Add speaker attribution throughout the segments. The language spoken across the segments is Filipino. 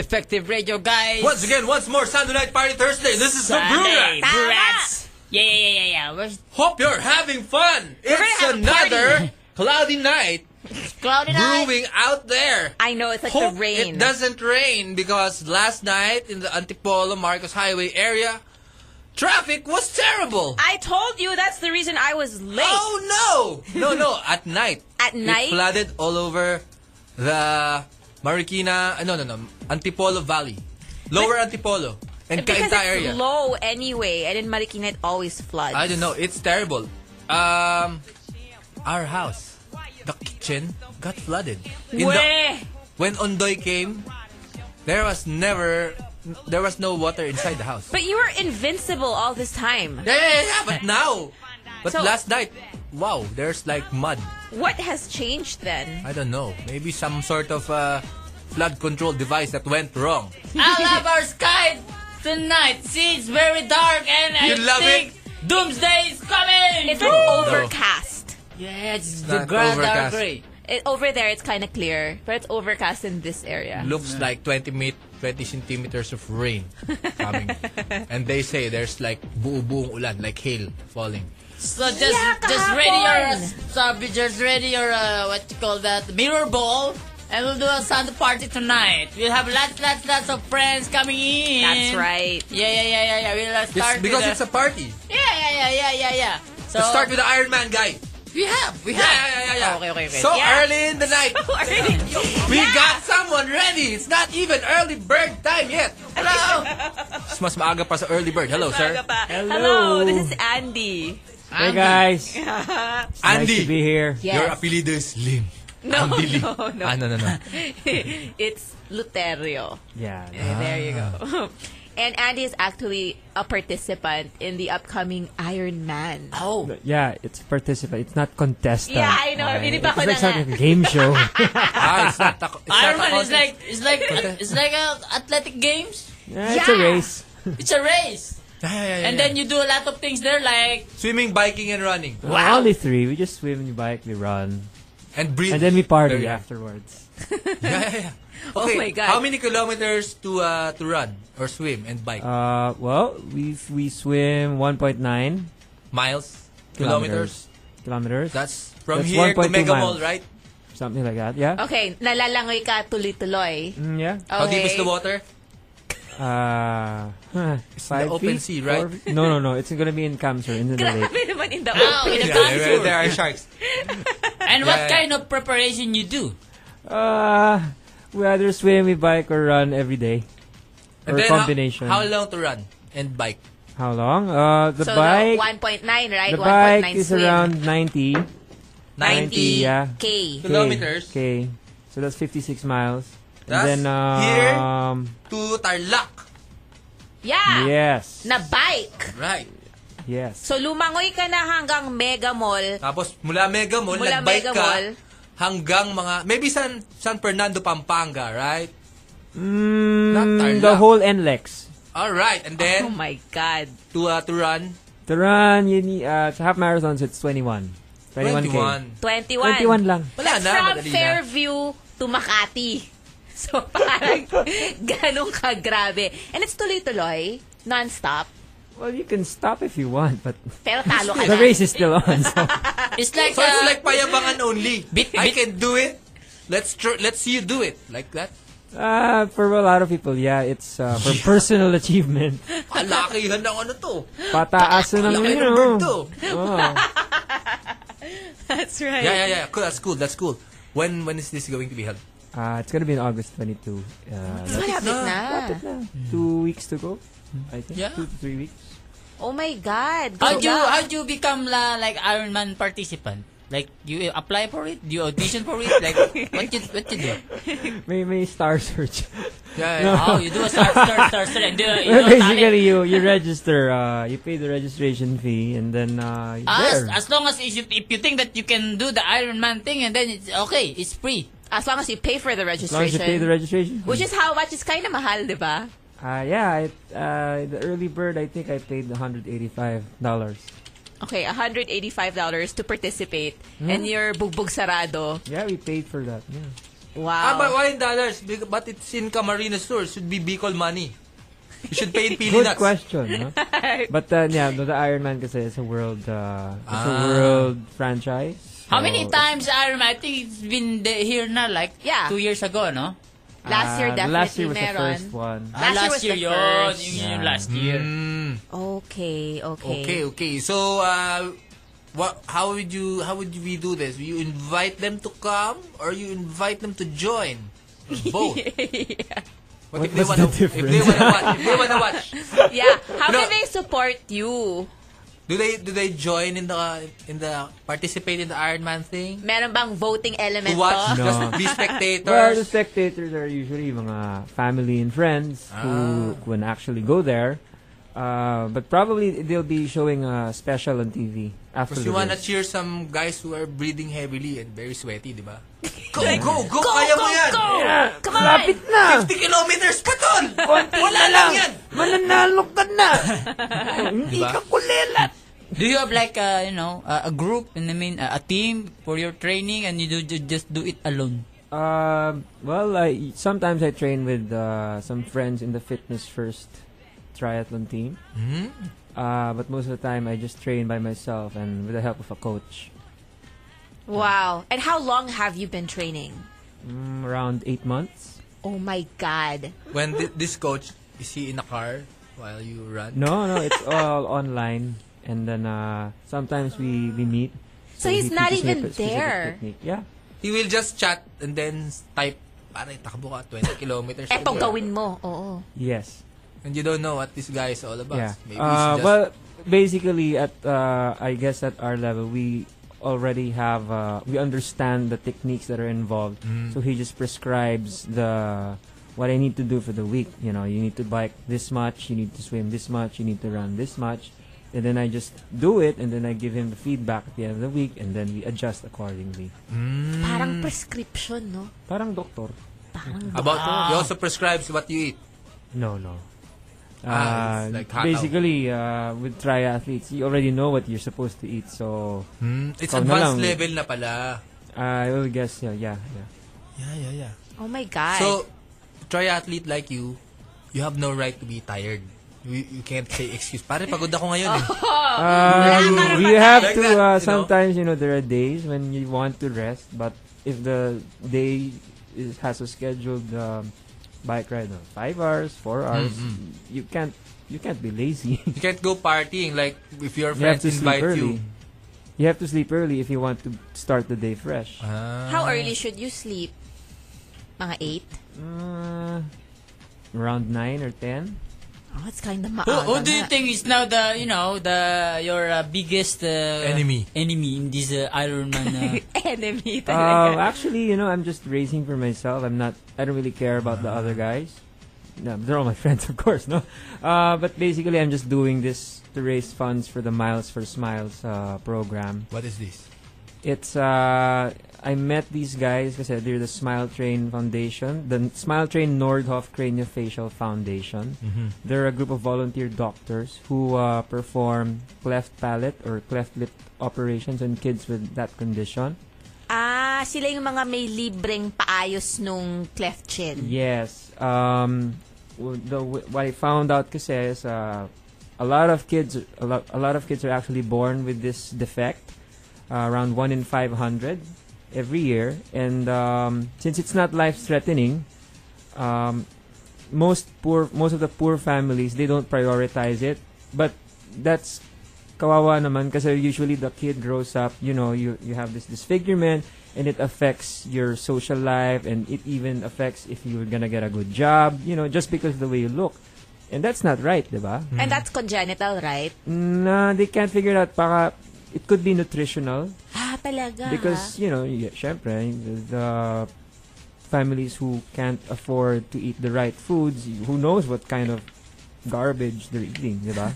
Speaker 1: Defective Radio, guys.
Speaker 2: Once again, once more, Sunday Night Party Thursday. This is the Brew
Speaker 1: Sunday.
Speaker 2: Rat.
Speaker 1: Brats. Yeah, yeah, yeah, yeah, yeah. We're
Speaker 2: Hope you're having fun. It's
Speaker 3: gonna have a party.
Speaker 2: another cloudy night
Speaker 3: Cloudy night.
Speaker 2: brewing out there.
Speaker 3: I know it's like
Speaker 2: Hope
Speaker 3: the rain.
Speaker 2: it doesn't rain because last night in the Antipolo Marcos Highway area, traffic was terrible.
Speaker 3: I told you that's the reason I was late.
Speaker 2: Oh no! No, no, at night.
Speaker 3: At night?
Speaker 2: It flooded all over the Marikina, no, no, no, Antipolo Valley. Lower Antipolo and
Speaker 3: because
Speaker 2: Cainta
Speaker 3: it's
Speaker 2: area.
Speaker 3: low anyway, and in Marikina it always floods.
Speaker 2: I don't know. It's terrible. Um, our house, the kitchen got flooded. In the,
Speaker 3: Weh.
Speaker 2: when Ondoy came, there was never, there was no water inside the house.
Speaker 3: But you were invincible all this time.
Speaker 2: Yeah, yeah, yeah, But now, but
Speaker 3: So-
Speaker 2: last night, wow, there's like mud.
Speaker 3: What has changed then?
Speaker 2: I don't know. Maybe some sort of uh, flood control device that went wrong.
Speaker 1: I love our sky tonight. See, it's very dark and I
Speaker 2: You love
Speaker 1: think doomsday is coming.
Speaker 3: It's like
Speaker 2: Oh, no.
Speaker 3: overcast.
Speaker 1: yeah, it's the
Speaker 2: not
Speaker 1: grand dark
Speaker 2: overcast.
Speaker 1: gray.
Speaker 3: It, over there it's kind of clear, but it's overcast in this area.
Speaker 2: Looks like 20 meet, 20 centimeters of rain coming. and they say there's like buo-buong ulan, like hail falling.
Speaker 1: So just
Speaker 3: Yeah,
Speaker 1: just ready your uh,
Speaker 3: kahapon.
Speaker 1: sabi, just ready your uh, what you call that mirror ball, and we'll do a Sunday party tonight. We'll have lots, lots, lots of friends coming in.
Speaker 3: That's right.
Speaker 1: Yeah, yeah, yeah, yeah, yeah. We'll uh,
Speaker 2: It's
Speaker 1: start
Speaker 2: because
Speaker 1: with
Speaker 2: it's a party.
Speaker 1: a, yeah, yeah, yeah, yeah, yeah, yeah. So
Speaker 2: Let's start with the Iron Man guy.
Speaker 1: we have, we have.
Speaker 2: Yeah, yeah, yeah, yeah. yeah.
Speaker 1: Okay, okay, okay.
Speaker 2: So
Speaker 3: Yeah.
Speaker 2: early in the night, we got someone ready. It's not even early bird time yet. Hello. Mas- Mas maaga pa sa early bird. Hello, sir.
Speaker 3: Aga pa.
Speaker 4: Hello.
Speaker 3: Hello, this is Andy.
Speaker 4: Hey guys,
Speaker 3: no,
Speaker 2: Andy,
Speaker 4: nice to be here.
Speaker 2: your
Speaker 3: Yes.
Speaker 2: apelido is Lim. Andy Lim.
Speaker 3: no, no.
Speaker 2: Ah, no, no, no.
Speaker 3: it's Luterio.
Speaker 4: Yeah. uh-huh.
Speaker 3: Okay, there you go. And Andy is actually a participant in the upcoming Iron Man.
Speaker 1: Oh,
Speaker 4: Yeah, it's participant. It's not contestant.
Speaker 3: Yeah, I know.
Speaker 4: Okay.
Speaker 3: Biniba ko
Speaker 4: It's like
Speaker 3: na nga.
Speaker 4: some game show.
Speaker 2: ah, it's not. A, it's
Speaker 1: Iron
Speaker 2: not a
Speaker 1: Man is
Speaker 2: contest.
Speaker 1: like it's like it's like a athletic games.
Speaker 4: yeah, It's a
Speaker 3: Yeah.
Speaker 4: race.
Speaker 1: It's a race,
Speaker 2: Yeah, yeah, yeah,
Speaker 1: and
Speaker 2: yeah.
Speaker 1: then you do a lot of things there, like
Speaker 2: swimming, biking, and running,
Speaker 4: Wow. Only three. We just swim, we bike, we run,
Speaker 2: and breathing.
Speaker 4: and then we party
Speaker 2: Yeah,
Speaker 4: afterwards.
Speaker 2: yeah, yeah. yeah. Okay,
Speaker 3: my God.
Speaker 2: How many kilometers to uh, to run or swim and bike?
Speaker 4: Uh, well, we we swim 1.9
Speaker 2: Miles, kilometers.
Speaker 4: Kilometers. kilometers,
Speaker 2: That's from
Speaker 4: That's
Speaker 2: here to
Speaker 4: 1.2
Speaker 2: Mega Mall,
Speaker 4: miles.
Speaker 2: right?
Speaker 4: something like that. Yeah.
Speaker 3: Okay, nalalangoy ka tuloy-tuloy.
Speaker 4: Mm, yeah.
Speaker 2: How deep is the water?
Speaker 4: Uh, huh, five
Speaker 2: the open sea,
Speaker 4: feet,
Speaker 2: right?
Speaker 4: Four, no, no, no. It's gonna be in Kamsur in the lake.
Speaker 3: Grabe naman in the
Speaker 1: Wow, in
Speaker 3: open.
Speaker 1: the
Speaker 2: Yeah, there,
Speaker 1: Kamsur.
Speaker 2: there are sharks.
Speaker 1: and what
Speaker 2: Yeah, yeah.
Speaker 1: kind of preparation you do?
Speaker 4: Uh, we either swim, we bike, or run every day,
Speaker 2: And
Speaker 4: or
Speaker 2: then
Speaker 4: combination.
Speaker 2: How, how long to run and bike?
Speaker 4: How long? Uh, the
Speaker 3: so
Speaker 4: bike.
Speaker 3: the 1.9, right?
Speaker 4: The bike
Speaker 3: 1.9
Speaker 4: is
Speaker 3: swim.
Speaker 4: around 90
Speaker 2: 90.
Speaker 4: yeah.
Speaker 3: K.
Speaker 2: Kilometers.
Speaker 4: Okay. So that's 56 miles.
Speaker 2: That's
Speaker 4: and then
Speaker 2: here.
Speaker 4: um
Speaker 2: to Tarlac.
Speaker 3: Yeah.
Speaker 4: yes.
Speaker 3: Na bike.
Speaker 2: Right.
Speaker 4: Yes.
Speaker 3: So lumangoy ka na hanggang Mega Mall.
Speaker 2: Tapos mula Mega Mall,
Speaker 3: Mula
Speaker 2: nagbike
Speaker 3: Mega
Speaker 2: ka
Speaker 3: Mall.
Speaker 2: hanggang mga, maybe San, San Fernando, Pampanga, right? Not
Speaker 4: Mm,
Speaker 2: Tarlac.
Speaker 4: the whole NLEX.
Speaker 2: Alright, and
Speaker 3: oh
Speaker 2: then
Speaker 3: my God.
Speaker 2: to, uh, to run,
Speaker 4: The run you need uh, it's half marathon so it's 21. 21k.
Speaker 2: 21.
Speaker 3: 21.
Speaker 4: 21 lang.
Speaker 2: Wala
Speaker 3: That's
Speaker 2: na,
Speaker 3: from
Speaker 2: madali na.
Speaker 3: Fairview to Makati. So parang ganun ka grabe. And it's tuloy-tuloy, non-stop,
Speaker 4: Well, you can stop if you want, but
Speaker 3: pero talo ka
Speaker 4: the
Speaker 3: na.
Speaker 4: race is still on. So.
Speaker 1: It's like
Speaker 2: So it's
Speaker 1: uh,
Speaker 2: like payabangan only.
Speaker 1: Bit-
Speaker 2: I
Speaker 1: bit-
Speaker 2: can do it. Let's tr- let's see you do it. Like that.
Speaker 4: Uh, for a lot of people, yeah, it's uh, for personal achievement.
Speaker 2: Alakihan ng ano to.
Speaker 4: Pataas na ng
Speaker 2: Laki
Speaker 4: you
Speaker 2: ng bird to.
Speaker 4: know. Oh.
Speaker 3: That's right.
Speaker 2: Yeah, yeah, yeah. Cool, that's cool. That's cool. When when is this going to be held?
Speaker 4: Uh, it's gonna be in August 22. Uh,
Speaker 3: Malapit na.
Speaker 4: two weeks to go. I think
Speaker 2: Yeah.
Speaker 4: two to three weeks.
Speaker 3: Oh my God.
Speaker 1: how do
Speaker 3: Good
Speaker 1: you
Speaker 3: luck.
Speaker 1: how do you become la, like Iron Man participant? Like you apply for it? Do you audition for it? Like what you what you do?
Speaker 4: May may star search.
Speaker 2: Yeah,
Speaker 4: No.
Speaker 2: yeah.
Speaker 1: Oh, you do a star star star star and do a, you do
Speaker 4: Well,
Speaker 1: a talent.
Speaker 4: basically, you you register, uh, you pay the registration fee, and then uh, you're
Speaker 1: As,
Speaker 4: there.
Speaker 1: Ah, as long as if you, if you think that you can do the Iron Man thing and then it's okay, it's free.
Speaker 3: As long as you pay for the
Speaker 4: As long as you
Speaker 3: registration.
Speaker 4: pay the registration.
Speaker 3: which
Speaker 4: Fee.
Speaker 3: is how much is kind of mahal, di ba?
Speaker 4: Uh, yeah, it, uh, the early bird. I think I paid 185 dollars.
Speaker 3: Okay, $185
Speaker 2: Hmm?
Speaker 3: to participate. And you're bugbog sarado.
Speaker 4: Yeah, we paid for that. Yeah.
Speaker 2: Ah, but
Speaker 3: Wow.
Speaker 2: why in dollars? Bec- But it's in Camarines Sur. Should be Bicol money. You should pay in
Speaker 4: Good
Speaker 2: Pilipinas.
Speaker 4: question, no? But uh, yeah, no, the Iron Man kasi is a world uh, it's a
Speaker 2: Ah.
Speaker 4: world franchise.
Speaker 1: How
Speaker 4: So,
Speaker 1: many times, Iron Man? I think it's been the- here na like
Speaker 3: Yeah.
Speaker 1: two years ago, no?
Speaker 3: Last year
Speaker 4: uh,
Speaker 2: Ah,
Speaker 3: definitely
Speaker 4: Last year was
Speaker 3: meron.
Speaker 4: the first one.
Speaker 1: Ah,
Speaker 3: Last year was the
Speaker 1: year yun.
Speaker 3: first.
Speaker 1: Yun Yung,
Speaker 4: Yeah.
Speaker 1: last year.
Speaker 2: Mm,
Speaker 3: Okay, okay.
Speaker 2: okay, okay. So, uh, what? How would you? How would we do this? You invite them to come, or you invite them to join? Both. What, if
Speaker 4: What
Speaker 2: they
Speaker 4: was
Speaker 2: wanna?
Speaker 4: the
Speaker 2: If they
Speaker 4: difference?
Speaker 2: wanna watch? If they wanna watch?
Speaker 3: Yeah. How
Speaker 2: No.
Speaker 3: can they support you?
Speaker 2: Do they do they join in the in the participate in the Iron Man thing?
Speaker 3: Meron bang voting element
Speaker 2: To watch? Just
Speaker 3: to?
Speaker 4: No.
Speaker 2: be
Speaker 4: Well, the
Speaker 2: spectators?
Speaker 4: spectators are usually mga family and friends who can actually go there. Uh, but probably they'll be showing a special on TV after
Speaker 2: Because
Speaker 4: the
Speaker 2: you wanna
Speaker 4: race.
Speaker 2: cheer some guys who are breathing heavily and very sweaty, di ba? Go, go, go! Kaya
Speaker 3: go,
Speaker 2: mo yan!
Speaker 3: go! Come on!
Speaker 4: Lapit na!
Speaker 2: 50 kilometers pa tol! Wala lang yan!
Speaker 4: Mananalo ka na! Hindi
Speaker 2: Diba?
Speaker 4: ka kulela!
Speaker 1: Do you have like, uh, you know, uh, a group, and I mean, uh, a team for your training and you do you just do it alone?
Speaker 4: Um, well, I, sometimes I train with uh, some friends in the fitness first triathlon team.
Speaker 2: Hmm?
Speaker 4: Uh, but most of the time, I just train by myself and with the help of a coach.
Speaker 3: Wow. And how long have you been training?
Speaker 4: Mm, around eight months.
Speaker 3: Oh my God.
Speaker 2: When thi- this coach, is he in a car while you run?
Speaker 4: No, no, it's all online. And then uh, sometimes we, we meet.
Speaker 3: So
Speaker 4: he
Speaker 3: he's not
Speaker 4: teaches me a
Speaker 3: even
Speaker 4: pe- specific
Speaker 3: there.
Speaker 4: Technique. Yeah.
Speaker 2: He will just chat and then type, pare, takbo ka, 20 kilometers.
Speaker 3: Eto
Speaker 2: Siguro."
Speaker 3: gawin mo. Oo.
Speaker 4: Yes.
Speaker 2: And you don't know what this guy is all about.
Speaker 4: yeah.
Speaker 2: Maybe you
Speaker 4: Uh,
Speaker 2: should just...
Speaker 4: well, basically, at uh, I guess at our level, we already have uh, we understand the techniques that are involved.
Speaker 2: Mm.
Speaker 4: So he just prescribes the what I need to do for the week. You know, you need to bike this much, you need to swim this much, you need to run this much, and then I just do it, and then I give him the feedback at the end of the week, and then we adjust accordingly.
Speaker 2: Mm.
Speaker 3: Parang prescription, no?
Speaker 4: Parang doktor?
Speaker 3: Parang
Speaker 2: About, he also prescribes what you eat.
Speaker 4: No, no.
Speaker 2: Ah, it's
Speaker 4: Uh,
Speaker 2: like hot
Speaker 4: basically, uh, with triathletes, you already know what you're supposed to eat, so
Speaker 2: Hmm? It's
Speaker 4: Ikaw na
Speaker 2: advanced
Speaker 4: lang.
Speaker 2: level na pala.
Speaker 4: Uh, I will guess, yeah, yeah, yeah.
Speaker 2: Yeah, yeah, yeah.
Speaker 3: Oh my God.
Speaker 2: So, triathlete like you, you have no right to be tired. You, you can't say excuse. Pare, pagod ako ngayon eh.
Speaker 4: Um, we
Speaker 2: Like
Speaker 4: have to.
Speaker 2: that, you know?
Speaker 4: Uh, sometimes you know there are days when you want to rest, but if the day is, has a scheduled um, bike ride of five hours, four
Speaker 2: Mm-hmm.
Speaker 4: hours, you can't you can't be lazy.
Speaker 2: You can't go partying like if your
Speaker 4: you have
Speaker 2: friends
Speaker 4: to sleep
Speaker 2: invite
Speaker 4: early.
Speaker 2: you.
Speaker 4: You have to sleep early if you want to start the day fresh.
Speaker 2: Ah.
Speaker 3: how early should you sleep? Mga eight?
Speaker 4: Uh, around nine or ten.
Speaker 3: Oh, it's kind of
Speaker 1: Who,
Speaker 3: maaga
Speaker 1: who do you
Speaker 3: nga.
Speaker 1: think is now the, you know, the your uh, biggest uh,
Speaker 2: Enemy.
Speaker 1: enemy in this uh, Iron Man? Uh,
Speaker 3: Enemy
Speaker 4: Um,
Speaker 3: talaga.
Speaker 4: actually, you know, I'm just racing for myself. I'm not. I don't really care about the other guys. No, they're all my friends, of course. No, uh, but basically, I'm just doing this to raise funds for the Miles for Smiles uh, program.
Speaker 2: What is this?
Speaker 4: It's uh, I met these guys because they're the Smile Train Foundation, the Smile Train Nordhoff Craniofacial Foundation. They're a group of volunteer doctors who uh, perform cleft palate or cleft lip operations on kids with that condition.
Speaker 3: ah, sila yung mga may libreng paayos nung cleft chin.
Speaker 4: Yes. Um, w- the, w- what I found out kasi is uh, a lot of kids a, lo- a lot of kids are actually born with this defect, uh, around 1 in 500 every year. And um, since it's not life threatening, um, most poor most of the poor families they don't prioritize it. But that's kawawa naman kasi usually the kid grows up, you know, you you have this disfigurement and it affects your social life and it even affects if you're gonna get a good job, you know, just because the way you look. And that's not right, di ba?
Speaker 3: And that's congenital, right?
Speaker 4: Na they can't figure it out baka it could be nutritional
Speaker 3: Ah, talaga.
Speaker 4: because, you know, y- syempre, the- the families who can't afford to eat the right foods, who knows what kind of garbage they're eating, di ba?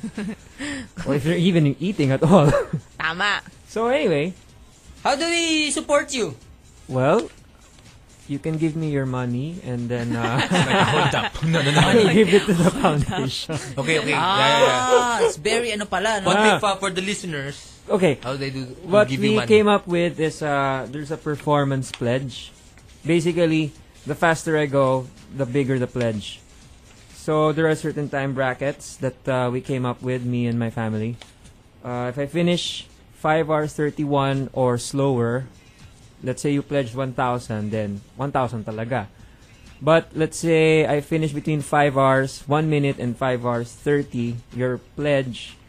Speaker 4: or if they're even eating at all.
Speaker 3: Tama.
Speaker 4: so anyway,
Speaker 1: how do we support you?
Speaker 4: Well, you can give me your money and then uh,
Speaker 2: Hold up. No, no, no.
Speaker 4: I'll give it to the foundation.
Speaker 2: Okay, okay. Yeah, yeah, yeah.
Speaker 1: Ah, it's very ano pala, no?
Speaker 2: What
Speaker 4: Ah.
Speaker 2: if uh, for the listeners,
Speaker 4: Okay,
Speaker 2: how they do
Speaker 4: what
Speaker 2: give
Speaker 4: we
Speaker 2: you money?
Speaker 4: came up with is uh, there's a performance pledge. basically, the faster I go, the bigger the pledge. So there are certain time brackets that uh, we came up with, me and my family. Uh, if I finish 5 hours 31 or slower, let's say you pledged 1,000, then 1,000 talaga. But let's say I finish between 5 hours, 1 minute, and 5 hours 30, your pledge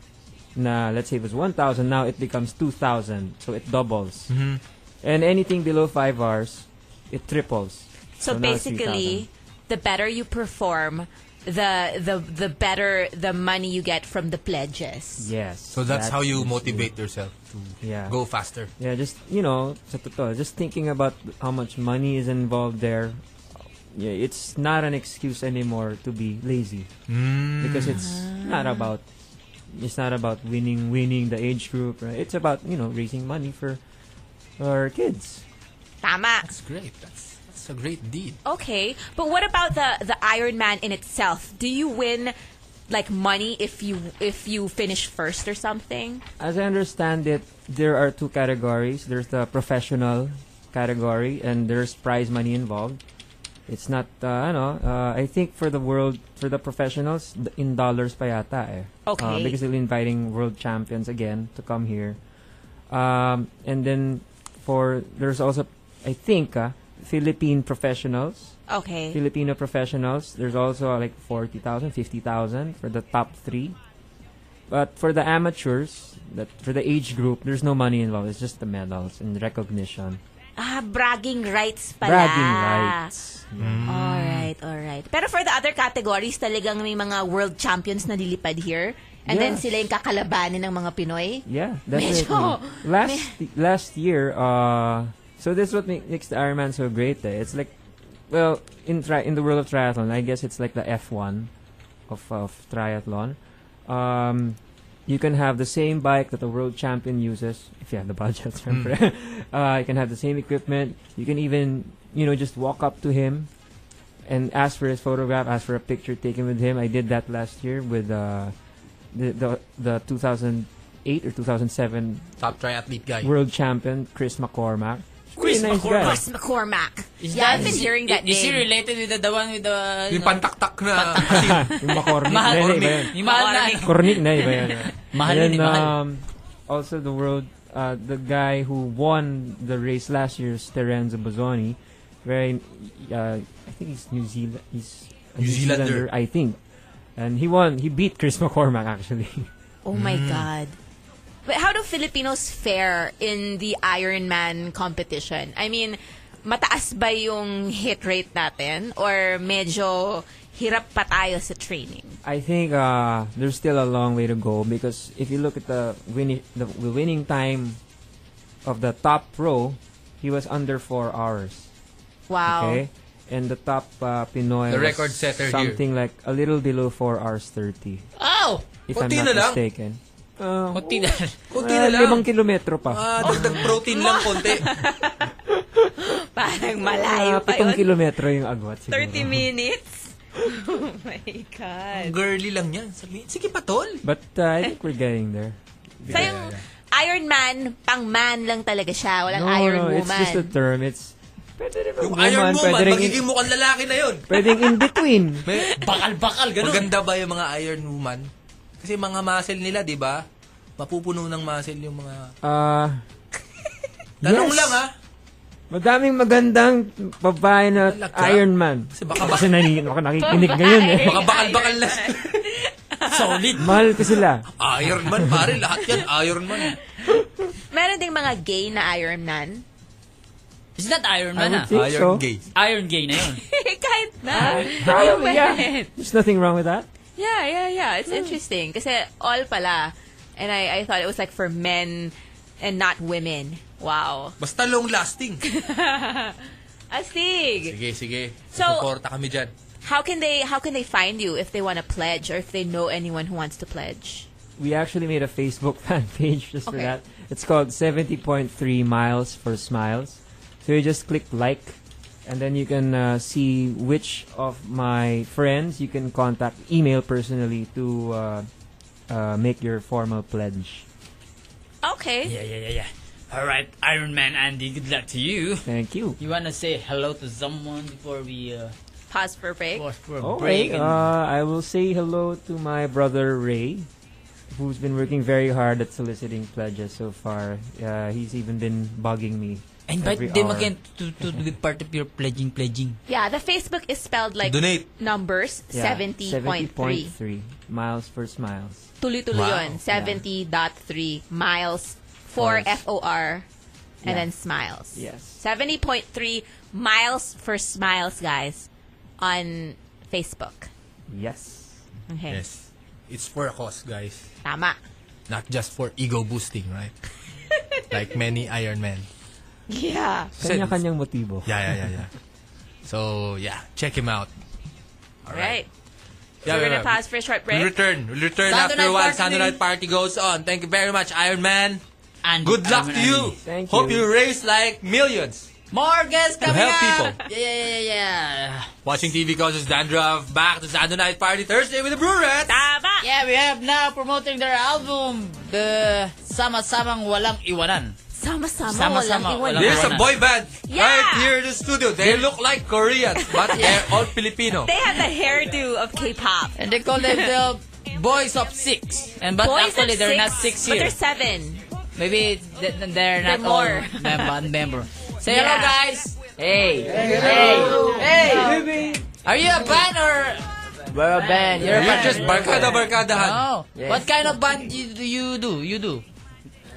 Speaker 4: na let's say it was 1,000, now it becomes 2,000. So it doubles.
Speaker 2: Mhm.
Speaker 4: And anything below 5 hours, it triples.
Speaker 3: So,
Speaker 4: So now it's
Speaker 3: basically, the better you perform, the the the better the money you get from the pledges.
Speaker 4: Yes.
Speaker 2: So that's
Speaker 4: that
Speaker 2: how
Speaker 4: is
Speaker 2: you
Speaker 4: it.
Speaker 2: motivate yourself to
Speaker 4: Yeah.
Speaker 2: go faster.
Speaker 4: Yeah, just, you know, sa totoo, just thinking about how much money is involved there, yeah, it's not an excuse anymore to be lazy. Mm.
Speaker 2: Mm.
Speaker 4: because it's not about it's not about winning winning the age group right it's about you know raising money for our kids
Speaker 3: Tama.
Speaker 2: That's great. That's that's a great deed.
Speaker 3: Okay, but what about the the Iron Man in itself? Do you win like money if you if you finish first or something?
Speaker 4: as i understand it there are two categories there's the professional category and there's prize money involved it's not uh, ano uh, i think for the world for the professionals d- in dollars pa yata eh
Speaker 3: Okay.
Speaker 4: Uh, because they're inviting world champions again to come here um, and then for there's also i think uh, philippine professionals
Speaker 3: Okay.
Speaker 4: Filipino professionals. There's also uh, like 40,000, 50,000 for the top three. But for the amateurs, that for the age group, there's no money involved. It's just the medals and recognition.
Speaker 3: Ah, bragging rights pala.
Speaker 4: Bragging rights. Mm.
Speaker 3: Alright, alright. Pero for the other categories, talagang may mga world champions na lilipad here. And then
Speaker 4: Yes.
Speaker 3: sila yung kakalabanin ng mga Pinoy.
Speaker 4: Yeah, definitely.
Speaker 3: Medyo-
Speaker 4: last last year, uh, so this is what make- makes the Ironman so great. Eh. It's like, well, in tri- in the world of triathlon, I guess it's like the F1 of of triathlon. Um, you can have the same bike that the world champion uses if you have the budget. remember. uh, you can have the same equipment. You can even you know just walk up to him and ask for his photograph, ask for a picture taken with him. I did that last year with uh, the the the 2008 or 2007
Speaker 2: Top triathlete guy.
Speaker 4: world champion Chris McCormack.
Speaker 1: Chris
Speaker 4: Really nice
Speaker 1: McCormack.
Speaker 4: guy.
Speaker 3: Chris McCormack.
Speaker 1: Is
Speaker 3: yeah,
Speaker 1: that-
Speaker 3: I've been
Speaker 1: is-
Speaker 3: hearing that
Speaker 1: is, is he
Speaker 3: name.
Speaker 1: related with the, the one with the...
Speaker 2: Yung
Speaker 1: ano,
Speaker 2: pantaktak na.
Speaker 4: Yung McCormick
Speaker 1: Mahal.
Speaker 4: na yun, iba yun.
Speaker 1: Yung mahal na... ano?
Speaker 4: Cornick na iba yun.
Speaker 1: Mahal yun,
Speaker 4: And
Speaker 1: eh,
Speaker 4: then,
Speaker 1: mahal.
Speaker 4: um, also the world, uh, the guy who won the race last year's Terenzo Bozzoni, very, uh, I think he's New Zealand, he's a
Speaker 2: New Zealander.
Speaker 4: I think. And he won, he beat Chris McCormack actually.
Speaker 3: Oh my
Speaker 4: Mm.
Speaker 3: God. But how do Filipinos fare in the Ironman competition? I mean, mataas ba yung hit rate natin? Or medyo hirap pa tayo sa training?
Speaker 4: I think uh, there's still a long way to go because if you look at the winning the, the winning time of the top pro, he was under four hours.
Speaker 3: Wow.
Speaker 4: Okay, and the top uh, Pinoy
Speaker 2: The
Speaker 4: was
Speaker 2: record setter here.
Speaker 4: something like a little below four hours thirty,
Speaker 1: Ow!
Speaker 4: if
Speaker 2: Konti na
Speaker 4: I'm not
Speaker 2: lang.
Speaker 4: mistaken. Uh,
Speaker 1: Kunti na.
Speaker 2: Kunti na
Speaker 4: ah,
Speaker 2: lang.
Speaker 4: Limang kilometro pa.
Speaker 2: Ah, dagdag protein lang konti.
Speaker 3: Parang
Speaker 4: Ah,
Speaker 3: malayo pa
Speaker 4: pitong
Speaker 3: yun.
Speaker 4: kilometro yung agwat siguro.
Speaker 3: 30 minutes? Oh my God.
Speaker 2: Girly lang yan. Sabi, sige patol.
Speaker 4: But uh, I think we're getting there.
Speaker 3: So yung Iron Man, pang man lang talaga siya. Walang
Speaker 4: no,
Speaker 3: Iron
Speaker 4: no,
Speaker 3: Woman.
Speaker 4: it's just a term. It's pwede rin
Speaker 2: Yung
Speaker 4: woman,
Speaker 2: Iron
Speaker 4: pwede
Speaker 2: Woman,
Speaker 4: rin in,
Speaker 2: magiging mukhang lalaki na yun. Ano?
Speaker 4: pwedeng in between.
Speaker 2: May,
Speaker 1: Bakal-bakal, ganun.
Speaker 2: maganda ba yung mga Iron Woman? Kasi mga muscle nila, di ba? Mapupuno ng muscle yung mga...
Speaker 4: Ah,
Speaker 2: Tanong
Speaker 4: Yes.
Speaker 2: lang ha.
Speaker 4: Madaming magandang babae na
Speaker 2: Talaga?
Speaker 4: Iron Man.
Speaker 2: Kasi baka-
Speaker 4: Kasi nani, baka nakikinig ngayon eh.
Speaker 2: Mga bakal-bakal na.
Speaker 1: Solid.
Speaker 4: Mahal ko sila.
Speaker 2: Iron Man, pare. Lahat yan, Iron Man.
Speaker 3: Meron ding mga gay na Iron Man.
Speaker 1: Is that Iron Man,
Speaker 4: I
Speaker 1: ha?
Speaker 4: would think so.
Speaker 2: Iron Gay.
Speaker 1: Iron gay na yun.
Speaker 3: Kahit
Speaker 4: Ah,
Speaker 3: na.
Speaker 4: Probably, yeah. There's nothing wrong with that.
Speaker 3: Yeah, yeah, yeah. It's interesting. Kasi all pala. And I, I thought it was like for men and not women. Wow.
Speaker 2: Basta long-lasting.
Speaker 3: Astig!
Speaker 2: Sige, sige.
Speaker 3: So-
Speaker 2: Suporta kami dyan.
Speaker 3: How can they how can they find you if they want to pledge or if they know anyone who wants to pledge?
Speaker 4: We actually made a Facebook fan page just for
Speaker 3: Okay.
Speaker 4: that. It's called 70.3 Miles for Smiles. So you just click like, and then you can uh, see which of my friends you can contact, email personally to uh, uh, make your formal pledge.
Speaker 3: Okay.
Speaker 1: Yeah, yeah, yeah, yeah. All right, Iron Man Andy, good luck to you.
Speaker 4: Thank you.
Speaker 1: You wanna say hello to someone before we uh,
Speaker 3: Pause for break.
Speaker 1: pause for a
Speaker 4: Oh,
Speaker 1: break?
Speaker 4: Uh,
Speaker 1: and-
Speaker 4: I will say hello to my brother Ray, who's been working very hard at soliciting pledges so far. Uh, he's even been bugging me. every
Speaker 1: invite them
Speaker 4: hour.
Speaker 1: again to, to, to be part of your pledging pledging.
Speaker 3: Yeah, the Facebook is spelled like
Speaker 2: Donate.
Speaker 3: numbers,
Speaker 4: Yeah,
Speaker 3: 70.3.
Speaker 4: 70.3. Miles per smiles.
Speaker 3: Tuloy-tuloy
Speaker 2: Wow.
Speaker 3: yun. 70.3 miles for
Speaker 4: Force.
Speaker 3: F-O-R and
Speaker 4: Yeah.
Speaker 3: then smiles.
Speaker 4: Yes.
Speaker 3: 70.3 miles for smiles, guys, on Facebook.
Speaker 4: Yes.
Speaker 3: Okay.
Speaker 2: Yes. It's for a cause, guys.
Speaker 3: Tama.
Speaker 2: Not just for ego boosting, right? like many Iron Man.
Speaker 3: Yeah.
Speaker 2: Said-
Speaker 4: Kanya-kanyang motibo.
Speaker 2: Yeah, yeah, yeah, yeah. So, yeah, check him out.
Speaker 3: All right.
Speaker 2: Yeah,
Speaker 3: so we're
Speaker 2: yeah,
Speaker 3: going to
Speaker 2: yeah.
Speaker 3: pause for a short
Speaker 2: We'll
Speaker 3: break.
Speaker 2: return. We'll return
Speaker 1: Sunday
Speaker 2: after a
Speaker 1: night
Speaker 2: while.
Speaker 1: party.
Speaker 2: Sunday night party goes on. Thank you very much, Iron Man.
Speaker 1: Andy,
Speaker 2: Good luck
Speaker 1: Iron
Speaker 2: to
Speaker 1: Man
Speaker 2: you.
Speaker 1: Andy.
Speaker 4: Thank
Speaker 2: Hope you
Speaker 4: you.
Speaker 2: raise like millions.
Speaker 1: More guests coming
Speaker 2: help
Speaker 1: up.
Speaker 2: people.
Speaker 1: Yeah, yeah, yeah, yeah.
Speaker 2: Watching TV causes dandruff. Back to Sunday night party Thursday with the Brewerettes.
Speaker 3: Tama.
Speaker 1: Yeah, we have now promoting their album, the Sama-samang Walang Iwanan.
Speaker 3: Sama-sama,
Speaker 1: Sama-sama,
Speaker 3: walang iwan.
Speaker 1: walang
Speaker 2: There's a
Speaker 1: Corona.
Speaker 2: boy band
Speaker 3: Yeah.
Speaker 2: right here in the studio. They look like Koreans, but they're all Filipino.
Speaker 3: They had the hairdo of K-pop.
Speaker 1: And they call themselves Boys of Six. And but
Speaker 3: Boys
Speaker 1: actually,
Speaker 3: of
Speaker 1: they're
Speaker 3: six,
Speaker 1: not six
Speaker 3: But
Speaker 1: here.
Speaker 3: they're seven.
Speaker 1: Maybe it's- th- th- they're not
Speaker 3: They're more.
Speaker 1: all the band member. Say
Speaker 3: Yeah.
Speaker 1: hello, guys. Hey. Hey. Hey. Are you a band or? We're a band. You're a
Speaker 2: You're
Speaker 1: band.
Speaker 2: just barkada barkadahan.
Speaker 1: Oh. What kind of band you, do you do? You do.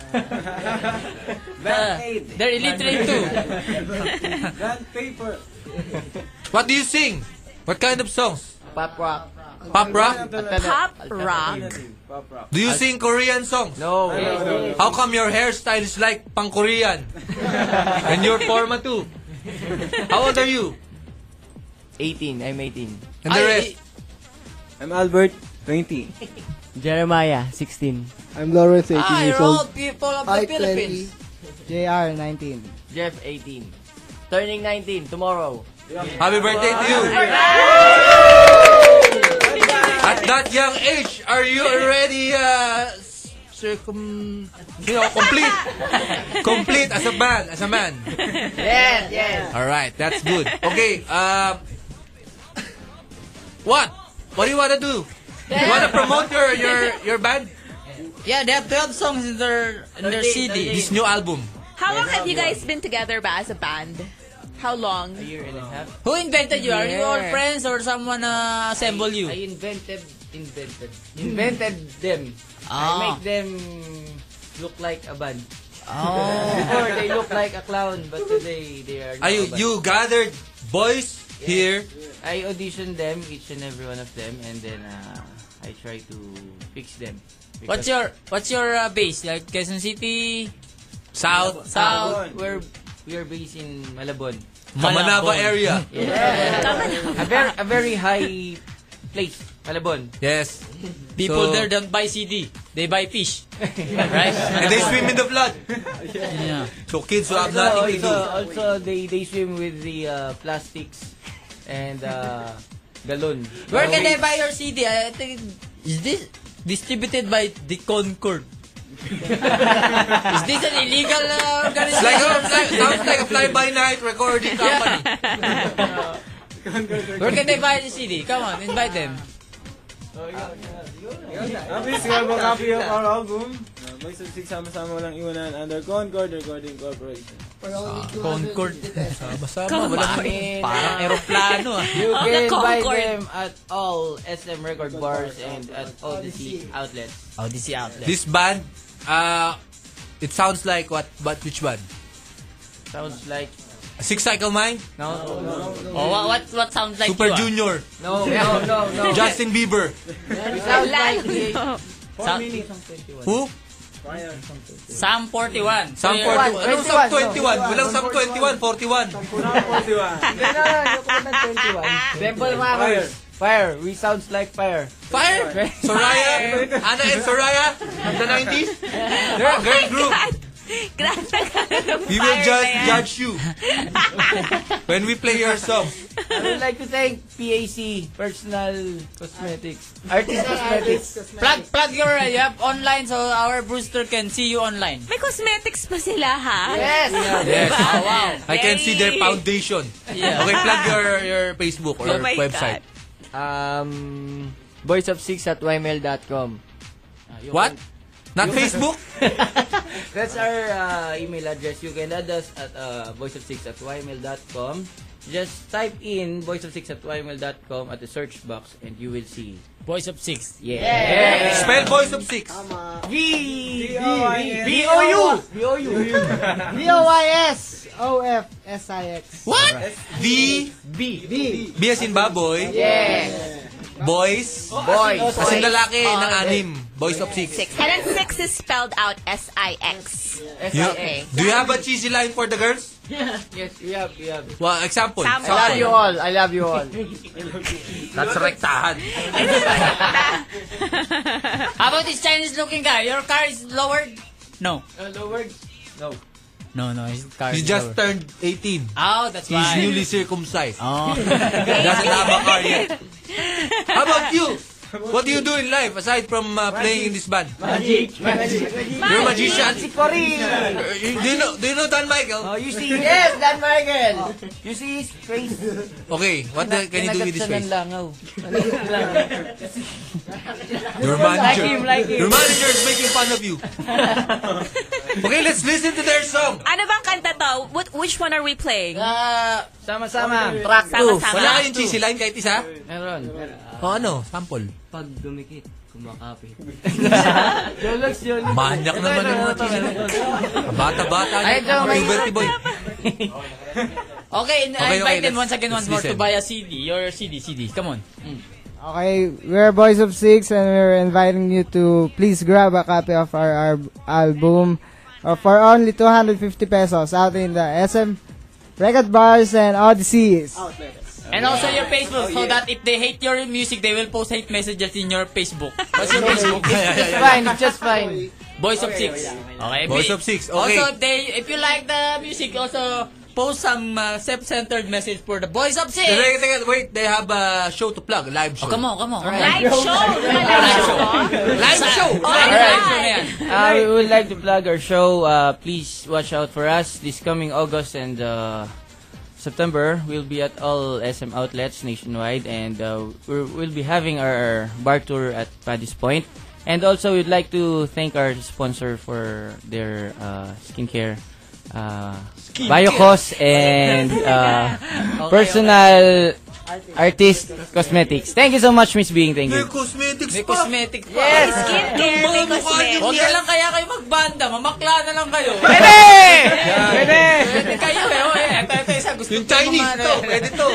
Speaker 1: Uh, they're illiterate too.
Speaker 2: What do you sing? What kind of songs?
Speaker 1: Pop rock.
Speaker 2: Pop rock?
Speaker 1: uh,
Speaker 3: Pop rock.
Speaker 2: Do you sing Korean songs?
Speaker 1: No.
Speaker 2: How come your hairstyle is like pang Korean? and your forma too? How old are you?
Speaker 5: 18. I'm 18.
Speaker 2: And the
Speaker 1: Ay,
Speaker 2: rest?
Speaker 5: I'm Albert. 20.
Speaker 6: Jeremiah, 16.
Speaker 7: I'm Lawrence, 18
Speaker 1: Ah,
Speaker 7: years
Speaker 1: you're all
Speaker 7: old.
Speaker 1: people of the
Speaker 7: I,
Speaker 1: Philippines.
Speaker 7: 20. JR, 19.
Speaker 6: Jeff, 18. Turning 19 tomorrow.
Speaker 2: Happy birthday to you! At that young age, are you already uh, circum, you know, complete, complete as a man, as a man?
Speaker 1: Yes, yes.
Speaker 2: All right, that's good. Okay, um, what? What do you wanna do? You wanna promote your your your band?
Speaker 1: Yeah, they have 12 songs in their in their CD.
Speaker 2: This new album.
Speaker 3: How long have you guys been together ba as a band? How long?
Speaker 1: Who invented you? Are you all
Speaker 3: Yeah.
Speaker 1: friends or someone uh, assemble you?
Speaker 6: I invented, invented, invented them. I
Speaker 1: Ah.
Speaker 6: make them look like a band.
Speaker 1: Oh.
Speaker 6: Before they look like a clown, but today they are.
Speaker 2: Are
Speaker 6: not
Speaker 2: you
Speaker 6: a band.
Speaker 2: you gathered boys here?
Speaker 6: I audition them, each and every one of them, and then uh, I try to fix them.
Speaker 1: What's
Speaker 6: Because
Speaker 1: your what's your uh, base? Like Quezon City,
Speaker 2: South
Speaker 1: South,
Speaker 6: We're we are based in Malabon.
Speaker 2: Manaba
Speaker 1: Malabon.
Speaker 2: area.
Speaker 6: A very a very high place, Malabon.
Speaker 2: Yes.
Speaker 1: People
Speaker 2: So-
Speaker 1: there don't buy CD. They buy fish. right?
Speaker 2: And they swim in the flood.
Speaker 1: Yeah.
Speaker 2: So kids who have
Speaker 6: So
Speaker 2: nothing to
Speaker 6: also,
Speaker 2: do.
Speaker 6: also they they swim with the uh, plastics and uh, galon.
Speaker 1: Where can they buy your CD? I think is this distributed by the Concord? is this an illegal uh,
Speaker 2: It's
Speaker 1: organization?
Speaker 2: like, a, like sounds like a fly-by-night recording company.
Speaker 1: Where can they buy the CD? Come on, invite them.
Speaker 5: Happy Swervo Copy of our album. Uh, Boys of Six, sama-sama walang iwanan under Concord Recording Corporation.
Speaker 2: Ah,
Speaker 1: Concord.
Speaker 2: Sama-sama, walang
Speaker 6: And,
Speaker 1: Parang
Speaker 6: uh,
Speaker 1: aeroplano ah.
Speaker 6: You
Speaker 3: Oh, the
Speaker 6: can buy
Speaker 3: Concord.
Speaker 6: them at all SM record bars and at all the C outlets.
Speaker 1: Odyssey outlet.
Speaker 2: This band, uh, it sounds like what? But which band?
Speaker 6: Sounds like
Speaker 2: Six Cycle Mind,
Speaker 6: no,
Speaker 1: Oh, what, what, what sounds like you, ah?
Speaker 2: Super Junior,
Speaker 6: no, no, no, no.
Speaker 2: Justin Bieber.
Speaker 6: Sounds like the
Speaker 1: Sa-
Speaker 2: Who?
Speaker 1: Sam 41.
Speaker 2: Sam 41. Anong Sam 21? Walang Sam 21, 41.
Speaker 6: Temple Rockers. Fire. We sounds like fire.
Speaker 2: Fire? Ano Soraya? Anna and Soraya? Of the 90s? They're a girl group.
Speaker 3: Grabe ka ng
Speaker 2: We will
Speaker 3: fire
Speaker 2: just
Speaker 3: na yan.
Speaker 2: judge you when we play your song.
Speaker 6: I would like to thank PAC Personal Cosmetics. Artist Cosmetics.
Speaker 1: Plug, plug your, uh, you have online so our Brewster can see you online.
Speaker 3: May cosmetics pa sila, ha?
Speaker 6: Yes!
Speaker 2: Yes.
Speaker 1: Oh, wow.
Speaker 2: I can see their foundation.
Speaker 1: Yeah.
Speaker 2: Okay, plug your your Facebook or
Speaker 3: Oh my
Speaker 2: website.
Speaker 6: Um, Boys of Six at yml.com.
Speaker 3: Ah,
Speaker 2: What? Not Facebook?
Speaker 6: That's our uh, email address. You can add us at uh, voiceofsix at yml.com. Just type in voiceofsix at yml.com at the search box and you will see.
Speaker 1: Voice of Six.
Speaker 6: Yeah!
Speaker 2: Spell Voice of Six.
Speaker 5: D-O-I-N.
Speaker 6: B-O-U! B-O-U!
Speaker 8: V-O-I-S-O-F-S-I-X.
Speaker 2: What? The
Speaker 6: B.
Speaker 8: V.
Speaker 2: B as in baboy. Boys.
Speaker 6: Boys.
Speaker 2: As in lalaki ng anim. Boys of Six.
Speaker 3: Six. And then six is spelled out S-I-X.
Speaker 2: Yeah.
Speaker 3: Okay.
Speaker 2: Do you have a cheesy line for the girls?
Speaker 6: Yes, we have, we have.
Speaker 2: Well, example. Sample.
Speaker 3: Sample. Love you
Speaker 6: all. I love you all.
Speaker 2: That's rektahan.
Speaker 1: How about this Chinese looking guy? Your car is lowered? No.
Speaker 6: No.
Speaker 1: Uh, No, no, his car is
Speaker 2: He just
Speaker 1: lowered.
Speaker 2: turned 18.
Speaker 1: Oh, that's
Speaker 2: He's
Speaker 1: why.
Speaker 2: newly circumcised.
Speaker 1: Oh.
Speaker 2: Doesn't have a car yet. How about you? What do you do in life aside from uh, playing in this band?
Speaker 6: Magic.
Speaker 2: You're a magician. Uh, you- Do you know, do you know Dan Michael?
Speaker 6: Oh, you see? Yes, Dan Michael! You see his face?
Speaker 2: Okay, what the, can you do with this
Speaker 6: Kinagat
Speaker 2: face?
Speaker 6: siya ng langaw.
Speaker 2: Your manager.
Speaker 6: him, like him.
Speaker 2: Your manager is making fun of you. Okay, let's listen to their song.
Speaker 3: Ano bang kanta to? What, which one are we playing?
Speaker 1: Uh,
Speaker 6: Sama-sama.
Speaker 3: Track two.
Speaker 2: Wala kayong cheesy line kahit isa?
Speaker 6: Meron.
Speaker 2: O ano? Sample.
Speaker 6: Pag dumikit, kumakapit.
Speaker 2: Manyak naman ang mga cheesy line. Bata-bata niya. Puberty boy.
Speaker 1: Okay, I
Speaker 2: Okay,
Speaker 1: invite
Speaker 2: okay,
Speaker 1: them
Speaker 2: let's-
Speaker 1: once again, once
Speaker 2: let's
Speaker 1: more to
Speaker 2: listen.
Speaker 1: buy a CD. Your CD, CD. Come on.
Speaker 8: Okay, we're Boys of Six and we're inviting you to please grab a copy of our, our album uh, for only 250 pesos out in the SM record bars and Odysseys.
Speaker 5: Oh,
Speaker 1: And also your Facebook, so that if they hate your music, they will post hate messages in your Facebook. What's your Facebook?
Speaker 6: Fine, it's just fine.
Speaker 1: Boys of Six. Okay.
Speaker 2: Boys
Speaker 1: if-
Speaker 2: of Six, okay.
Speaker 1: Also, if they, if you like the music, also post some uh, self-centered message for the Boys of Six.
Speaker 2: Teka, teka, wait. They have a show to plug. Live show.
Speaker 1: Oh, come on, come on.
Speaker 3: Live show. Live show.
Speaker 2: Live show!
Speaker 1: Live
Speaker 3: Alright.
Speaker 1: show na yan.
Speaker 6: Uh, we would like to plug our show. Uh, please watch out for us this coming August and uh, September. We'll be at all SM outlets nationwide, and uh, we're, we'll be having our bar tour at Paddy's Point. And also, we'd like to thank our sponsor for their uh, skincare. Uh, Biocos and uh, personal artist cosmetics. Thank you so much, Miss Bing. Thank
Speaker 2: May
Speaker 6: you.
Speaker 2: cosmetics
Speaker 1: May
Speaker 2: pa.
Speaker 1: cosmetic pa.
Speaker 3: Skincare, may cosmetics.
Speaker 1: Huwag na lang kaya kayo magbanda, mamakla na lang kayo. Pwede kayo eh. Oh, eh. Ito, ito isa gusto
Speaker 2: Yung
Speaker 1: ko
Speaker 2: Chinese
Speaker 1: mga-
Speaker 2: to. Pwede to.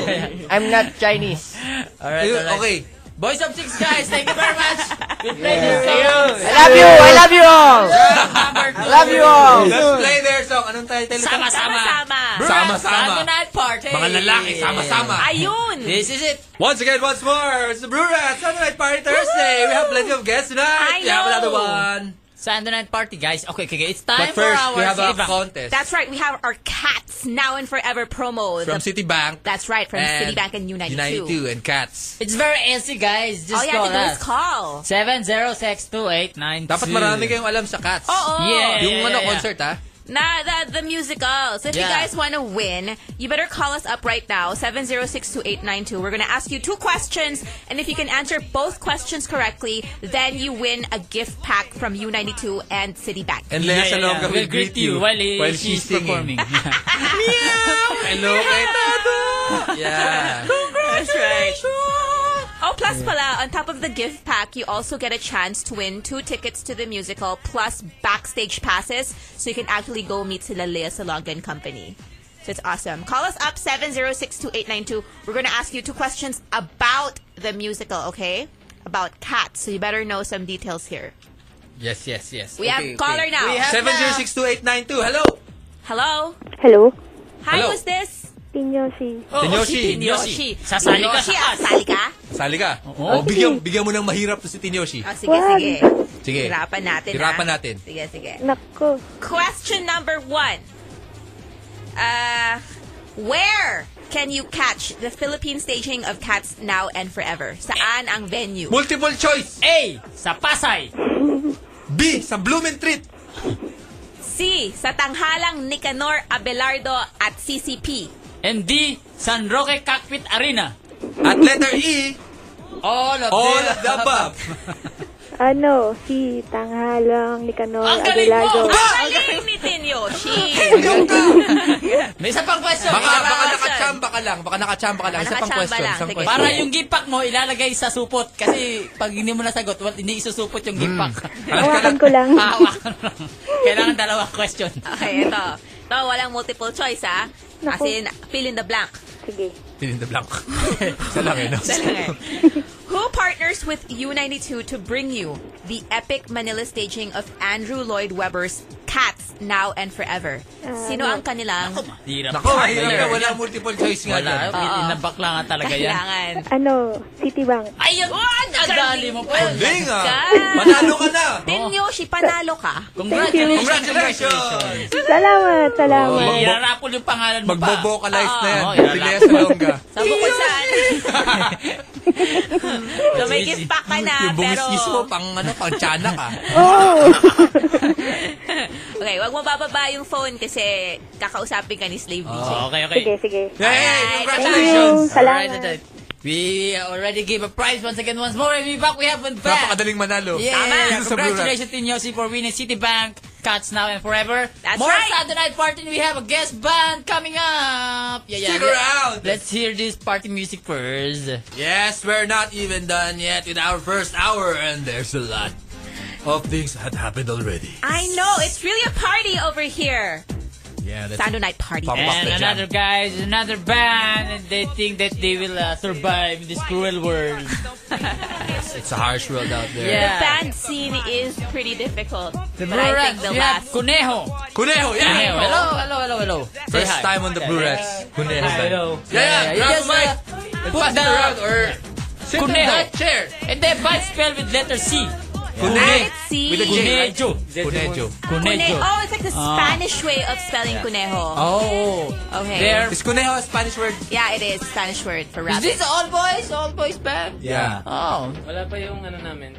Speaker 6: I'm not Chinese. Alright,
Speaker 2: Ayun,
Speaker 6: alright.
Speaker 2: Okay.
Speaker 1: Boys of Six guys, thank you very much. We played your songs.
Speaker 6: I love you! I love you all!
Speaker 1: Number two.
Speaker 6: Love you all!
Speaker 2: Let's play their song. Anong title?
Speaker 1: Sama-sama.
Speaker 3: Sama-sama.
Speaker 2: Sama-sama.
Speaker 1: Saturday night party.
Speaker 2: Mga lalaki, sama-sama.
Speaker 3: Ayun.
Speaker 1: This is it.
Speaker 2: Once again, once more, it's the Brew Rats Night Party Thursday. We have plenty of guests tonight.
Speaker 3: I
Speaker 2: We have
Speaker 3: know.
Speaker 2: another one.
Speaker 1: Sunday night party, guys. Okay, okay, okay. It's time
Speaker 2: But
Speaker 1: for
Speaker 2: first,
Speaker 1: our
Speaker 2: we have a
Speaker 1: Citibank.
Speaker 2: contest
Speaker 3: That's right. We have our Cats Now and Forever promo.
Speaker 2: from
Speaker 3: The-
Speaker 2: Citibank
Speaker 3: That's right. From
Speaker 2: and
Speaker 3: Citibank and Oh, U92.
Speaker 2: United 2 and Cats.
Speaker 1: It's very easy, guys. Just
Speaker 3: All you have
Speaker 1: call
Speaker 3: to do is
Speaker 1: us.
Speaker 3: call.
Speaker 1: 7062892.
Speaker 2: Dapat marami kayong alam sa Cats.
Speaker 3: Oo.
Speaker 1: Yeah.
Speaker 2: Yung ano,
Speaker 1: yeah.
Speaker 2: concert ha?
Speaker 3: Na the, the musical. So if you
Speaker 1: Yeah.
Speaker 3: guys want to win, you better call us up right now, 7062892. We're going to ask you two questions, and if you can answer both questions correctly, then you win a gift pack from U92 and Citibank.
Speaker 2: And Lea
Speaker 1: yeah, yeah.
Speaker 2: Salonga will greet you
Speaker 1: while, he-
Speaker 2: while
Speaker 1: she's,
Speaker 2: she's
Speaker 1: performing.
Speaker 2: singing. Hello, kay Tato! Yeah.
Speaker 3: That's right. Oh, plus pala, on top of the gift pack, you also get a chance to win two tickets to the musical plus backstage passes so you can actually go meet sila Lea Salonga and company. So it's awesome. Call us up 7062892. We're going to ask you two questions about the musical, okay? About cats. So you better know some details here.
Speaker 2: Yes, yes, yes.
Speaker 3: We have caller now.
Speaker 1: We have-
Speaker 2: 7062892. Hello!
Speaker 3: Hello?
Speaker 9: Hello?
Speaker 3: Hi,
Speaker 2: Hello.
Speaker 3: who's this?
Speaker 9: Pinyosi.
Speaker 1: Oh,
Speaker 2: Tinyoshi.
Speaker 1: Tinyoshi. Sasali ka
Speaker 3: Yoshi,
Speaker 1: sa
Speaker 3: ah, sali ka?
Speaker 2: Sali ka.
Speaker 1: Oo.
Speaker 2: Oh, O, bigyan, bigyan mo ng mahirap to si Tinyoshi.
Speaker 3: Oh, sige,
Speaker 9: Wag.
Speaker 3: sige.
Speaker 2: Sige.
Speaker 3: Hirapan natin, ha?
Speaker 2: Hirapan natin.
Speaker 3: Sige, sige.
Speaker 9: Nako.
Speaker 3: Question number one. Uh, where can you catch the Philippine staging of Cats Now and Forever? Saan ang venue?
Speaker 2: Multiple choice.
Speaker 1: A. Sa Pasay.
Speaker 2: B. Sa Bloomin' Treat.
Speaker 3: C. Sa tanghalang Nicanor Abelardo at CCP.
Speaker 1: And D. San Roque Cockpit Arena.
Speaker 2: At letter E.
Speaker 1: All of
Speaker 2: All
Speaker 1: the
Speaker 2: of the above.
Speaker 9: Ano, si Tanghalang, Nicanor,
Speaker 1: Ang galing mo!
Speaker 9: Abelardo.
Speaker 1: Ba-
Speaker 3: Ang galing ni Tinyo. She.
Speaker 1: May isa pang question.
Speaker 2: Baka,
Speaker 1: Para-
Speaker 2: baka nakachamba ka lang. Baka nakachamba ka lang. Isa pang
Speaker 3: Nakachamba
Speaker 2: question.
Speaker 3: lang.
Speaker 2: Isang
Speaker 3: Sige.
Speaker 2: question.
Speaker 1: Para yung gipak mo, ilalagay sa supot. Kasi pag hindi mo nasagot, wal- hindi isusupot yung gipak.
Speaker 2: Hmm.
Speaker 9: Hawakan ko lang.
Speaker 1: Hawakan mo lang. Kailangan dalawang question.
Speaker 3: Okay, ito. Ito, walang multiple choice, ha? As
Speaker 9: Naku.
Speaker 3: in, fill in the blank.
Speaker 9: Sige.
Speaker 2: Tinin the blank. Isa lang eh. No?
Speaker 3: Talaga. Who partners with U92 to bring you the epic Manila staging of Andrew Lloyd Webber's Cats Now and Forever? Sino ang kanilang
Speaker 1: Hirap.
Speaker 2: Nako, mahirap na. Wala multiple choice nga
Speaker 1: Wala.
Speaker 2: dyan.
Speaker 1: Uh, Inabak lang nga talaga yan.
Speaker 3: kailangan?
Speaker 9: Ano, Citibank.
Speaker 1: Ayun! Ang dali mo pa. Oh.
Speaker 2: Hindi nga.
Speaker 3: God.
Speaker 2: Manalo ka na.
Speaker 3: Tinyo, si panalo ka.
Speaker 1: Congratulations!
Speaker 2: Congratulations.
Speaker 9: Salamat, salamat.
Speaker 2: Magbo-
Speaker 1: Irarapol yung pangalan mo pa.
Speaker 2: Magbo-vocalize na yan.
Speaker 1: Oo,
Speaker 2: Si
Speaker 1: ilalak-
Speaker 2: Lea Salonga.
Speaker 3: Sa bukod saan. so may gift pack ka na,
Speaker 2: Yung
Speaker 3: pero...
Speaker 2: bungis-gis mo, pang ano, pang tsana ka.
Speaker 1: Oh.
Speaker 3: Okay, wag mo bababa yung phone kasi kakausapin ka ni Slave DJ.
Speaker 1: Oh, okay, okay.
Speaker 9: Sige, sige.
Speaker 2: Hey,
Speaker 9: Thank you.
Speaker 2: congratulations.
Speaker 1: Alright,
Speaker 9: Salamat.
Speaker 1: alright. We already gave a prize once again, once more, and we back, we have one back.
Speaker 2: Napakadaling manalo.
Speaker 1: Yeah,
Speaker 2: Isa sa Blue Rat.
Speaker 1: congratulations to Yossi for winning Citibank, Cats Now and Forever.
Speaker 3: That's
Speaker 1: More
Speaker 3: right.
Speaker 1: Saturday night party, we have a guest band coming up. Yeah, yeah.
Speaker 2: Stick
Speaker 1: yeah.
Speaker 2: around.
Speaker 1: Let's hear this party music first.
Speaker 2: Yes, we're not even done yet with our first hour, and there's a lot of things that happened already.
Speaker 3: I know, it's really a party over here.
Speaker 2: Yeah, that's
Speaker 3: Saturday night party.
Speaker 2: Pam-
Speaker 1: And
Speaker 2: Basta dyan.
Speaker 1: another guys, another band, and they think that they will uh, survive in this cruel world.
Speaker 2: it's a harsh world out there.
Speaker 1: Yeah.
Speaker 3: The band scene is pretty difficult. The but
Speaker 1: Blue
Speaker 3: I
Speaker 1: Rats,
Speaker 3: think the
Speaker 1: we have
Speaker 3: last.
Speaker 1: Conejo.
Speaker 2: Kuneho, yeah.
Speaker 1: Conejo. Hello, hello, hello, hello. Say hi.
Speaker 2: First time on the Blue Rats. Kuneho.
Speaker 5: Hello.
Speaker 2: Yeah, yeah,
Speaker 1: You
Speaker 2: grab
Speaker 1: just,
Speaker 2: the mic.
Speaker 1: uh,
Speaker 2: Pass
Speaker 1: put
Speaker 2: it around
Speaker 1: the
Speaker 2: or sit on
Speaker 1: Kuneho.
Speaker 2: that chair.
Speaker 1: and then vice spell with letter C.
Speaker 2: Kuneho.
Speaker 3: Let's see.
Speaker 2: With a J, right?
Speaker 1: Kunejo.
Speaker 2: Kunejo. Uh.
Speaker 3: Cune-
Speaker 1: Kunejo.
Speaker 3: Oh, it's like the Spanish way of spelling cunejo.
Speaker 1: Oh.
Speaker 3: Okay.
Speaker 1: There.
Speaker 2: Is Kuneho a Spanish word?
Speaker 3: Yeah, it is Spanish word
Speaker 1: Is
Speaker 3: for
Speaker 1: this
Speaker 3: rabbit.
Speaker 1: all boys? All boys band?
Speaker 2: Yeah.
Speaker 1: Oh,
Speaker 5: Wala pa yung ano namin,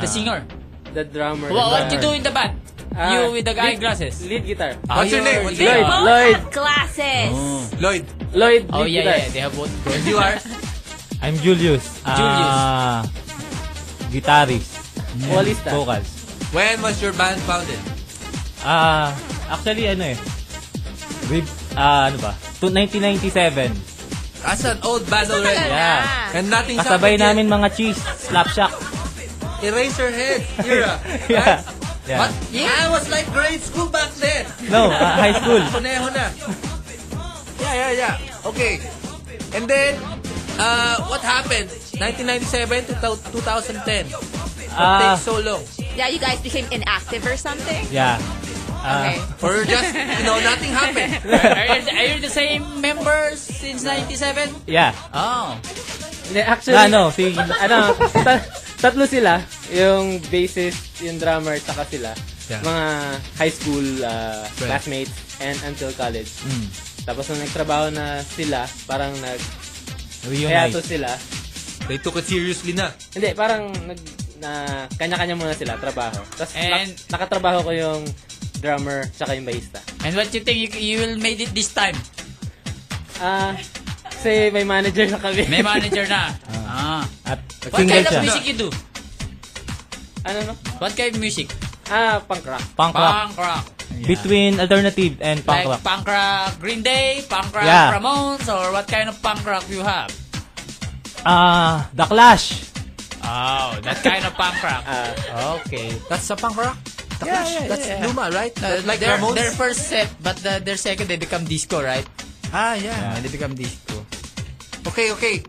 Speaker 1: the singer.
Speaker 5: the drummer.
Speaker 1: Well, what you do in the band? you with the guy glasses.
Speaker 5: Lead guitar.
Speaker 2: What's your name? What's
Speaker 3: They
Speaker 2: your
Speaker 5: Lloyd.
Speaker 2: name?
Speaker 3: both
Speaker 5: Lloyd.
Speaker 3: have glasses.
Speaker 2: Lloyd.
Speaker 5: Lloyd,
Speaker 1: Oh
Speaker 5: lead
Speaker 1: yeah,
Speaker 5: guitar.
Speaker 1: yeah. They have both.
Speaker 2: And you are?
Speaker 4: I'm Julius.
Speaker 1: Julius.
Speaker 4: Ah, guitarist.
Speaker 5: Walista.
Speaker 4: Vocals.
Speaker 2: When was your band founded?
Speaker 4: Ah, actually ano eh. With, ah, ano ba? To 1997.
Speaker 2: As an old band
Speaker 3: Tagal
Speaker 2: already.
Speaker 4: Yeah.
Speaker 3: na.
Speaker 2: And nothing
Speaker 4: Kasabay
Speaker 2: happened yet.
Speaker 4: namin mga cheese, slapshack.
Speaker 2: Eraserhead era.
Speaker 4: yeah.
Speaker 2: Right?
Speaker 4: yeah.
Speaker 2: What? Yeah. I was like grade school back then.
Speaker 4: No,
Speaker 10: uh,
Speaker 4: ah, high school.
Speaker 2: Kuneho na. Yeah, yeah, yeah. Okay. And then, uh, what happened? 1997 to thou- 2010. What
Speaker 4: Ah.
Speaker 2: takes so long?
Speaker 3: Yeah, you guys became inactive or something?
Speaker 4: Yeah.
Speaker 2: Uh.
Speaker 4: Ah,
Speaker 3: Okay.
Speaker 2: Or just, you know, nothing happened.
Speaker 1: Are you, are you the same members since '97?
Speaker 4: yeah.
Speaker 1: Oh.
Speaker 5: Hindi, actually,
Speaker 4: Ah, no, si
Speaker 5: ano, ta- tatlo sila, yung bassist, yung drummer, saka sila.
Speaker 2: Yeah.
Speaker 5: Mga high school uh,
Speaker 2: Friends.
Speaker 5: classmates and until college. Tapos nung nagtrabaho na sila, parang nag kaya
Speaker 4: reunite.
Speaker 5: to sila.
Speaker 2: They took it seriously na.
Speaker 5: Hindi, parang nag na kanya-kanya muna sila trabaho. Tapos
Speaker 1: And-
Speaker 5: nak- nakatrabaho ko yung drummer saka yung bassista.
Speaker 1: And what you think you, you will made it this time?
Speaker 5: Ah, kasi may manager na kami.
Speaker 1: May manager na. Ah.
Speaker 4: At
Speaker 1: What
Speaker 4: single
Speaker 1: kind of
Speaker 4: siya.
Speaker 1: music you do?
Speaker 5: ano no?
Speaker 1: What kind of music?
Speaker 5: Ah, punk rock.
Speaker 4: Punk rock.
Speaker 1: Punk rock.
Speaker 4: Between alternative and punk
Speaker 1: like
Speaker 4: rock.
Speaker 1: punk rock Green Day, punk rock
Speaker 4: Yeah.
Speaker 1: Ramones, or what kind of punk rock you have?
Speaker 10: Uh,
Speaker 4: Ah, The Clash.
Speaker 1: Oh, that kind of punk rock. okay.
Speaker 2: That's sa punk rock. The
Speaker 1: Yeah,
Speaker 2: Clash.
Speaker 1: yeah,
Speaker 2: That's
Speaker 1: yeah.
Speaker 2: Luma, right? Uh,
Speaker 1: No,
Speaker 2: like
Speaker 1: their,
Speaker 2: Ramones?
Speaker 1: their first set, but the, their second, they become disco, right?
Speaker 2: Ah, yeah.
Speaker 1: they become disco.
Speaker 2: Okay, okay.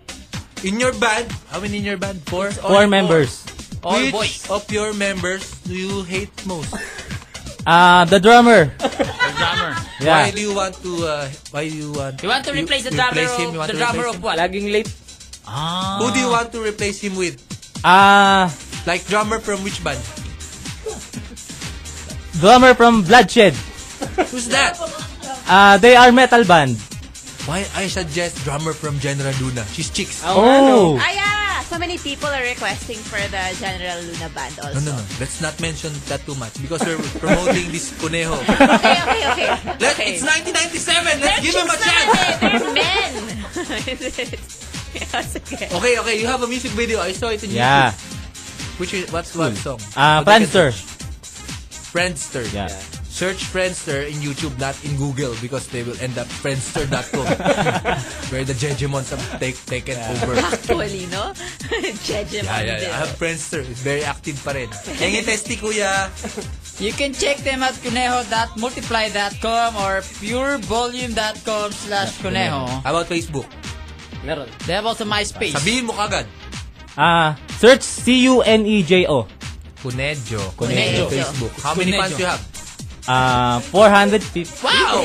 Speaker 2: In your band, how many in your band? Four?
Speaker 1: Oh,
Speaker 4: Four members.
Speaker 1: All
Speaker 2: Which
Speaker 1: boys.
Speaker 2: of your members do you hate most?
Speaker 10: Uh,
Speaker 4: Ah, the drummer.
Speaker 1: The drummer.
Speaker 2: Why
Speaker 4: Yeah.
Speaker 2: do you want to? Uh, why do you want?
Speaker 1: You want to replace the
Speaker 2: you
Speaker 1: drummer
Speaker 2: replace him,
Speaker 1: of,
Speaker 2: you want
Speaker 1: the
Speaker 2: to
Speaker 1: drummer
Speaker 2: replace
Speaker 1: of what?
Speaker 5: Laging late.
Speaker 1: ah.
Speaker 2: Who do you want to replace him with?
Speaker 4: Ah,
Speaker 10: Uh,
Speaker 2: Like drummer from which band?
Speaker 10: Drummer from Bloodshed.
Speaker 2: Who's that?
Speaker 10: Uh, they are metal band.
Speaker 2: Why I suggest drummer from General Luna. She's chicks.
Speaker 10: Oh!
Speaker 3: Ah, yeah. So many people are requesting for the General Luna band
Speaker 2: No,
Speaker 3: also.
Speaker 2: no, no. Let's not mention that too much because we're promoting this Conejo.
Speaker 3: Okay, okay, okay.
Speaker 2: Let,
Speaker 3: okay.
Speaker 2: It's 1997. Let's give him a
Speaker 3: Chicks
Speaker 2: chance.
Speaker 3: naman eh. They're men. yeah, sige.
Speaker 2: Okay, okay. You have a music video. I saw it in
Speaker 10: Yeah.
Speaker 2: YouTube. Which is what's what song?
Speaker 10: Uh,
Speaker 2: What they can
Speaker 10: Friendster.
Speaker 2: search? Friendster.
Speaker 10: Yeah.
Speaker 2: Search Friendster in YouTube, not in Google, because they will end up Friendster.com, where the Jejimons have take taken over.
Speaker 3: Actually, no? Jeje
Speaker 2: Yeah, yeah, yeah. I have Friendster. It's very active pa rin. Yang testi, kuya.
Speaker 1: You can check them at kuneho.multiply.com or purevolume.com slash kuneho.
Speaker 2: How about Facebook?
Speaker 11: Meron.
Speaker 1: They have also MySpace.
Speaker 2: Sabihin mo kagad.
Speaker 10: Uh, search C-U-N-E-J-O.
Speaker 2: Kunejo.
Speaker 1: Kunejo.
Speaker 2: Facebook. How many
Speaker 1: Kunejo.
Speaker 2: fans you have?
Speaker 10: Uh, 450.
Speaker 2: Wow!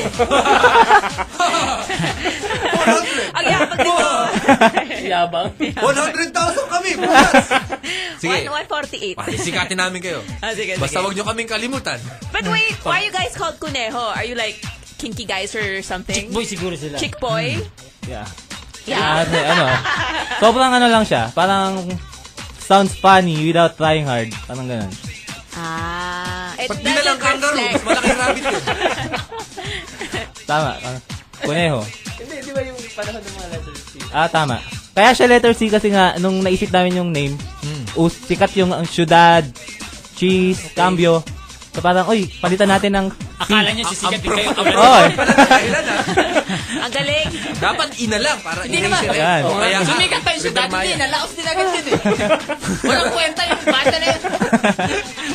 Speaker 3: Ang yabang dito.
Speaker 2: 100,000 kami! Congrats! Sige.
Speaker 3: 148.
Speaker 2: Sikatin namin kayo.
Speaker 3: Ah, sige,
Speaker 2: Basta
Speaker 3: sige.
Speaker 2: wag nyo kaming kalimutan.
Speaker 3: But wait, why are you guys called Kuneho? Are you like kinky guys or something?
Speaker 10: Boy, siguro sila.
Speaker 3: Chick boy?
Speaker 2: Mm.
Speaker 10: Yeah.
Speaker 3: Yeah.
Speaker 10: Ah, ano. Sobrang ano lang siya. Parang sounds funny without trying hard. Parang ganun.
Speaker 3: Ah. It
Speaker 2: Pag di na lang
Speaker 3: doesn't
Speaker 2: kangaroo, mas
Speaker 3: reflect.
Speaker 2: malaking rabbit yun.
Speaker 10: Tama. parang Kuneho. Ah, tama. Kaya siya letter C kasi nga, nung naisip namin yung name, us- sikat yung ang syudad, cheese, cambio. So parang, oy, palitan natin ng C.
Speaker 11: Akala niya sisikat din kayo.
Speaker 10: Oh,
Speaker 3: Ang galing.
Speaker 2: Dapat ina lang para
Speaker 1: Hindi
Speaker 2: erase
Speaker 1: naman.
Speaker 2: it.
Speaker 10: Ayan.
Speaker 2: O kaya nga,
Speaker 1: oh, Sumikat tayo siya
Speaker 2: River
Speaker 1: dati
Speaker 2: Maya.
Speaker 1: din. Nalaos din agad yun eh. Walang kwenta yung bata na yun.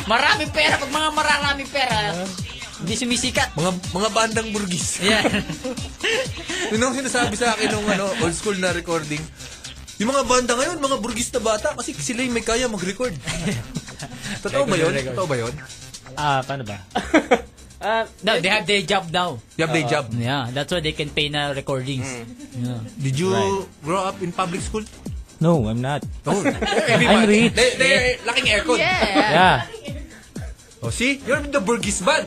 Speaker 1: Maraming pera. Pag mga maraming pera, hindi sumisikat.
Speaker 2: Mga, mga bandang burgis.
Speaker 1: Yeah.
Speaker 2: Yun ang sinasabi sa akin nung ano, old school na recording. Yung mga banda ngayon, mga burgis na bata kasi sila yung may kaya mag-record. Totoo ba yun? Totoo ba yun?
Speaker 10: ah, paano ba?
Speaker 5: Ah,
Speaker 1: No, they have their job now.
Speaker 2: You
Speaker 3: Uh,
Speaker 2: have day job.
Speaker 1: Yeah, that's why they can pay na recordings.
Speaker 2: Hmm.
Speaker 1: Yeah.
Speaker 2: Did you grow up in public school?
Speaker 10: No, I'm not.
Speaker 2: No.
Speaker 10: I'm rich.
Speaker 2: They, they're laking aircon.
Speaker 3: Yeah.
Speaker 10: Yeah,
Speaker 2: Oh, see? You're the Burgis band.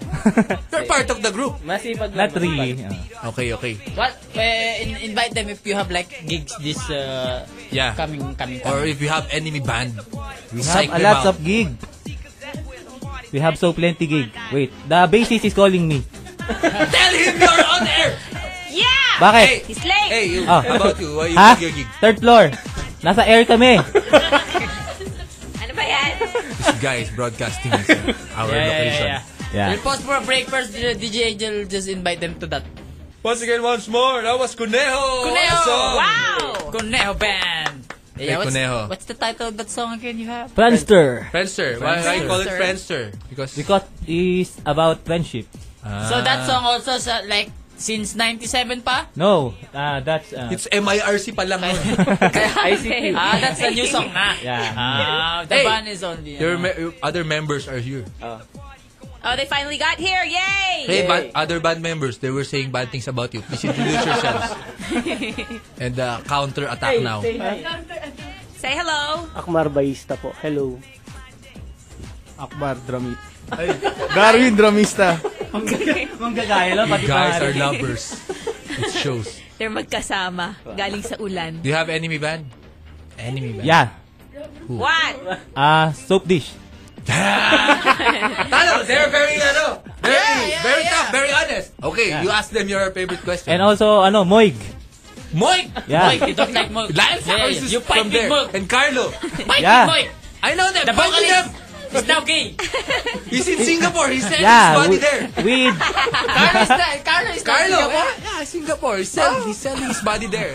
Speaker 2: You're part of the group.
Speaker 5: Masipag
Speaker 10: not really. Ah.
Speaker 2: Okay, okay.
Speaker 1: What? eh, in- invite them if you have like gigs this uh,
Speaker 2: Yeah.
Speaker 1: coming coming.
Speaker 2: Or if you have enemy band,
Speaker 10: We have a lot of gig. We have so plenty gig. Wait, the bassist is calling me.
Speaker 2: Tell him you're on air!
Speaker 3: Yeah!
Speaker 10: Bakit?
Speaker 3: He's late.
Speaker 2: Hey, you,
Speaker 10: Ah.
Speaker 2: how about you? Why you
Speaker 10: Ha?
Speaker 2: gig your gig?
Speaker 10: Third floor. Nasa air kami.
Speaker 3: Ano ba yan?
Speaker 2: This guy is broadcasting us, uh, our location.
Speaker 10: Yeah.
Speaker 1: We'll pause for a break first. Uh, DJ Angel just invite them to that.
Speaker 2: Once again, once more, that was Cunejo!
Speaker 1: Kuneho!
Speaker 3: Wow!
Speaker 1: Kuneho Band!
Speaker 2: Hey,
Speaker 1: what's,
Speaker 2: Kuneho.
Speaker 1: what's the title of that song again you have?
Speaker 10: Friendster.
Speaker 2: Friendster. Why why you call it Friendster? Because...
Speaker 10: Because is about friendship.
Speaker 2: Ah.
Speaker 1: So that song also sa, like since 97 pa?
Speaker 10: No, ah that's uh,
Speaker 2: It's MIRC pa lang. nun.
Speaker 5: ICP.
Speaker 1: Ah, that's the new song na.
Speaker 10: yeah.
Speaker 1: Ah, the
Speaker 2: Hey!
Speaker 1: band is only. uh,
Speaker 2: Your,
Speaker 1: ano.
Speaker 2: me- your other members are here.
Speaker 3: Oh, they finally got here. Yay!
Speaker 2: Hey, ba- other band members, they were saying bad things about you. Please introduce yourselves. And uh, counter attack now.
Speaker 3: Say hello.
Speaker 2: Ah.
Speaker 12: Akmar Baista po. Hello.
Speaker 5: Akbar Dramit.
Speaker 12: Darwin Dramista.
Speaker 10: Kung gagaya lang, pati
Speaker 2: Guys
Speaker 10: pare.
Speaker 2: are lovers. It shows.
Speaker 3: They're magkasama. Galing sa ulan.
Speaker 2: Do you have enemy band? Enemy band.
Speaker 10: Yeah.
Speaker 3: What?
Speaker 10: Ah, soap dish.
Speaker 2: Talo, they're very, ano, very, very tough, very honest. Okay, you ask them your favorite question.
Speaker 10: And also ano, moig.
Speaker 2: Moik!
Speaker 10: Yeah.
Speaker 1: Moik, you don't like Moik.
Speaker 2: Lion
Speaker 1: Yeah,
Speaker 2: Sacrifice is
Speaker 1: You fight
Speaker 2: from
Speaker 1: with
Speaker 2: there.
Speaker 1: Moik.
Speaker 2: And Carlo.
Speaker 1: Fight
Speaker 10: Yeah.
Speaker 1: with Moik.
Speaker 2: I know them.
Speaker 1: The
Speaker 2: Fight with them.
Speaker 1: vocalist is now gay.
Speaker 2: He's in Singapore. He's selling
Speaker 10: Yeah.
Speaker 2: his body
Speaker 10: wi-
Speaker 2: there.
Speaker 10: With
Speaker 1: Carlo is na, Carlo is now
Speaker 2: Carlo,
Speaker 1: Singapore.
Speaker 2: yeah, yeah, Singapore. He's selling, he's selling his body there.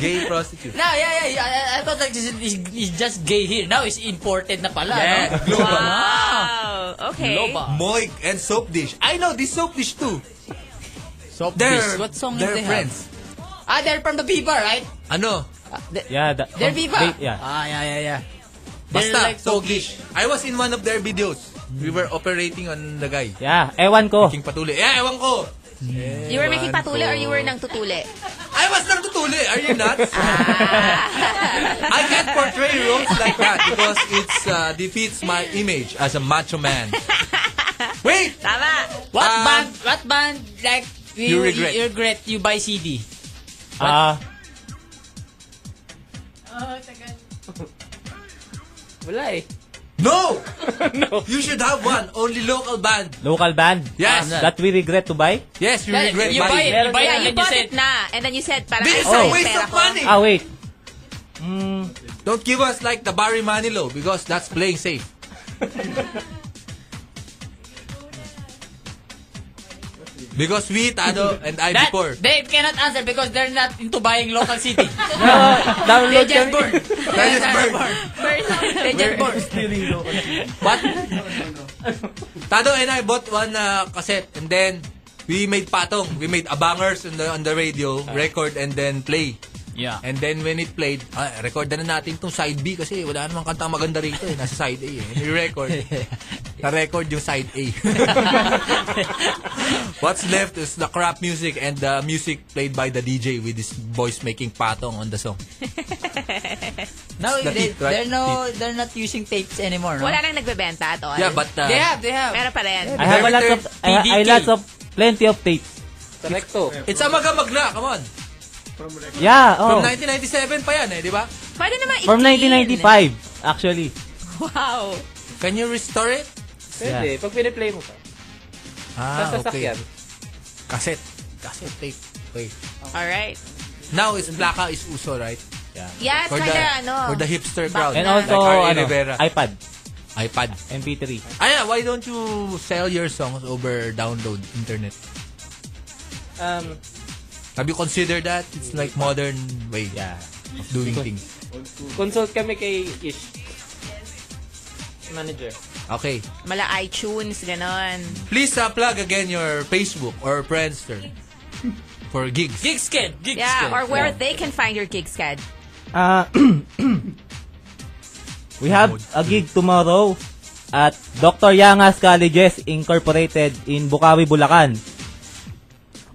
Speaker 2: Gay prostitute.
Speaker 1: No, yeah, yeah, yeah. I- I, I thought like this is, is- is just gay here. Now it's imported na pala. no?
Speaker 2: Yeah, global.
Speaker 3: Wow. Okay.
Speaker 1: Global.
Speaker 2: Moik and Soap Dish. I know this Soap Dish too.
Speaker 1: So,
Speaker 2: They're,
Speaker 1: what song
Speaker 2: they're
Speaker 1: they
Speaker 2: friends.
Speaker 1: have? Ah, they're from the Viva, right? Uh,
Speaker 2: Ano?
Speaker 10: yeah, the, um,
Speaker 1: They're Viva.
Speaker 10: they- yeah.
Speaker 1: Ah, yeah, yeah, yeah. They're
Speaker 2: Basta,
Speaker 1: like
Speaker 2: Soap Dish. I was in one of their videos. We were operating on the guy.
Speaker 10: Yeah, ewan ko.
Speaker 2: King Patuli. Eh, ewan ko.
Speaker 3: You were making patuli or you were nang tutuli?
Speaker 2: I was not tutuli. Are you nuts?
Speaker 1: Ah.
Speaker 2: I can't portray roles like that because it's uh, defeats my image as a macho man. Wait!
Speaker 1: Tama. What
Speaker 2: Um,
Speaker 1: band, what band, like, Uh, you,
Speaker 2: You regret.
Speaker 1: you regret you buy CD?
Speaker 10: Ah,
Speaker 11: Wala eh.
Speaker 2: No! no. You should have one. Only local band.
Speaker 10: local band?
Speaker 2: Yes.
Speaker 10: That we regret to buy?
Speaker 2: Yes, you
Speaker 1: Like,
Speaker 2: regret
Speaker 1: you buy it, you buy
Speaker 3: Yeah,
Speaker 1: it,
Speaker 3: you
Speaker 1: and you
Speaker 3: bought
Speaker 1: said,
Speaker 3: it na. And then you said, parang,
Speaker 2: This is
Speaker 3: ay,
Speaker 2: a
Speaker 3: sayang
Speaker 2: waste
Speaker 3: pera
Speaker 2: of
Speaker 3: ko.
Speaker 2: money.
Speaker 10: Ah, wait. Mm,
Speaker 2: Don't give us like the Barry Manilow because that's playing safe. because we, Tado, and I
Speaker 1: that,
Speaker 2: before.
Speaker 1: they cannot answer because they're not into buying local CD.
Speaker 10: download
Speaker 1: They just burn.
Speaker 2: That is burn.
Speaker 1: They just burn.
Speaker 2: But, Tado and I bought one uh, cassette and then we made patong. We made abangers on the, on the radio, record and then play.
Speaker 1: Yeah.
Speaker 2: And then when it played, ah, record na, na natin itong side B kasi wala namang kantang maganda rito eh. Nasa side A eh. And record. Na-record yung side A. What's left is the crap music and the music played by the DJ with his voice making patong on the song.
Speaker 1: No,
Speaker 2: The
Speaker 1: they,
Speaker 2: teeth, right?
Speaker 1: they're no, they're not using tapes anymore, no?
Speaker 3: Wala nang nagbebenta at all.
Speaker 2: Yeah, but uh,
Speaker 1: They have, they have.
Speaker 3: Meron pa rin.
Speaker 10: I have a lot of, I, I lots of, plenty of tapes.
Speaker 2: it's amagamag na. Come on.
Speaker 10: Yeah,
Speaker 2: From
Speaker 10: oh.
Speaker 2: 1997 pa yan eh, di ba?
Speaker 3: Pwede naman i-clean.
Speaker 10: From 1995, actually.
Speaker 3: Wow.
Speaker 2: Can you restore it?
Speaker 10: Yeah.
Speaker 5: Pwede, pag piniplay mo pa.
Speaker 2: Ah,
Speaker 5: Sasakyan.
Speaker 2: Cassette. Cassette tape. Okay.
Speaker 3: Alright.
Speaker 2: Now, is plaka is uso, right?
Speaker 3: Yeah, it's
Speaker 2: For
Speaker 3: kinda
Speaker 2: the-
Speaker 3: ano.
Speaker 2: For the hipster crowd.
Speaker 10: And also,
Speaker 2: like Ari
Speaker 10: ano,
Speaker 2: Rivera.
Speaker 10: iPad,
Speaker 2: iPad.
Speaker 10: MP3.
Speaker 2: Ah, yeah, why don't you sell your songs over download internet?
Speaker 10: Um,
Speaker 2: Have you considered that? It's like modern way
Speaker 10: yeah.
Speaker 2: of doing things.
Speaker 5: Consult kami kay Ish. Manager.
Speaker 2: Okay.
Speaker 3: Mala iTunes, ganon.
Speaker 2: Please uh, plug again your Facebook or Friendster for gigs.
Speaker 1: Gigs kid, gigs
Speaker 3: Yeah,
Speaker 1: kid.
Speaker 3: or where they can find your gigs, Cad.
Speaker 10: Uh, we have a gig tomorrow at Dr. Yangas Colleges Incorporated in Bukawi, Bulacan.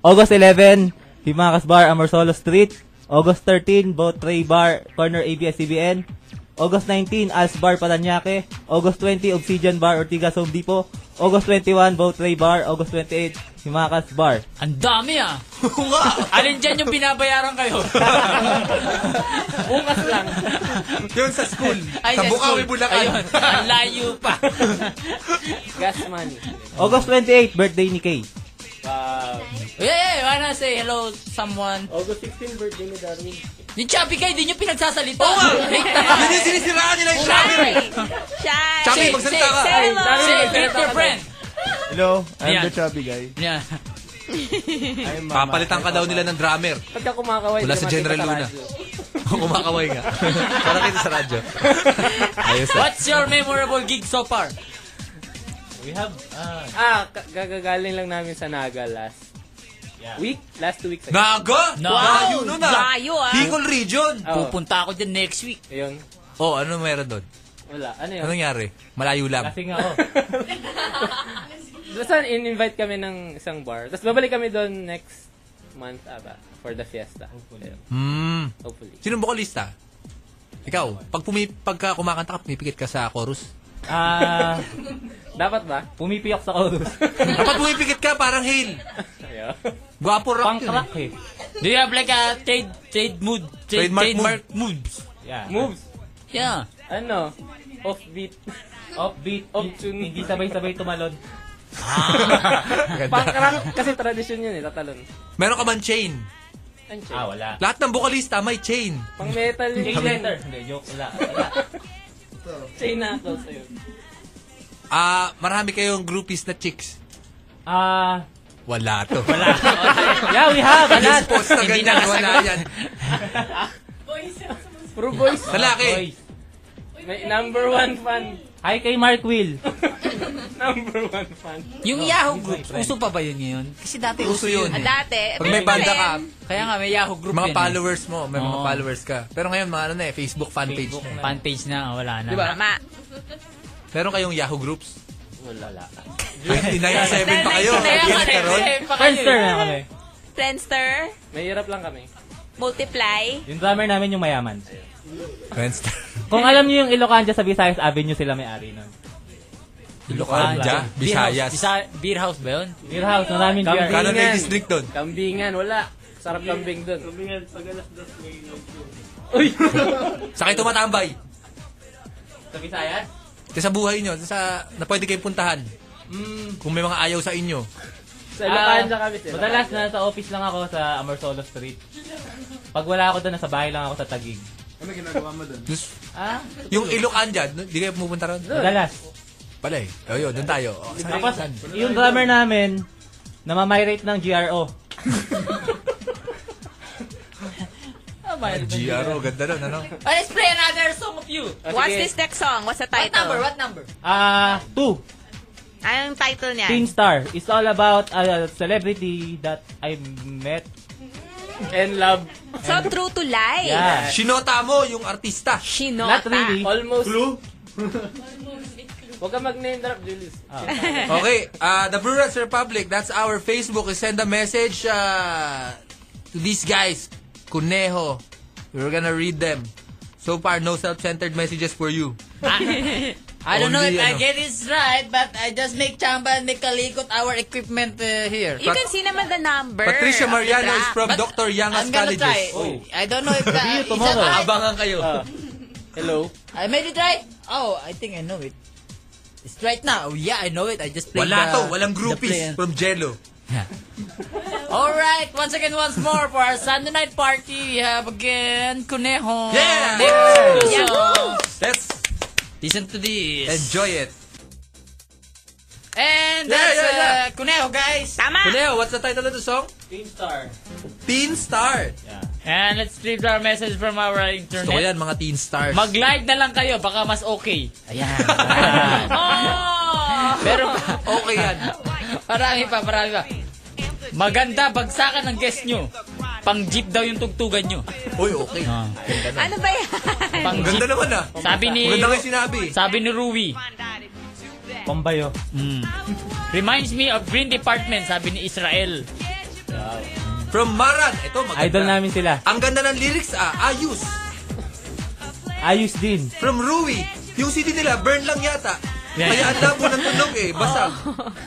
Speaker 10: August 11, Himakas Bar, Amorsolo Street. August 13, Botray Bar, corner ABS-CBN. August 19, Als Bar, Paranaque. August 20, Obsidian Bar, Ortigas Home Depot. August 21, Botray Bar. August 28, Himakas Bar.
Speaker 1: Ang dami ah. Alin dyan yung binabayaran kayo? Bukas lang.
Speaker 2: Yun sa school.
Speaker 1: Ay,
Speaker 2: sa
Speaker 1: yes,
Speaker 2: Bukawi,
Speaker 1: cool. Ayun,
Speaker 2: Bulacan.
Speaker 1: ang layo pa.
Speaker 5: Gas money.
Speaker 10: August 28, birthday ni Kay.
Speaker 1: Yeah, yeah, why not say hello to someone?
Speaker 5: August 16, birthday ni Darwin.
Speaker 1: Yung chubby kayo, di nyo pinagsasalita.
Speaker 2: Oo nga! Yun yung sinisiraan nila yung Shaggy.
Speaker 3: Shy! Shy!
Speaker 2: Chubby,
Speaker 1: Say,
Speaker 2: magsalita ka.
Speaker 3: say hello!
Speaker 1: Say, greet your friend.
Speaker 12: Hello, I'm
Speaker 1: Ayan.
Speaker 12: the chubby guy.
Speaker 1: Yeah.
Speaker 12: I'm Mama.
Speaker 2: Papalitan ka daw nila ng drummer.
Speaker 5: Pagka kumakaway,
Speaker 2: Wala sa
Speaker 5: dumating
Speaker 2: General
Speaker 5: ka
Speaker 2: Luna.
Speaker 5: radyo.
Speaker 2: Kumakaway nga. Para kita sa radyo. Ayos ah.
Speaker 1: What's your memorable gig so far?
Speaker 5: Ah, ka- gagagaling lang namin sa Naga last week. Last two weeks. ago.
Speaker 2: Naga? Layo nun ah.
Speaker 3: Layo ah!
Speaker 2: Bicol region.
Speaker 5: Oh,
Speaker 1: Pupunta ako dyan next week.
Speaker 5: ayun.
Speaker 2: Oh, ano meron doon?
Speaker 5: Wala. Ano yun?
Speaker 2: Anong nangyari? Malayo lang.
Speaker 10: Kasi nga, oh.
Speaker 5: Basta in-invite kami ng isang bar. Tapos babalik kami doon next month aba for the fiesta. Hopefully.
Speaker 2: Hmm.
Speaker 5: Hopefully.
Speaker 2: Sinong vocalista? Ikaw, pag pumi pagka kumakanta ka, pumipikit ka sa chorus.
Speaker 10: Ah,
Speaker 5: Dapat ba?
Speaker 10: pumipiyok sa chorus.
Speaker 2: Dapat pumipikit ka parang Hale.
Speaker 5: Ayun.
Speaker 2: Gwapo rock
Speaker 10: Pang
Speaker 2: yun.
Speaker 10: crack eh.
Speaker 1: Do you have like a trade trade mood? Trade,
Speaker 2: Trademark
Speaker 1: moods.
Speaker 10: Yeah.
Speaker 5: Moves.
Speaker 1: Yeah.
Speaker 5: Ano? Offbeat.
Speaker 10: Offbeat.
Speaker 5: Off-tune.
Speaker 10: Hindi sabay-sabay tumalon.
Speaker 2: Ganda.
Speaker 5: Pangkarang kasi tradisyon yun eh, tatalon.
Speaker 2: Meron ka man chain.
Speaker 10: Ah, wala.
Speaker 2: Lahat ng vocalista may chain.
Speaker 5: Pang metal yun.
Speaker 10: Chain letter. Hindi, joke. Wala. Wala.
Speaker 5: Chain knuckles ayun.
Speaker 2: Ah, marami kayong groupies na chicks.
Speaker 10: Ah,
Speaker 2: Wala to. Wala.
Speaker 10: yeah, we have a lot.
Speaker 2: Yung post na
Speaker 1: Hindi
Speaker 2: ganyan,
Speaker 1: nakasagot.
Speaker 2: wala yan.
Speaker 5: Pro boys.
Speaker 2: Lalaki.
Speaker 10: Boys.
Speaker 5: May number one fan.
Speaker 10: Hi kay Mark Will.
Speaker 5: Number one fan.
Speaker 1: Yung Yahoo groups, uso pa ba yun ngayon? Kasi dati
Speaker 2: Uso yun.
Speaker 3: Ah, Dati.
Speaker 2: Pag may
Speaker 3: meron
Speaker 2: banda
Speaker 3: pa
Speaker 2: ka,
Speaker 3: rin.
Speaker 1: Kaya nga may Yahoo group yun.
Speaker 2: mga
Speaker 1: eh.
Speaker 2: followers mo, may mga
Speaker 1: Oo.
Speaker 2: followers ka. Pero ngayon, mga ano na eh, Facebook fan page
Speaker 10: Facebook
Speaker 2: na eh.
Speaker 1: Fan page na, wala na.
Speaker 2: Diba?
Speaker 3: Tama.
Speaker 2: Meron kayong Yahoo groups? Wala. 1997 pa kayo.
Speaker 3: Kaya nga,
Speaker 2: Yes, karon.
Speaker 10: Friendster na kami.
Speaker 3: Friendster,
Speaker 5: Mahirap lang kami.
Speaker 3: Multiply.
Speaker 10: Yung drummer namin yung mayaman.
Speaker 2: Friendster.
Speaker 10: Kung alam niyo yung Ilocanja sa Visayas Avenue sila may-ari nun.
Speaker 2: Ilocanja, Visayas.
Speaker 1: Bisa- beer house ba yun?
Speaker 6: Beer house, maraming beer. Kala may
Speaker 2: district doon.
Speaker 1: Kambingan, wala. Sarap kambing doon.
Speaker 5: Kambingan, pag alas dos may nag-show.
Speaker 1: Uy!
Speaker 2: Sakay tumatambay.
Speaker 1: Sa Visayas?
Speaker 2: Kasi sa buhay nyo, sa, na pwede kayong puntahan. Kung may mga ayaw sa inyo.
Speaker 5: Sa Ilocanja
Speaker 6: Ah,
Speaker 5: kami, sa Ilocanja.
Speaker 6: Madalas na sa office lang ako sa Amorsolo Street. Pag wala ako doon, nasa bahay lang ako sa Tagig.
Speaker 5: Ano ginagawa mo doon?
Speaker 2: Diyos,
Speaker 6: Ah?
Speaker 2: yung Ilocanja, no, di kayo pumunta ron?
Speaker 6: Madalas.
Speaker 2: Pala eh. O yun, doon tayo. O, sa-
Speaker 6: Tapos, yung drummer namin, namamirate ng GRO.
Speaker 2: GRO, ganda nun, ano?
Speaker 13: Oh, let's play another song of you.
Speaker 3: Ah, What's sige. this next song? What's the title?
Speaker 13: What number? What number?
Speaker 6: Ah, two.
Speaker 3: Anong title niya?
Speaker 6: Teen Star. It's all about a celebrity that I met
Speaker 1: and love.
Speaker 3: So, true to life.
Speaker 6: Yeah.
Speaker 2: Shinota mo yung artista.
Speaker 3: Shinota.
Speaker 6: Not really.
Speaker 1: Almost. Clue? Huwag ka mag-name drop, Julius.
Speaker 10: Ah.
Speaker 2: Okay, uh, the Brewers Republic, that's our Facebook. Send a message uh, to these guys. Kuneho. We're gonna read them. So far, no self-centered messages for you.
Speaker 13: I, I don't know if
Speaker 2: Only,
Speaker 13: I
Speaker 2: ano.
Speaker 13: get this right, but I just make chamba and make kalikot our equipment uh, here.
Speaker 3: You can see naman the number.
Speaker 2: Patricia
Speaker 3: of
Speaker 2: Mariano
Speaker 3: the
Speaker 2: is from
Speaker 3: track.
Speaker 2: Dr. Yangas
Speaker 13: I'm gonna
Speaker 2: Colleges. Oh.
Speaker 13: try. I don't know if that is that right.
Speaker 2: Abangan kayo.
Speaker 1: Hello?
Speaker 13: I made it right. Oh, I think I know it. It's right now. Oh, Yeah, I know it. I just played
Speaker 2: Wala
Speaker 13: the-
Speaker 2: to, walang
Speaker 13: the
Speaker 2: groupies
Speaker 13: play.
Speaker 2: from Jello.
Speaker 13: All right, once again, once more for our Sunday night party, we have again Kuneho.
Speaker 2: Yeah!
Speaker 13: Next
Speaker 2: Yeah!
Speaker 13: song.
Speaker 2: Let's
Speaker 13: Listen to this.
Speaker 2: enjoy it.
Speaker 13: And
Speaker 2: Yeah,
Speaker 13: that's
Speaker 2: yeah, yeah.
Speaker 13: Uh, Kuneho, guys.
Speaker 2: Kuneho, what's the title of the song?
Speaker 6: Teen Star.
Speaker 2: Teen Star.
Speaker 1: And let's read our message from our
Speaker 2: Gusto ko
Speaker 1: internet.
Speaker 2: yan, mga teen stars.
Speaker 1: Mag-like na lang kayo, baka mas okay.
Speaker 2: Ayan.
Speaker 13: Oh!
Speaker 1: Pero
Speaker 2: okay yan.
Speaker 1: Marami pa, marami pa. Maganda, bagsakan ng guest nyo. Pang jeep daw yung tugtugan nyo.
Speaker 2: Uy, okay.
Speaker 3: Ano ba yan?
Speaker 1: Pang
Speaker 2: Ang
Speaker 1: jeep.
Speaker 2: ganda naman ah.
Speaker 1: Sabi ni,
Speaker 2: Maganda nga yung sinabi.
Speaker 1: sabi ni Rui, Hmm.
Speaker 6: Pambayo.
Speaker 1: reminds me of Green Department, sabi ni Israel.
Speaker 2: From Maran. Ito, maganda.
Speaker 6: Idol namin sila.
Speaker 2: Ang ganda ng lyrics ah. Ayos.
Speaker 6: Ayos din.
Speaker 2: From Rui. Yung city nila, burn lang yata.
Speaker 1: Yeah.
Speaker 2: Kaya ang labo ng tunog eh. Basag.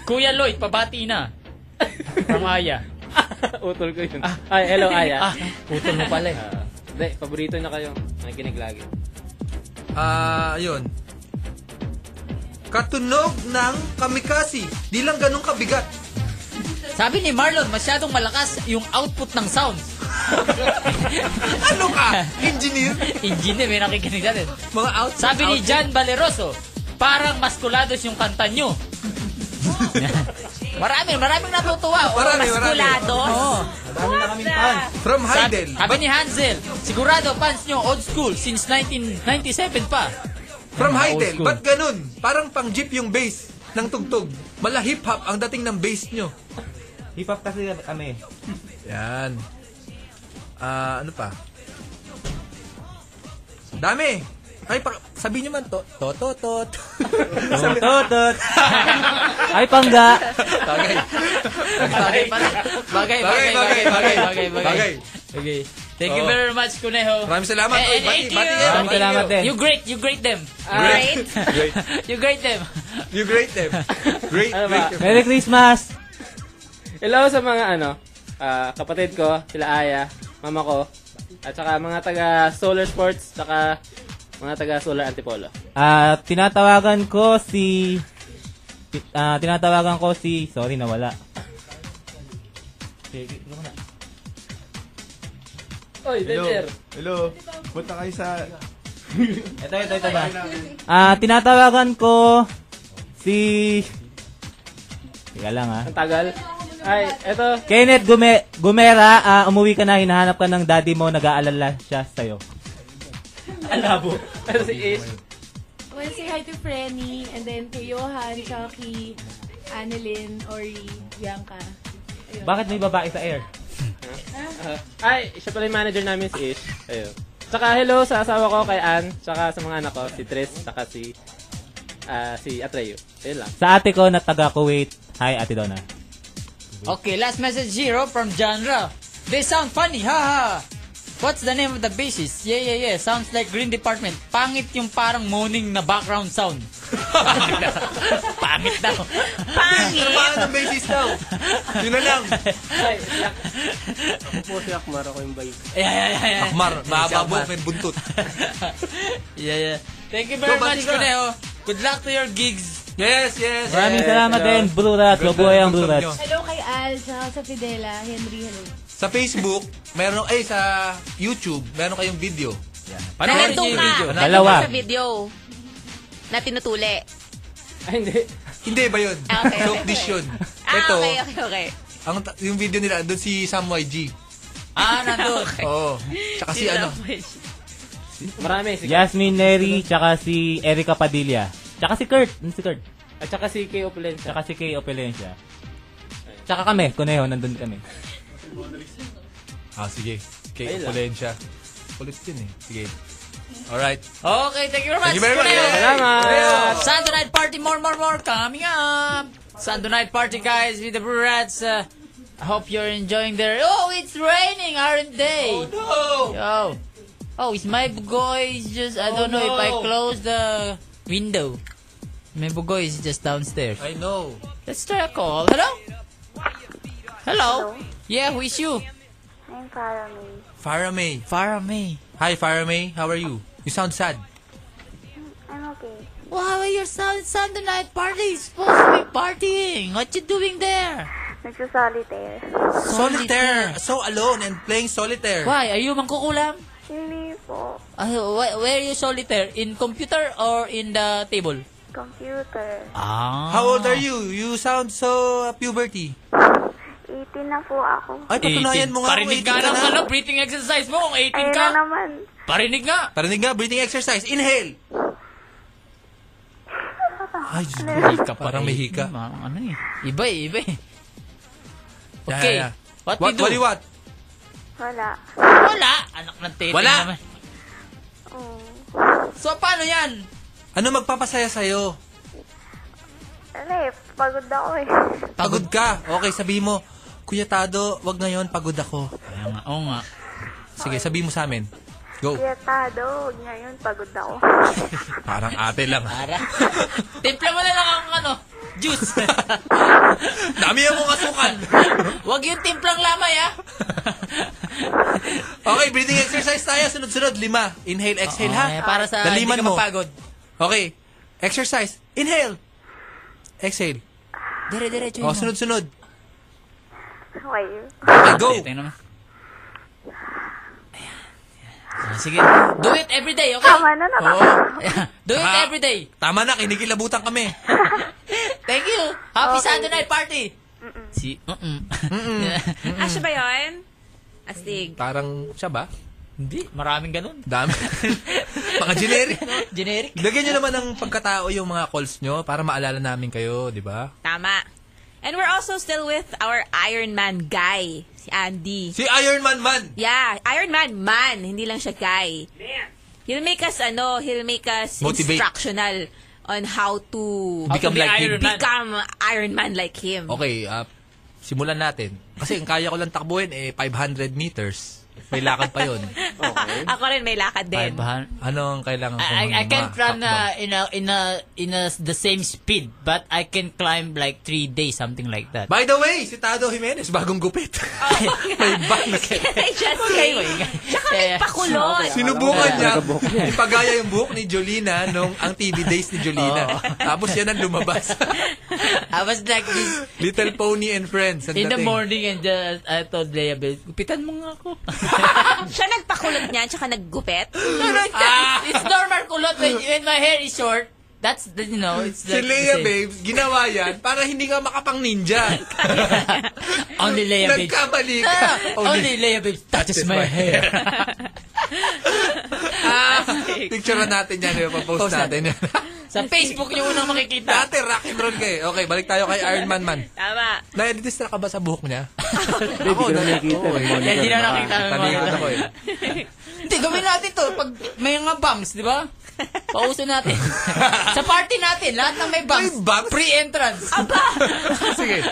Speaker 1: Kuya Lloyd, pabati na. From Aya.
Speaker 5: Utol ko yun. Ay, hello,
Speaker 1: Ah,
Speaker 5: Aya. Ah.
Speaker 1: utol mo pala eh.
Speaker 5: Hindi, paborito na kayo. Nakikinig lagi.
Speaker 2: Ah, yun. Katunog ng kamikasi. Di lang ganun kabigat.
Speaker 13: Sabi ni Marlon, masyadong malakas yung output ng sounds.
Speaker 2: Ano ka? Engineer?
Speaker 1: Engineer, may nakikinig natin.
Speaker 2: Mga out.
Speaker 1: Sabi ni Jan Valeroso, parang maskulados yung kanta nyo.
Speaker 13: Marami, maraming natutuwa.
Speaker 2: Marami, marami.
Speaker 13: Maskulados.
Speaker 6: Marami na kaming fans.
Speaker 2: From
Speaker 1: Sabi,
Speaker 2: Heidel.
Speaker 1: sabi ni Hansel, sigurado fans nyo old school since 1997 pa.
Speaker 2: From
Speaker 6: Mga
Speaker 2: Heidel.
Speaker 6: Ah, old school.
Speaker 2: Ba't ganun? Parang pang jeep yung bass ng tugtog. Mala hip-hop ang dating ng bass nyo.
Speaker 6: Hip-hop kasi kami.
Speaker 2: Yan. Ah, ano pa? Dami! Ay, pa, sabi nyo man, to, to, to, to, to. Sabi-
Speaker 6: Tutot. Ay, pangga.
Speaker 2: Bagay.
Speaker 1: Bagay pala. Bagay, bagay, bagay, bagay, bagay, bagay.
Speaker 2: Bagay.
Speaker 1: Okay. Thank you
Speaker 2: Oo.
Speaker 1: very much, Kuneho.
Speaker 2: Maraming salamat.
Speaker 1: And-
Speaker 2: Uy,
Speaker 1: and Eh,
Speaker 2: bati,
Speaker 1: thank
Speaker 2: bati.
Speaker 1: you.
Speaker 6: Maraming salamat eh. din.
Speaker 1: You great, you great them.
Speaker 3: Great.
Speaker 1: You great them.
Speaker 2: You great them. Great,
Speaker 5: Ano
Speaker 2: great. eh.
Speaker 5: ba?
Speaker 6: Merry Christmas.
Speaker 5: Hello sa mga ano, ah, kapatid ko, sila Aya, mama ko, at saka mga taga Solar Sports, saka mga taga Solar Antipolo.
Speaker 6: Ah, tinatawagan ko si ti- ah, tinatawagan ko si sorry nawala.
Speaker 5: Oy, Danger!
Speaker 14: Hello. Punta kayo sa...
Speaker 6: Ito, ito, ito ba? Ah, tinatawagan ko si Teka lang ah.
Speaker 5: Ang tagal. Ay, eto,
Speaker 6: Kenneth Gume Gumera, ah, umuwi ka na, hinahanap ka ng daddy mo, nag-aalala siya sa'yo. Alabo.
Speaker 5: eto si Ace.
Speaker 15: Well, say hi to Frenny, and then to Johan, Chucky, Annalyn, Ori, Bianca. Ayun.
Speaker 6: Bakit may babae sa air?
Speaker 5: Ah, Ay, siya pala yung manager namin si Ish. Ayun. Saka hello sa asawa ko kay Ann, saka sa mga anak ko, si Tris, saka si ah, si Atreo. Ayun lang.
Speaker 6: Sa ate ko na taga Kuwait. Hi, Ate Donna.
Speaker 1: oh,
Speaker 13: Okay, last message zero from Genre. They sound funny, haha.
Speaker 1: What's the name of the basis? Yeah, yeah, yeah. Sounds like Green Department. Pangit yung parang moaning na background sound. Pangit daw.
Speaker 3: Pangit!
Speaker 2: Pangit ang basis daw. Yun na lang.
Speaker 5: Ako po si Akmar, ako yung vibe.
Speaker 1: Yeah, yeah, yeah, yeah.
Speaker 2: Akmar,
Speaker 1: Akmar.
Speaker 2: mababok, may buntot.
Speaker 1: yeah, yeah. Thank you very
Speaker 2: So, bati
Speaker 1: much,
Speaker 2: ka.
Speaker 1: Cuneo. Good luck to your gigs.
Speaker 2: Yes, yes,
Speaker 6: Maraming
Speaker 2: yes.
Speaker 6: salamat
Speaker 2: Yeah.
Speaker 6: din, Blue Rat.
Speaker 2: Ganda
Speaker 6: Mabuhay ang
Speaker 2: ng
Speaker 6: Blue
Speaker 2: usap
Speaker 6: Rat.
Speaker 2: nyo.
Speaker 16: Hello kay Al, tsaka sa Fidela, Henry, hello.
Speaker 2: Sa Facebook, meron, eh, sa YouTube, meron kayong video. Yeah.
Speaker 3: Panoorin niyo yung video.
Speaker 6: Dalawa.
Speaker 3: Sa video na tinutuli.
Speaker 5: Ay, hindi.
Speaker 2: Hindi ba yun?
Speaker 3: Ah, okay, okay.
Speaker 2: Joke dish yun.
Speaker 3: Ah,
Speaker 2: Ito,
Speaker 3: okay, okay, okay.
Speaker 2: ang, ta- yung video nila, doon si Sam YG.
Speaker 1: Ah, nandun.
Speaker 2: Oo. Tsaka si ano,
Speaker 5: Marami. Si
Speaker 6: Yasmin Neri, tsaka si Erica Padilla. Tsaka si Kurt. Ano si Kurt?
Speaker 5: At saka si Kay Opulensa.
Speaker 6: Tsaka si Kay Opelencia. Tsaka kami, Kuneho, nandun kami.
Speaker 2: Ah, sige. Kay
Speaker 5: Ayun lang.
Speaker 2: Opulensya. Kulit yun eh. Sige. Alright.
Speaker 1: Okay, thank you very much.
Speaker 2: Thank you very much.
Speaker 1: Cuneo.
Speaker 2: Salamat.
Speaker 1: Cuneo. Sunday night party, more, more, more coming up. Sunday night party, guys, with the Blue Rats. Uh, I hope you're enjoying their. Oh, it's raining, aren't they?
Speaker 2: Oh,
Speaker 1: Yo. Oh, it's my bugoy is just. I don't know if I
Speaker 2: Oh, no.
Speaker 1: close the window. My bugoy is just downstairs.
Speaker 2: I know.
Speaker 1: Let's try a call. Hello? Hello? Yeah, who is you?
Speaker 9: I'm Paramay.
Speaker 2: Faramay.
Speaker 1: Faramay.
Speaker 2: Hi, Faramay. How are you? You sound sad.
Speaker 9: I'm okay.
Speaker 1: Wow, you're sound Sunday night party. It's supposed to be partying. What you doing there?
Speaker 9: Nagsasolitaire.
Speaker 2: Solitaire. So alone and playing solitaire.
Speaker 1: Why? Are you mangkukulam?
Speaker 9: Hindi po.
Speaker 1: Uh, wh- where you solitaire? In computer or in the table?
Speaker 9: Computer.
Speaker 1: Ah.
Speaker 2: How old are you? You sound so uh, puberty.
Speaker 9: 18 na po ako.
Speaker 2: Ay, patunayan mo Eh, nga. kung
Speaker 1: Parinig
Speaker 2: 18
Speaker 1: nga
Speaker 2: ka
Speaker 1: ng
Speaker 2: na.
Speaker 1: ano, breathing exercise mo kung 18
Speaker 9: Ayun
Speaker 1: ka.
Speaker 9: na naman.
Speaker 1: Parinig nga.
Speaker 2: Parinig nga, breathing exercise. Inhale. Ay, Diyos ko.
Speaker 1: Hika pa
Speaker 2: Parang may
Speaker 1: rin.
Speaker 2: hika.
Speaker 1: Ma- Ano eh. Iba eh, iba eh.
Speaker 2: Yeah,
Speaker 1: Okay.
Speaker 2: yeah, yeah.
Speaker 1: What,
Speaker 2: What,
Speaker 1: we do?
Speaker 2: what do you want?
Speaker 9: Wala.
Speaker 1: Wala. Anak ng tete
Speaker 2: Wala.
Speaker 1: naman.
Speaker 9: Mm.
Speaker 1: So, paano yan?
Speaker 2: Ano magpapasaya sa'yo?
Speaker 9: Ano eh, pagod ako eh.
Speaker 1: Oh.
Speaker 2: Pagod ka. Okay, sabi mo, Kuya Tado, wag ngayon, pagod ako.
Speaker 1: Ayan nga, Oo nga.
Speaker 2: Sige, sabi mo sa amin. Go.
Speaker 9: Yatado, huwag ngayon, pagod ako.
Speaker 2: Parang ate lang.
Speaker 1: Para. Timpla mo na lang ang ano, juice.
Speaker 2: Dami ang mong kasukan.
Speaker 1: Huwag yung timplang lamay, ah.
Speaker 2: Okay, breathing exercise tayo. Sunod-sunod, lima. Inhale, exhale,
Speaker 1: Oo,
Speaker 2: ha?
Speaker 1: eh, para sa
Speaker 2: Daliman
Speaker 1: hindi ka
Speaker 2: mo.
Speaker 1: mapagod.
Speaker 2: Okay. Exercise. Inhale. Exhale.
Speaker 1: Dire-diretso
Speaker 2: O, sunod-sunod.
Speaker 9: Okay.
Speaker 2: Okay, go.
Speaker 1: Tingnan mo. Ayan. Ah, Sige. Do it every day, okay?
Speaker 9: Tama na naman.
Speaker 2: Oo.
Speaker 1: Do it
Speaker 2: Ah.
Speaker 1: every day.
Speaker 2: Tama na, kinikilabutan kami.
Speaker 1: Thank you. Happy
Speaker 9: Okay.
Speaker 1: Sunday night party. Si, mm
Speaker 3: Ah, siya ba yun? Astig.
Speaker 2: Parang siya ba?
Speaker 1: Hindi, maraming ganun.
Speaker 2: Dami. Mga generic. no?
Speaker 1: Generic.
Speaker 2: Lagyan nyo naman ng pagkatao yung mga calls nyo para maalala namin kayo, di ba?
Speaker 3: Tama. And we're also still with our Iron Man guy, si Andy.
Speaker 2: Si Iron Man Man!
Speaker 3: Yeah, Iron Man, man. Hindi lang siya guy. He'll make us, ano, he'll make us
Speaker 2: Motivate.
Speaker 3: instructional on how to
Speaker 1: How to
Speaker 2: Become
Speaker 1: be
Speaker 2: like him.
Speaker 1: Iron Man. Oh,
Speaker 3: become Iron Man like him.
Speaker 2: Okay, ah, simulan natin. Kasi ang kaya ko lang takbuhin, eh, 500 meters. May lakad pa yun.
Speaker 3: Ako rin may lakad din.
Speaker 1: Five
Speaker 2: Ano ang kailangan kong
Speaker 1: I, I, I can't run
Speaker 2: matakbo?
Speaker 1: uh, in a in a in a, the same speed, but I can climb like three days, something like that.
Speaker 2: By the way, si Tado Jimenez, bagong gupit. May bangs.
Speaker 3: I just say, tsaka may
Speaker 1: Yeah.
Speaker 3: pakulot.
Speaker 2: Sinubukan
Speaker 4: Yeah.
Speaker 2: niya,
Speaker 4: Nagabuhok niya.
Speaker 2: ipagaya yung buhok ni Jolina nung ang TV days ni Jolina.
Speaker 1: Oo.
Speaker 2: Tapos yan ang lumabas.
Speaker 1: I was like this
Speaker 2: Little Pony and Friends. ang
Speaker 1: in the
Speaker 2: dating.
Speaker 1: morning and just I told Lea Bel, gupitan mo nga ako.
Speaker 3: Siya nagpakulot niya, tsaka naggupit.
Speaker 1: ah, it's normal kulot when, when my hair is short. That's the, you know, it's
Speaker 2: Si
Speaker 1: like the
Speaker 2: Lea
Speaker 1: same.
Speaker 2: Babes, ginawa yan para hindi ka makapang ninja.
Speaker 1: Only Lea Babes.
Speaker 2: Nagkamali ka.
Speaker 1: Ah,
Speaker 2: Only
Speaker 1: only Lea Babes touches my hair.
Speaker 2: Ah, Picture natin yan. Yung post
Speaker 1: Post natin.
Speaker 2: natin yan.
Speaker 1: Sa Facebook yung unang makikita.
Speaker 2: Dati rock and roll kayo. Okay, balik tayo kay Iron Man Man.
Speaker 3: Tama.
Speaker 2: Na-distract ka ba sa buhok niya?
Speaker 4: Hindi ko na nakikita.
Speaker 1: Eh, Hindi na nakita ng
Speaker 2: Tabi ko
Speaker 1: mga-
Speaker 2: ako eh.
Speaker 1: Hindi, gawin natin to. Pag may mga bumps, di ba? Pauso natin. sa party natin, lahat ng may bumps.
Speaker 2: May bumps?
Speaker 1: Pre-entrance.
Speaker 2: Sige.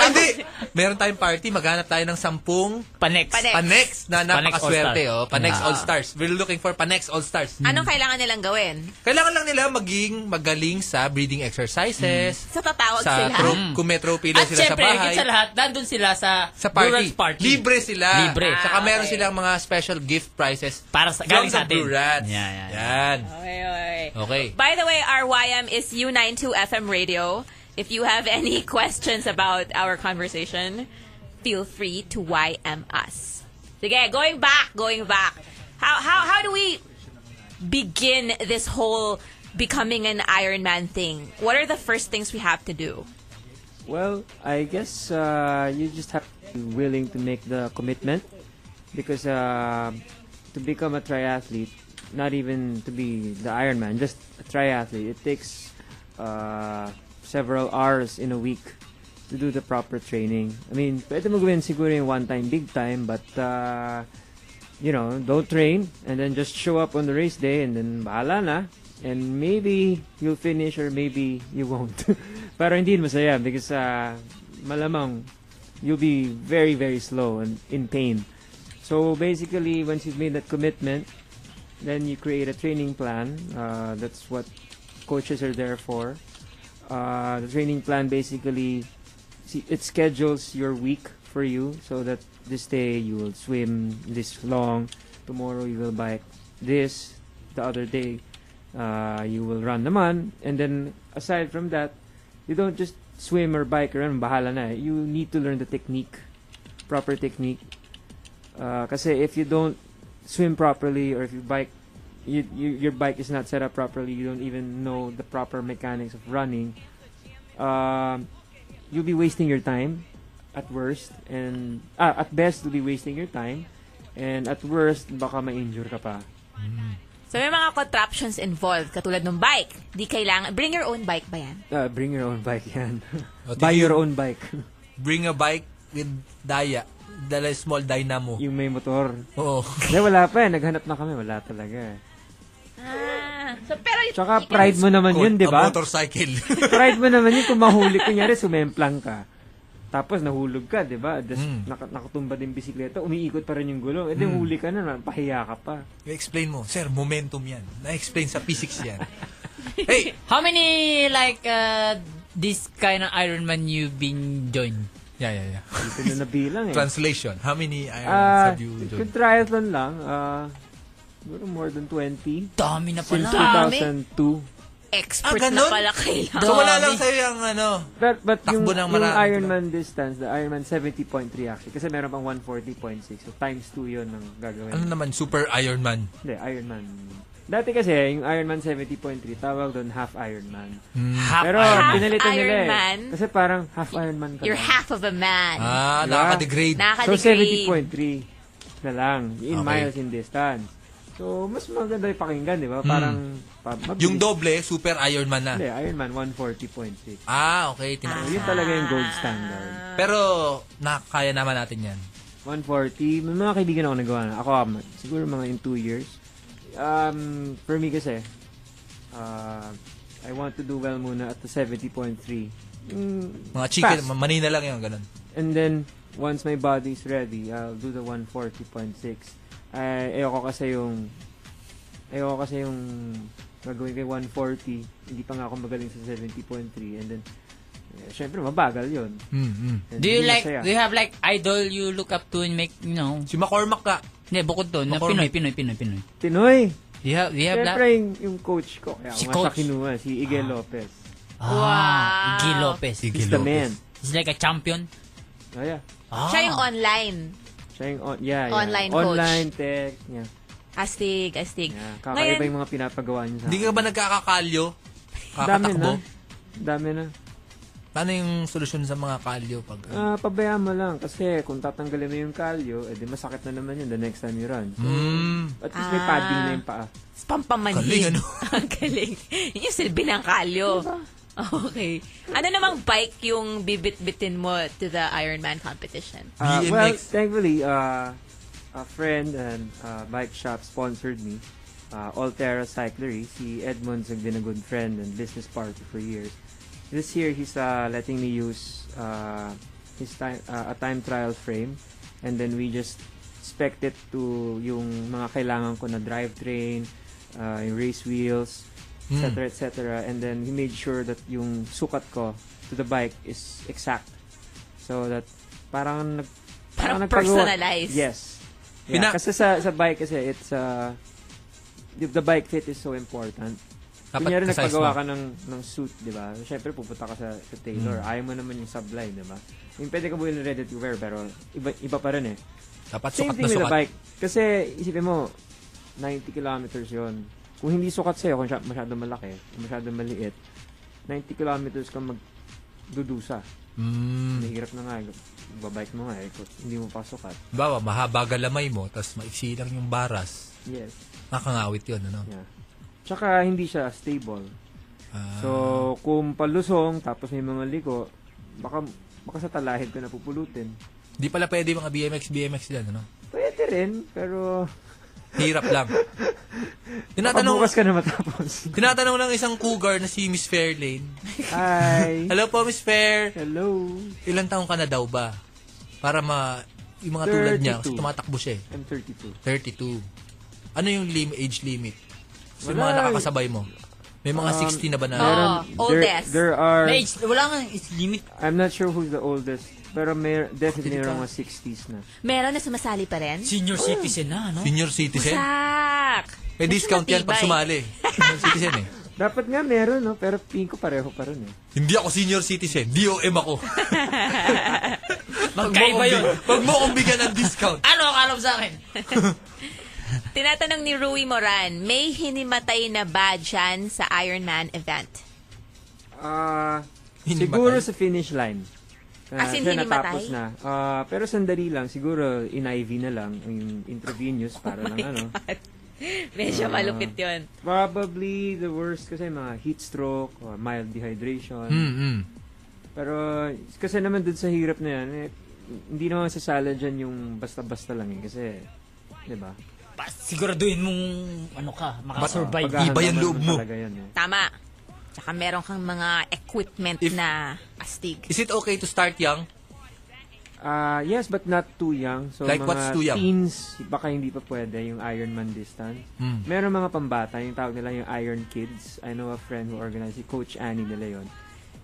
Speaker 2: Hindi. Meron tayong party, maghanap tayo ng sampung Panex.
Speaker 3: Panex.
Speaker 2: Panex na
Speaker 17: Panex
Speaker 2: napakaswerte.
Speaker 17: All-Star.
Speaker 2: Oh. Panex
Speaker 17: Ah.
Speaker 2: All Stars. We're looking for Panex All Stars.
Speaker 3: Anong kailangan nilang gawin?
Speaker 2: Kailangan lang nila maging magaling sa breathing exercises.
Speaker 3: Sa tatawag
Speaker 2: Sa
Speaker 3: sila.
Speaker 2: tro- kung may
Speaker 17: Oh, Mm.
Speaker 2: tropila
Speaker 17: At
Speaker 2: sila sa
Speaker 17: syempre,
Speaker 2: bahay.
Speaker 17: higit sa lahat, nandun sila sa,
Speaker 2: Sa party.
Speaker 17: Durant's party.
Speaker 2: Libre sila.
Speaker 17: Libre.
Speaker 2: Saka meron silang mga special gift prizes
Speaker 17: Para sa-
Speaker 2: from
Speaker 17: galing
Speaker 2: the
Speaker 17: sa atin.
Speaker 2: Blue Rats.
Speaker 17: Yan, yan,
Speaker 2: Yan.
Speaker 3: Okay, okay.
Speaker 2: Okay.
Speaker 3: By the way, our YM is U92 FM Radio. If you have any questions about our conversation, feel free to YM us. Sige, going back, going back. How how how do we begin this whole becoming an Iron Man thing? What are the first things we have to do?
Speaker 4: Well, I guess uh, you just have to be willing to make the commitment because uh, to become a triathlete, not even to be the Ironman, just a triathlete, it takes uh, several hours in a week to do the proper training. I mean, pwede mo gawin siguro yung one time, big time, but uh, you know, don't train and then just show up on the race day and then bahala na. And maybe you'll finish or maybe you won't. Pero hindi masaya because uh, malamang you'll be very, very slow and in pain. So basically, once you've made that commitment, then you create a training plan. Uh, that's what coaches are there for. Uh, the training plan basically see, it schedules your week for you so that this day you will swim this long, tomorrow you will bike this, the other day uh, you will run naman, and then aside from that, you don't just swim or bike around, bahala na. eh. You need to learn the technique, proper technique. Uh, kasi if you don't swim properly or if you bike, you, you, your bike is not set up properly, you don't even know the proper mechanics of running, um, you'll be wasting your time at worst and ah, at best you'll be wasting your time and at worst baka ma-injure ka pa.
Speaker 3: So may mga contraptions involved katulad ng bike. Di kailangan bring your own bike ba yan?
Speaker 4: Ah, bring your own bike yan.
Speaker 2: O,
Speaker 4: Buy
Speaker 2: tingin-
Speaker 4: your own bike.
Speaker 2: Bring a bike with daya. Dala small dynamo.
Speaker 4: Yung may motor.
Speaker 2: Oo.
Speaker 4: Hindi, wala pa eh. Naghanap na kami. Wala talaga eh.
Speaker 3: Ah, so pero you-
Speaker 4: Tsaka pride mo naman yun, di
Speaker 2: A
Speaker 4: ba?
Speaker 2: motorcycle.
Speaker 4: pride mo naman yun kung mahuli. Kunyari, sumemplang ka. Tapos nahulog ka, di ba? Das, nak- nakatumba din bisikleta, umiikot pa rin yung gulong. E di
Speaker 2: Mm.
Speaker 4: huli ka na, pahiya ka pa.
Speaker 2: explain mo. Sir, momentum yan. Na-explain sa physics yan.
Speaker 17: How many, like, uh, this kind of Ironman you've been joined?
Speaker 2: Yeah, yeah, yeah.
Speaker 4: Dito na nabilang eh.
Speaker 2: Translation. How many irons
Speaker 4: Ah,
Speaker 2: have you done?
Speaker 4: kung triathlon lang, ah, siguro more than 20.
Speaker 17: Dami na pala.
Speaker 4: Since
Speaker 17: Dami.
Speaker 4: 2002.
Speaker 3: expert
Speaker 2: Ah,
Speaker 3: na
Speaker 2: ganun?
Speaker 3: pala kailangan.
Speaker 2: So wala lang sa'yo yung ano.
Speaker 4: But, but yung,
Speaker 2: Takbo ng
Speaker 4: yung
Speaker 2: marami. diba?
Speaker 4: Ironman distance, the Ironman 70.3 actually. Kasi meron pang 140.6. So times 2 yun ang gagawin.
Speaker 2: Ano naman, super Ironman.
Speaker 4: Hindi, Ironman. Dati kasi, yung Ironman 70.3, tawag doon half Ironman.
Speaker 2: Half
Speaker 4: Pero
Speaker 2: Ironman.
Speaker 4: pinalitan
Speaker 3: Half
Speaker 4: nila
Speaker 3: Ironman?
Speaker 4: eh. Kasi parang half Ironman ka
Speaker 3: You're
Speaker 4: lang.
Speaker 3: half of a man.
Speaker 2: Ah,
Speaker 4: Diba?
Speaker 2: nakaka-degrade.
Speaker 4: So
Speaker 3: Nakaka-degree.
Speaker 4: 70.3 na lang in
Speaker 2: Okay.
Speaker 4: miles in distance. So mas maganda yung pakinggan, di ba? Parang pa, mabilis.
Speaker 2: Hmm. Yung doble, super Ironman na.
Speaker 4: Hindi, Ironman 140.6.
Speaker 2: Ah, okay.
Speaker 4: So,
Speaker 2: Tinapos.
Speaker 4: yun talaga yung gold standard.
Speaker 2: Pero, nakakaya naman natin yan.
Speaker 4: 140. May mga kaibigan ako nagawa na. Ako, um, siguro mga in two years. Um, for me kasi, uh, I want to do well muna at the 70.3. Mm,
Speaker 2: Mga chicken,
Speaker 4: fast.
Speaker 2: manina lang yun, ganun.
Speaker 4: And then, once my body's ready, I'll do the 140.6. Ay, Eh, ayoko kasi yung... Ayoko kasi yung gagawin kay 140. Hindi pa nga ako magaling sa 70.3. And then, eh, syempre, mabagal yun.
Speaker 2: Hmm.
Speaker 4: And
Speaker 17: Do you
Speaker 4: hindi
Speaker 17: like,
Speaker 4: masaya.
Speaker 17: do you have like idol you look up to and make, you know?
Speaker 2: Si McCormack ka.
Speaker 17: Hindi, bukod doon. Na Pinoy, Pinoy,
Speaker 2: McCormick.
Speaker 17: Pinoy, Pinoy.
Speaker 4: Pinoy!
Speaker 17: Do you have, do you have
Speaker 4: Siyempre, yung, yung coach ko, kaya
Speaker 17: Si
Speaker 4: si nga siya
Speaker 17: coach.
Speaker 4: kinuha, si Igel Lopez.
Speaker 17: that? Ah, Iggy Lopez.
Speaker 4: He's the man.
Speaker 17: He's like a champion.
Speaker 4: Oh, yeah.
Speaker 17: Ah.
Speaker 3: Siya yung online.
Speaker 4: Siya yung on, yeah, yeah.
Speaker 3: Online coach.
Speaker 4: Online tech. Yeah.
Speaker 3: Astig, astig.
Speaker 4: yeah.
Speaker 3: Ngayon-
Speaker 4: Kakaiba yung mga pinapagawa niya sa
Speaker 2: Hindi ka ba nagkakakalyo?
Speaker 4: Dami na.
Speaker 2: Kakatakbo?
Speaker 4: Dami na.
Speaker 2: Paano yung solusyon sa mga kalyo pag...
Speaker 4: Ah, pabayaan mo lang kasi kung tatanggalin mo yung kalyo, edi masakit na naman yun the next time you run. So,
Speaker 2: Mm.
Speaker 4: At least may padding na yung paa.
Speaker 3: It's pampamanhin.
Speaker 2: Galing, ano?
Speaker 3: Ang galing. Yun yung silbi ng kalyo. Okay. Ano namang bike yung bibit-bitin mo to the Ironman competition?
Speaker 4: Ah,
Speaker 2: BMX.
Speaker 4: well, thankfully, uh, a friend and uh, bike shop sponsored me. Uh, Altera Cyclery, si Edmonds, ang been a good friend and business partner for years. this year he's uh, letting me use uh, his time uh, a time trial frame and then we just spec it to yung mga kailangan ko na drivetrain, uh, yung race wheels,
Speaker 2: Mm.
Speaker 4: etc. etc. And then he made sure that yung sukat ko to the bike is exact. So that parang nag
Speaker 3: Parang
Speaker 4: nagpagawa-
Speaker 3: personalized.
Speaker 4: Yes. Yeah,
Speaker 2: Pinak-
Speaker 4: kasi sa, sa bike kasi it's uh, the, the bike fit is so important.
Speaker 2: Dapat
Speaker 4: Kunyari
Speaker 2: kasize
Speaker 4: nagpagawa
Speaker 2: mo.
Speaker 4: ka ng, ng suit, di ba? Siyempre pupunta ka sa, sa tailor.
Speaker 2: Mm.
Speaker 4: Ayaw mo naman yung sublime, di ba? Yung pwede ka buhin ready to wear pero iba, iba pa rin eh.
Speaker 2: Dapat sukat
Speaker 4: Same thing
Speaker 2: na
Speaker 4: with the
Speaker 2: sukat.
Speaker 4: bike. Kasi isipin mo, 90 kilometers yon Kung hindi sukat sa'yo, kung siya- masyado malaki, kung masyado maliit, 90 kilometers ka magdudusa.
Speaker 2: Mm.
Speaker 4: Mahirap na nga. Babike mo nga eh. kung Hindi mo pa sukat.
Speaker 2: Bawa, mahaba galamay mo, tapos maiksi lang yung baras.
Speaker 4: Yes.
Speaker 2: Nakangawit yun, ano?
Speaker 4: Yeah. Tsaka hindi siya stable. So, kung palusong, tapos may mga liko, baka, baka sa talahib ka napupulutin.
Speaker 2: Di pala pwede mga BMX, BMX dyan, ano?
Speaker 4: Pwede rin, pero...
Speaker 2: Hirap lang.
Speaker 4: Tinatanong...
Speaker 2: Tinatanong,
Speaker 4: ka na matapos.
Speaker 2: tinatanong ng isang cougar na si Miss Fairlane.
Speaker 4: Hi!
Speaker 2: Hello po, Miss Fair.
Speaker 4: Hello.
Speaker 2: Ilan taong ka na daw ba? Para ma... Yung mga tulad niya, kasi
Speaker 4: 32.
Speaker 2: tumatakbo siya eh.
Speaker 4: I'm
Speaker 2: 32.
Speaker 4: 32.
Speaker 2: Ano yung lim- age limit? Sa
Speaker 4: Wala.
Speaker 2: mga nakakasabay mo. May mga
Speaker 4: Um,
Speaker 2: 60 na ba na?
Speaker 4: meron- there, there are...
Speaker 17: May age, wala nga age limit.
Speaker 4: I'm not sure who's the oldest, pero may, definitely
Speaker 17: Dito ka.
Speaker 4: merong mga 60s na.
Speaker 3: Meron na sumasali pa rin?
Speaker 17: Senior citizen na, no?
Speaker 2: Senior citizen?
Speaker 3: Sak!
Speaker 2: May discount yan pag sumali. Senior citizen eh.
Speaker 4: Dapat nga meron, no? Pero tingin ko pareho pa rin eh.
Speaker 2: Hindi ako senior citizen. DOM ako.
Speaker 17: Magkaiba yun.
Speaker 2: Pag mo kong bigyan ng discount.
Speaker 17: Ano ang alam sa akin?
Speaker 3: Tinatanong ni Rui Moran, may hinimatay na ba dyan sa Ironman event?
Speaker 4: Ah, siguro sa finish line. Ah,
Speaker 3: As in,
Speaker 4: siya
Speaker 3: hinimatay?
Speaker 4: natapos na. Ah, pero sandali lang, siguro in-IV na lang, yung intravenous para lang ano.
Speaker 3: Medyo
Speaker 4: Ah.
Speaker 3: malupit yun.
Speaker 4: Probably the worst kasi mga heat stroke or mild dehydration.
Speaker 2: Mm, mm.
Speaker 4: Pero kasi naman dun sa hirap na yan, eh, hindi naman sasala dyan yung basta-basta lang eh. Kasi, di ba?
Speaker 17: Pa- Siguraduhin mong ano ka, makasurvive.
Speaker 4: Paghahanap
Speaker 2: Iba yung
Speaker 4: naman
Speaker 2: loob mo.
Speaker 4: Talaga yan, eh.
Speaker 3: Tama. Tsaka meron kang mga equipment na astig.
Speaker 2: Is it okay to start young?
Speaker 4: Ah, yes, but not too young. So,
Speaker 2: Like
Speaker 4: mga
Speaker 2: what's too young?
Speaker 4: teens, baka hindi pa pwede yung Ironman distance.
Speaker 2: Hmm.
Speaker 4: Meron mga pambata, yung tawag nila yung Iron Kids. I know a friend who organized, si Coach Annie nila yun.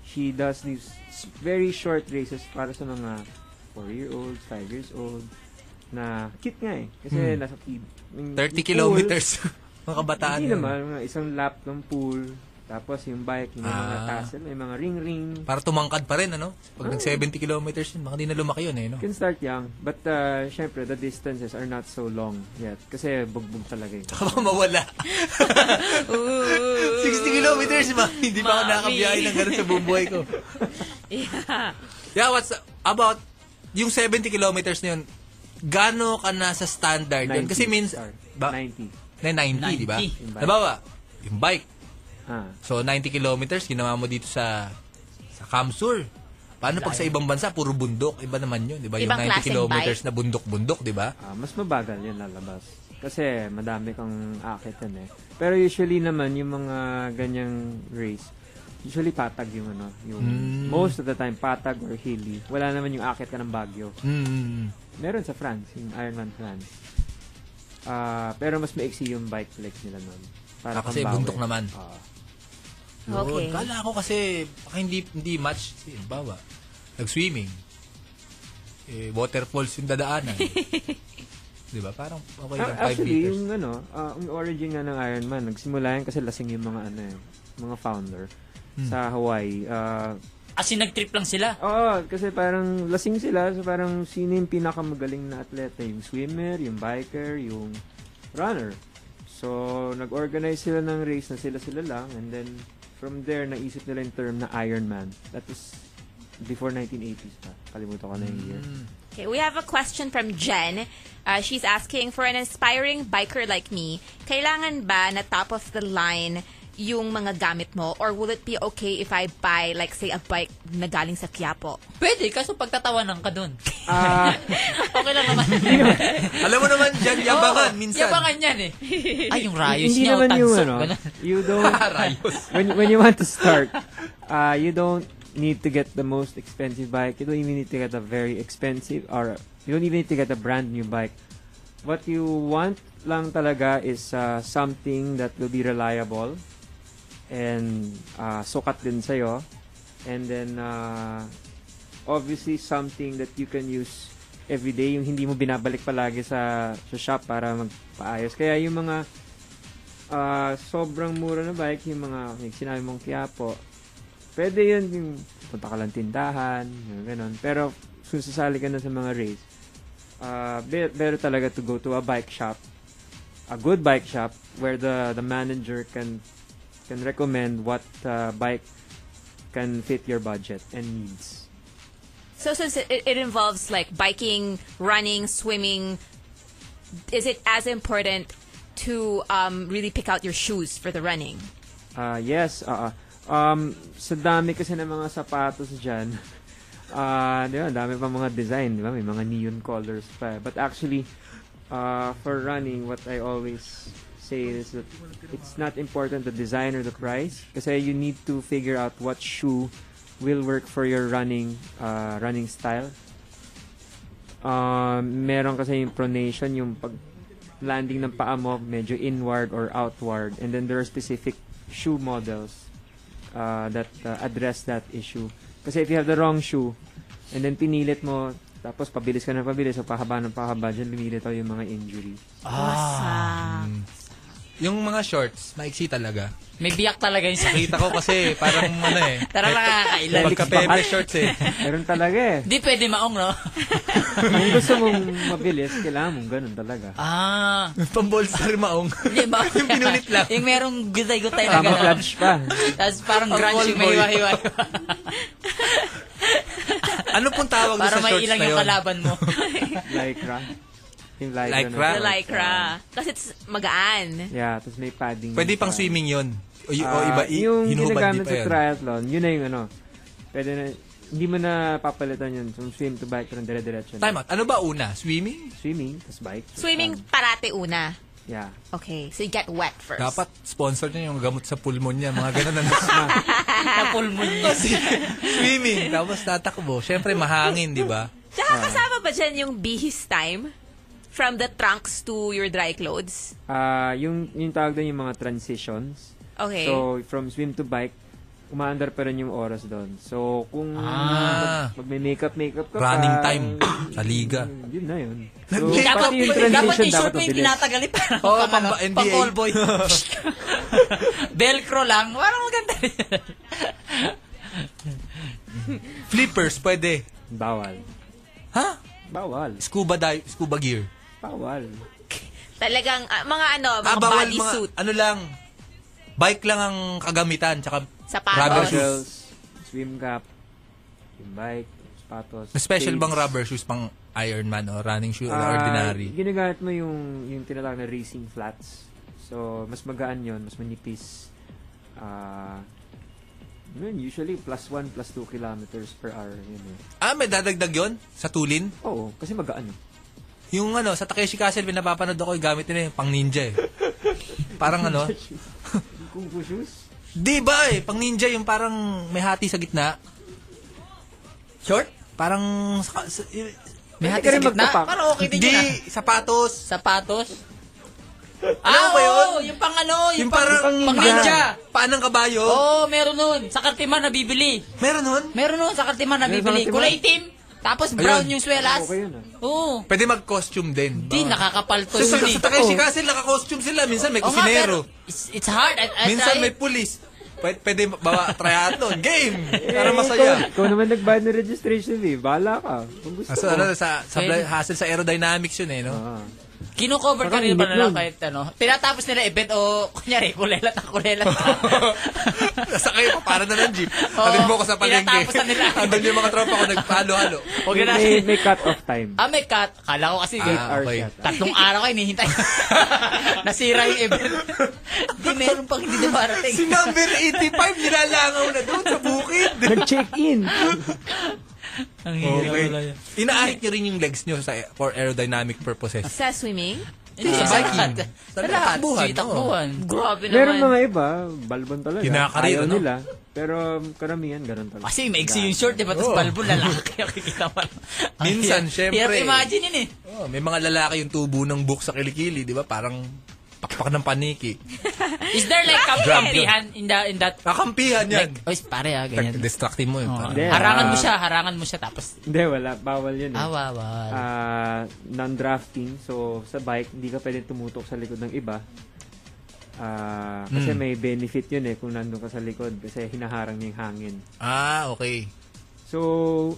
Speaker 4: She does these s- very short races para sa mga 4-year-old, 5 years old, na cute nga eh. Kasi
Speaker 2: Hmm.
Speaker 4: nasa kid.
Speaker 2: 30 kilometers. Mga kabataan.
Speaker 4: Hindi
Speaker 2: yun.
Speaker 4: naman, mga isang lap ng pool. Tapos yung bike, yung mga
Speaker 2: Ah.
Speaker 4: tassel, may mga ring-ring.
Speaker 2: Para tumangkad pa rin, ano? Pag nag 70 kilometers yun, baka di na lumaki yun eh, no?
Speaker 4: You can start young, but uh, syempre, the distances are not so long yet. Kasi bugbog talaga yun.
Speaker 2: Baka mawala. 60 kilometers ba? Hindi pa ako
Speaker 3: Mami.
Speaker 2: nakabiyahe ng ganun sa buong buhay ko.
Speaker 3: Yeah.
Speaker 2: Yeah, what's about yung 70 kilometers na yun, gaano ka na sa standard yun? Kasi
Speaker 4: 90,
Speaker 2: means,
Speaker 4: sorry.
Speaker 2: ba,
Speaker 4: 90.
Speaker 2: na 90, di ba?
Speaker 17: 90.
Speaker 4: Yung bike.
Speaker 2: Nabawa, yung bike.
Speaker 4: Ah.
Speaker 2: So, 90 kilometers, ginawa mo dito sa sa Kamsur. Paano pag sa ibang bansa, puro bundok? Iba naman yun, di ba? Yung 90
Speaker 3: Ibang klaseng
Speaker 2: kilometers na bundok-bundok, di ba?
Speaker 4: Ah, mas mabagal yun lalabas. Kasi madami kang aakitan eh. Pero usually naman, yung mga ganyang race, usually patag yung ano. Yung,
Speaker 2: Mm.
Speaker 4: Most of the time, patag or hilly. Wala naman yung akit ka ng Baguio.
Speaker 2: Mm.
Speaker 4: Meron sa France, yung Ironman France. Ah, pero mas maiksi yung bike like nila nun.
Speaker 2: Ah, kasi
Speaker 4: pang bawi.
Speaker 2: bundok naman.
Speaker 4: Ah.
Speaker 2: Yun.
Speaker 3: Okay.
Speaker 2: Kala ko kasi, baka hindi, hindi match. Kasi, bawa, nag-swimming. Eh, waterfalls yung dadaanan. di ba? Parang okay lang,
Speaker 4: Ah,
Speaker 2: 5
Speaker 4: actually,
Speaker 2: meters.
Speaker 4: yung ano, ah, ang origin nga ng Iron Man, nagsimula yan kasi lasing yung mga ano eh, mga founder sa Hawaii. Ah,
Speaker 17: As in, nag-trip lang sila.
Speaker 4: Oo, kasi parang lasing sila. So parang sino yung pinakamagaling na atleta? Yung swimmer, yung biker, yung runner. So nag-organize sila ng race na sila-sila lang. And then from there, naisip nila yung term na Ironman. That was before 1980s pa. Kalimutan ko na yung year.
Speaker 3: Okay, we have a question from Jen. Uh, she's asking, for an inspiring biker like me, kailangan ba na top of the line yung mga gamit mo? Or will it be okay if I buy, like, say, a bike na galing sa Quiapo?
Speaker 17: Pwede, kaso pagtatawanan ka dun.
Speaker 4: Ah,
Speaker 17: Okay lang naman.
Speaker 2: Alam mo naman, dyan, yabangan
Speaker 17: Oo,
Speaker 2: minsan.
Speaker 17: Yabangan yan eh. Ay, yung rayos
Speaker 4: hindi
Speaker 17: niya,
Speaker 1: oh,
Speaker 4: naman
Speaker 17: o
Speaker 4: yung
Speaker 17: tansok.
Speaker 4: ano.
Speaker 17: ganun.
Speaker 4: You don't...
Speaker 2: Rayos.
Speaker 4: when, when you want to start, uh, you don't need to get the most expensive bike. You don't even need to get a very expensive or you don't even need to get a brand new bike. What you want lang talaga is uh, something that will be reliable and uh, sukat din sa'yo. And then, uh, obviously, something that you can use every day, yung hindi mo binabalik palagi sa, sa shop para magpaayos. Kaya yung mga ah, sobrang mura na bike, yung mga yung sinabi mong Quiapo, pwede yun yung punta ka lang tindahan, yung ganun. Pero kung sasali ka na sa mga race, ah, be- better talaga to go to a bike shop, a good bike shop, where the, the manager can can recommend what uh, bike can fit your budget and needs.
Speaker 3: So since it, it involves like biking, running, swimming, is it as important to um, really pick out your shoes for the running?
Speaker 4: Ah, yes, oo. Um, sa dami kasi ng mga sapatos dyan, ah, di ba, ang dami pa mga design, di ba? May mga neon colors pa. But actually, ah, for running, what I always say is that it's not important the design or the price kasi you need to figure out what shoe will work for your running ah, running style. Um, meron kasi yung pronation, yung pag landing ng paa mo medyo inward or outward and then there are specific shoe models uh, that uh, address that issue. Kasi if you have the wrong shoe and then pinilit mo tapos pabilis ka na pabilis o pahaba ng pahaba dyan lumilitaw yung mga injury.
Speaker 2: Ah. Yung mga shorts, maiksi talaga.
Speaker 17: May biyak talaga yung sakit.
Speaker 2: Nakita ko kasi parang ano eh.
Speaker 17: Tara mga kailan.
Speaker 2: Pagka pepe shorts eh.
Speaker 4: Meron talaga eh.
Speaker 17: Hindi pwede maong, no?
Speaker 4: Kung gusto mong mabilis, kailangan mong ganun talaga.
Speaker 17: Ah.
Speaker 2: Pambolsar maong.
Speaker 17: Hindi ba? yung pinulit lang. yung merong gutay-gutay na gano'n.
Speaker 4: Camouflage pa.
Speaker 17: Tapos parang grunge yung may
Speaker 2: Pang-ball boy.
Speaker 17: hiwa-hiwa.
Speaker 2: Ano pong tawag doon
Speaker 17: Para
Speaker 2: sa
Speaker 17: may
Speaker 2: shorts
Speaker 17: ilang
Speaker 2: na
Speaker 17: yung
Speaker 2: yun?
Speaker 17: kalaban mo.
Speaker 4: Lycra. Yung lycra. na
Speaker 2: Lycra?
Speaker 3: The
Speaker 4: shorts.
Speaker 3: lycra. Kasi it's magaan.
Speaker 4: Yeah, tapos may padding.
Speaker 2: Pwede
Speaker 4: na
Speaker 2: pang
Speaker 4: pa.
Speaker 2: swimming yun. O, y- o
Speaker 4: Ah,
Speaker 2: iba, i- hinuhubad
Speaker 4: yung
Speaker 2: di
Speaker 4: ginagamit
Speaker 2: pa
Speaker 4: sa
Speaker 2: yun.
Speaker 4: triathlon, yun na yung ano. Pwede na, hindi mo na papalitan yun. From swim to bike, parang dire-diretso na.
Speaker 2: Time out. Ano ba una? Swimming?
Speaker 4: Swimming, tapos bike. tapos
Speaker 3: Swimming
Speaker 4: run.
Speaker 3: parate una.
Speaker 4: Yeah.
Speaker 3: Okay, so you get wet first.
Speaker 2: Dapat sponsor niya yung gamot sa pulmon niya. Mga ganun ang
Speaker 17: Napulmon niya.
Speaker 2: Kasi swimming, tapos tatakbo. Siyempre, mahangin, di ba?
Speaker 3: Tsaka kasama ba dyan yung bihis time? From the trunks to your dry clothes?
Speaker 4: Ah, yung, yung tawag doon yung mga transitions.
Speaker 3: Okay.
Speaker 4: So, from swim to bike, umaandar pa rin yung oras doon. So, kung
Speaker 2: Ah.
Speaker 4: mag, may makeup, makeup ka
Speaker 2: Running
Speaker 4: pa,
Speaker 2: time sa liga.
Speaker 4: Yun na yun. So,
Speaker 17: Dapat,
Speaker 4: pati yung
Speaker 17: dapat
Speaker 4: transition
Speaker 17: t-shirt
Speaker 4: dapat
Speaker 17: mo yung
Speaker 4: mabilis.
Speaker 17: tinatagal eh. Parang
Speaker 2: Oo,
Speaker 17: pang,
Speaker 2: pang-
Speaker 17: ano,
Speaker 2: NBA.
Speaker 17: pang all boy. Velcro lang. Parang maganda rin.
Speaker 2: Flippers, pwede.
Speaker 4: Bawal.
Speaker 2: Ha?
Speaker 4: Bawal.
Speaker 2: Scuba dive, scuba gear.
Speaker 4: Bawal.
Speaker 3: Talagang ah, mga ano, mga
Speaker 2: Ah, bawal mga,
Speaker 3: bodysuit.
Speaker 2: ano lang, bike lang ang kagamitan, tsaka
Speaker 3: Sapatos.
Speaker 2: rubber shoes.
Speaker 4: Goggles, swim cap, yung bike, sapatos.
Speaker 2: May Special
Speaker 4: skates.
Speaker 2: bang rubber shoes pang Ironman o running shoe or
Speaker 4: Ah,
Speaker 2: ordinary?
Speaker 4: Ginagamit mo yung, yung tinatawag na racing flats. So, mas magaan yon mas manipis. Ah, yun, usually plus 1, plus 2 kilometers per hour. Yun, eh.
Speaker 2: Ah, may dadagdag yon sa tulin?
Speaker 4: Oo, kasi magaan. eh.
Speaker 2: Yung ano, sa Takeshi Castle, pinapapanood ako, yung gamit nila yung pang ninja eh. parang ano,
Speaker 4: Kung fu shoes,
Speaker 2: di ba eh, pang ninja yung parang may hati sa gitna. Short? Parang, sa- eh, sa- y-
Speaker 17: May
Speaker 4: Pwede
Speaker 17: hati
Speaker 4: ka
Speaker 17: sa
Speaker 4: rin
Speaker 17: gitna.
Speaker 4: magtapak.
Speaker 2: Ano,
Speaker 17: Parang okay din
Speaker 2: hindi,
Speaker 17: yun ah.
Speaker 2: sapatos.
Speaker 17: Sapatos.
Speaker 2: Ano
Speaker 17: Ah,
Speaker 2: ba yun?
Speaker 17: oo, yung pang ano, yung,
Speaker 2: Yung
Speaker 17: pang,
Speaker 2: parang
Speaker 17: pang
Speaker 2: pang ninja. Paanang kabayo.
Speaker 17: Oo, oh, meron nun. Sa Kartima nabibili.
Speaker 2: Meron nun?
Speaker 17: Meron nun, sa Kartima nabibili.
Speaker 4: Kartima?
Speaker 17: Kulay itim. Tapos brown
Speaker 2: Ayun.
Speaker 17: yung swelas.
Speaker 4: okay yun ah.
Speaker 17: Oo.
Speaker 2: Pwede mag-costume din.
Speaker 17: Hindi, nakakapalto
Speaker 2: Sa, sa,
Speaker 17: yun eh.
Speaker 2: Ah. sa Takeshi Castle, naka-costume sila. Minsan may
Speaker 17: Oo nga, pero eh,
Speaker 2: kusinero.
Speaker 17: it's, it's hard. I, I
Speaker 2: Minsan
Speaker 17: tried.
Speaker 2: may pulis. Pwede, pwede bawa triathlon. Game!
Speaker 17: Eh,
Speaker 2: Para masaya.
Speaker 4: Eh, Ikaw naman nagbayad ng registration eh. Bahala ka. Kung gusto
Speaker 2: So,
Speaker 4: mo.
Speaker 2: ano, sa, sa
Speaker 17: Pwede.
Speaker 2: hassle sa aerodynamics yun eh, no?
Speaker 4: Ah.
Speaker 17: Kinukover ka rin
Speaker 4: Parang
Speaker 17: ba
Speaker 4: init
Speaker 17: nila
Speaker 4: nun.
Speaker 17: kahit ano? Tinatapos nila event o kunyari, kulelat ang kulelat.
Speaker 2: Nasa kayo pa, para na ng jeep.
Speaker 17: Oo,
Speaker 2: Andun mo ko sa palengke.
Speaker 17: tinatapos na nila.
Speaker 2: Andun yung mga tropa ko, nagpalo-halo.
Speaker 4: Ah,
Speaker 17: Huwag na
Speaker 4: May, may cut-off time.
Speaker 17: Ah, may cut. Kala ko kasi
Speaker 2: Ah,
Speaker 4: Hours
Speaker 2: okay.
Speaker 4: yata.
Speaker 17: tatlong araw ka hinihintay. Nasira yung event. Hindi, meron pang hindi na parating.
Speaker 2: Si number 85, nilalangaw na doon sa bukid.
Speaker 4: Nag-check-in.
Speaker 1: Ang
Speaker 2: Okay.
Speaker 1: hirap.
Speaker 2: Inaahit nyo rin yung legs nyo sa, for aerodynamic purposes.
Speaker 3: Sa swimming?
Speaker 2: Hindi, sa biking. Sa lahat. Sa takbuhan.
Speaker 1: Grabe
Speaker 4: Meron
Speaker 1: naman.
Speaker 4: mga iba, balbon talaga.
Speaker 2: Kinakarir,
Speaker 4: Ayaw
Speaker 2: ano?
Speaker 4: nila. Pero um, karamihan, ganun talaga.
Speaker 1: Kasi maiksi yung short, di ba? Tapos
Speaker 4: Oo.
Speaker 1: palbo lalaki. Nakikita mo. Ang
Speaker 2: Minsan,
Speaker 1: hirap-
Speaker 2: syempre.
Speaker 1: Hirap imagine yun eh.
Speaker 2: Oh, may mga lalaki yung tubo ng buhok sa kilikili, di ba? Parang pakpak ng paniki.
Speaker 1: Is there like
Speaker 2: Bakit?
Speaker 1: kakampihan in, the, in that?
Speaker 2: Kakampihan yan.
Speaker 1: Like, oy, pare ah, ganyan.
Speaker 2: Distracting mo yun.
Speaker 1: Oo.
Speaker 2: parang.
Speaker 1: harangan mo siya, harangan mo siya tapos.
Speaker 4: Hindi, wala. Bawal yun. Eh.
Speaker 1: Ah, bawal.
Speaker 4: Ah, non-drafting. So, sa bike, hindi ka pwede tumutok sa likod ng iba. Ah, kasi
Speaker 2: Mm.
Speaker 4: may benefit yun eh kung nandun ka sa likod kasi hinaharang niya yung hangin.
Speaker 2: Ah, okay.
Speaker 4: So,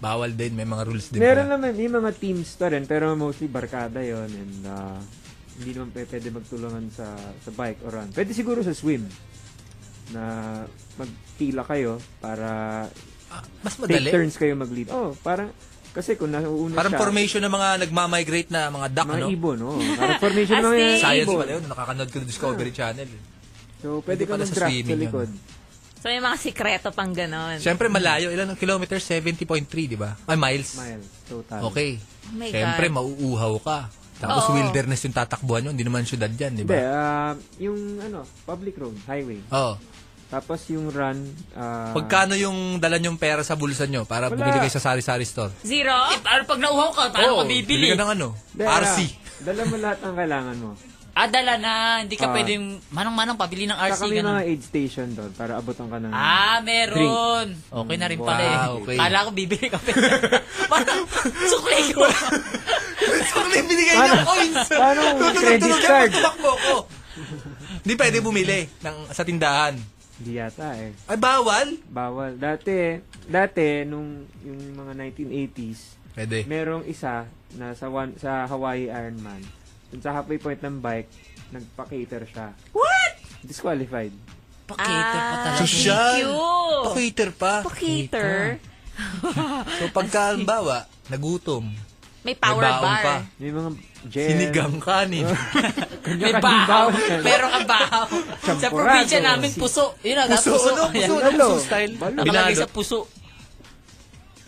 Speaker 2: Bawal din. May mga rules din.
Speaker 4: meron
Speaker 2: pala.
Speaker 4: naman, may mga teams to rin pero mostly barkada yon and ah, hindi naman pe- pwede magtulungan sa, sa bike or run. Pwede siguro sa swim na magpila kayo para
Speaker 2: Ah, mas
Speaker 4: take
Speaker 2: madali?
Speaker 4: turns kayo mag-lead. Oh, parang kasi kung nauuna
Speaker 2: Parang
Speaker 4: siya,
Speaker 2: formation ano? ng mga nagmamigrate na mga duck,
Speaker 4: Mga
Speaker 2: no?
Speaker 4: ibon, oo. Parang formation ng mga ibon.
Speaker 2: Science pala yun. Nakakanood ko ng Discovery Channel. eh.
Speaker 4: So, pwede ka
Speaker 2: pala sa
Speaker 4: mag-draft sa
Speaker 2: swimming ano? yun.
Speaker 4: likod.
Speaker 3: So may mga sikreto pang ganon.
Speaker 2: Siyempre, malayo. Ilan ang kilometer? 70.3, di ba? Ay, miles.
Speaker 4: Miles, total.
Speaker 2: Okay. diba?
Speaker 3: Oh my
Speaker 2: Siyempre,
Speaker 3: God.
Speaker 2: mauuhaw ka. Tapos
Speaker 3: Oo.
Speaker 2: wilderness yung tatakbuhan nyo. Hindi naman syudad yan, di
Speaker 4: Hindi,
Speaker 2: ba?
Speaker 4: ah, yung ano, public road, highway.
Speaker 2: Oo.
Speaker 4: Ah. Tapos yung run, ah,
Speaker 2: Pagkano yung dala nyong pera sa bulsa nyo para
Speaker 4: Wala.
Speaker 2: bumili kayo sa sari-sari store?
Speaker 3: Zero? Ah.
Speaker 1: Eh, paano pag nauhaw ka, paano
Speaker 4: Oh,
Speaker 2: Oo,
Speaker 1: ka bibili?
Speaker 2: bili ka ng ano?
Speaker 4: hindi, ah,
Speaker 2: RC.
Speaker 4: Dala mo lahat ng kailangan mo.
Speaker 1: Ah, dala na. Hindi ka
Speaker 4: Ah.
Speaker 1: pwedeng, manong-manong, pabili ng RC.
Speaker 4: Saka may
Speaker 1: ganun.
Speaker 4: mga aid station doon para abutan ka ng...
Speaker 1: Ah, meron.
Speaker 4: Drink.
Speaker 1: Okay na rin
Speaker 4: Wow,
Speaker 1: pala eh.
Speaker 2: okay.
Speaker 1: Kala ko bibili ka pa. eh. Parang sukli ko.
Speaker 2: Sukli binigay niya
Speaker 4: Paano-
Speaker 2: coins.
Speaker 4: paano credit
Speaker 2: Tutulog-tulog
Speaker 4: card?
Speaker 2: ka, tumakbo ko. Hindi pwede bumili ng, sa tindahan.
Speaker 4: Hindi yata eh.
Speaker 2: Ay, bawal?
Speaker 4: Bawal. Dati, dati, nung yung mga 1980s,
Speaker 2: Pwede.
Speaker 4: merong isa na sa, one, sa Hawaii Ironman. Dun sa halfway point ng bike, nagpa-cater siya.
Speaker 3: What?
Speaker 4: Disqualified.
Speaker 1: Pakater pa talaga.
Speaker 2: Social.
Speaker 3: Cute.
Speaker 2: Pakater pa.
Speaker 3: Pakater.
Speaker 2: So, pagka, bawa, nagutom,
Speaker 3: May
Speaker 2: may
Speaker 3: power
Speaker 2: baon
Speaker 3: bar.
Speaker 2: pa,
Speaker 4: May mga gel.
Speaker 2: sinigang kanin.
Speaker 1: May bahaw. Meron kang bahaw. Sa
Speaker 4: Champurado.
Speaker 1: probinsya namin, puso. Yun na, puso.
Speaker 2: Puso, ano?
Speaker 1: Ayan.
Speaker 2: Puso,
Speaker 4: Ayan.
Speaker 2: puso style.
Speaker 4: Balo.
Speaker 1: Nakalagay
Speaker 2: Binalot.
Speaker 1: sa puso.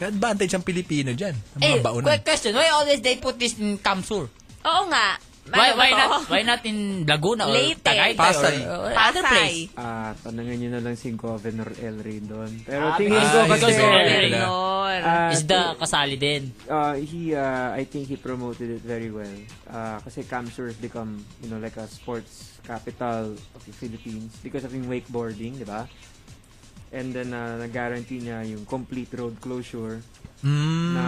Speaker 2: Advantage ang Pilipino dyan. Ang
Speaker 1: Eh,
Speaker 2: mga baonan.
Speaker 1: quick question. Why always they put this in Kamsur?
Speaker 3: Oo nga.
Speaker 1: Why,
Speaker 3: Ano
Speaker 1: why
Speaker 3: ba to?
Speaker 1: not why not in Laguna or
Speaker 3: Leyte.
Speaker 1: Tagaytay
Speaker 2: Pasay.
Speaker 1: or, or other place?
Speaker 3: Pasay.
Speaker 4: Ah, tanungin nyo na lang si Governor El Rey doon. Pero
Speaker 1: Ah,
Speaker 4: tingin ko
Speaker 2: because-
Speaker 4: kasi...
Speaker 1: because Governor
Speaker 2: Sila.
Speaker 3: Ganon.
Speaker 4: ah,
Speaker 1: Is the kasali din.
Speaker 4: uh, he uh, I think he promoted it very well. Uh, kasi Camsur has become you know like a sports capital of the Philippines because of yung wakeboarding, di ba? And then uh, nag-guarantee niya yung complete road closure
Speaker 1: Hmm.
Speaker 2: Mm.
Speaker 4: na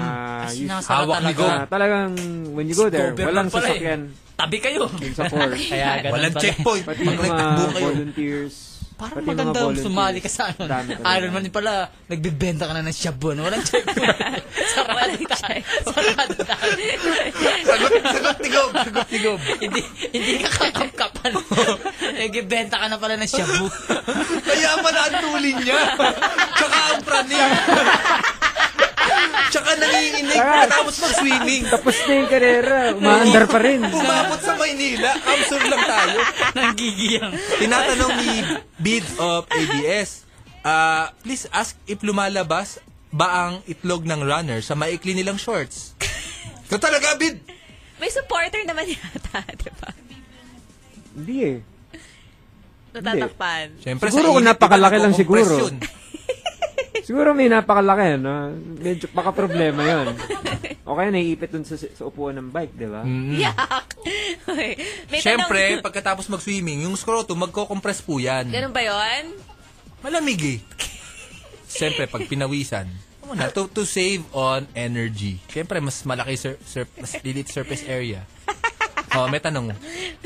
Speaker 1: As
Speaker 4: you-
Speaker 1: in, nakasara
Speaker 2: Hawak
Speaker 1: talaga.
Speaker 2: ni Go.
Speaker 4: na talagang when you go there,
Speaker 2: Scoper
Speaker 4: walang
Speaker 2: lang pala eh.
Speaker 4: sasakyan
Speaker 1: Tabi kayo.
Speaker 4: dun sa course.
Speaker 1: Kaya ganun
Speaker 2: Walang
Speaker 1: pala.
Speaker 2: checkpoint.
Speaker 4: Pati
Speaker 2: Pag
Speaker 4: yung mga
Speaker 2: nagtakbo kayo.
Speaker 4: volunteers.
Speaker 1: Parang
Speaker 4: pati yung mga
Speaker 1: maganda
Speaker 4: volunteers,
Speaker 1: sumali ka sa ano.
Speaker 4: dami talaga.
Speaker 1: Iron Man pala, nagbibenta ka na ng shabu. No? Walang checkpoint. Sarado tayo. Sarado tayo.
Speaker 2: Sagot, sagot ni Gob. Sagot ni Gob.
Speaker 1: hindi, hindi ka kakapkapan. nagbibenta ka na pala ng shabu.
Speaker 2: Kaya pala ang tuling niya. Tsaka ang praning. Tsaka nanginginig.
Speaker 4: Saka-
Speaker 2: Tapos mag-swimming.
Speaker 4: Tapos na yung karera, umaandar pa rin.
Speaker 2: Umabot sa Maynila. Absurd lang tayo.
Speaker 1: Nanggigiyang.
Speaker 2: Tinatanong ni Bid of ABS, ah, please ask if lumalabas ba ang itlog ng runner sa maikli nilang shorts? So talaga, Bid!
Speaker 3: May supporter naman yata, di ba?
Speaker 4: Hindi eh.
Speaker 3: Natatakpan.
Speaker 2: Siyempre,
Speaker 4: Siguro kung napakalaki lang siguro.
Speaker 2: compression.
Speaker 4: Siguro may napakalaki, no? Medyo baka problema yun. O kaya naiipit dun sa, sa upuan ng bike, di ba?
Speaker 3: Hmm.
Speaker 1: Mm.
Speaker 3: Yak. Okay. May
Speaker 2: Siyempre,
Speaker 3: tanong-
Speaker 2: pagkatapos mag-swimming, yung scrotum, magko-compress po yan.
Speaker 3: Ganun ba yun?
Speaker 2: Malamig eh. Siyempre, pag pinawisan, ano na, to, to save on energy. Siyempre, mas malaki, sur- sur- mas lilit surface area. Oh, may tanong.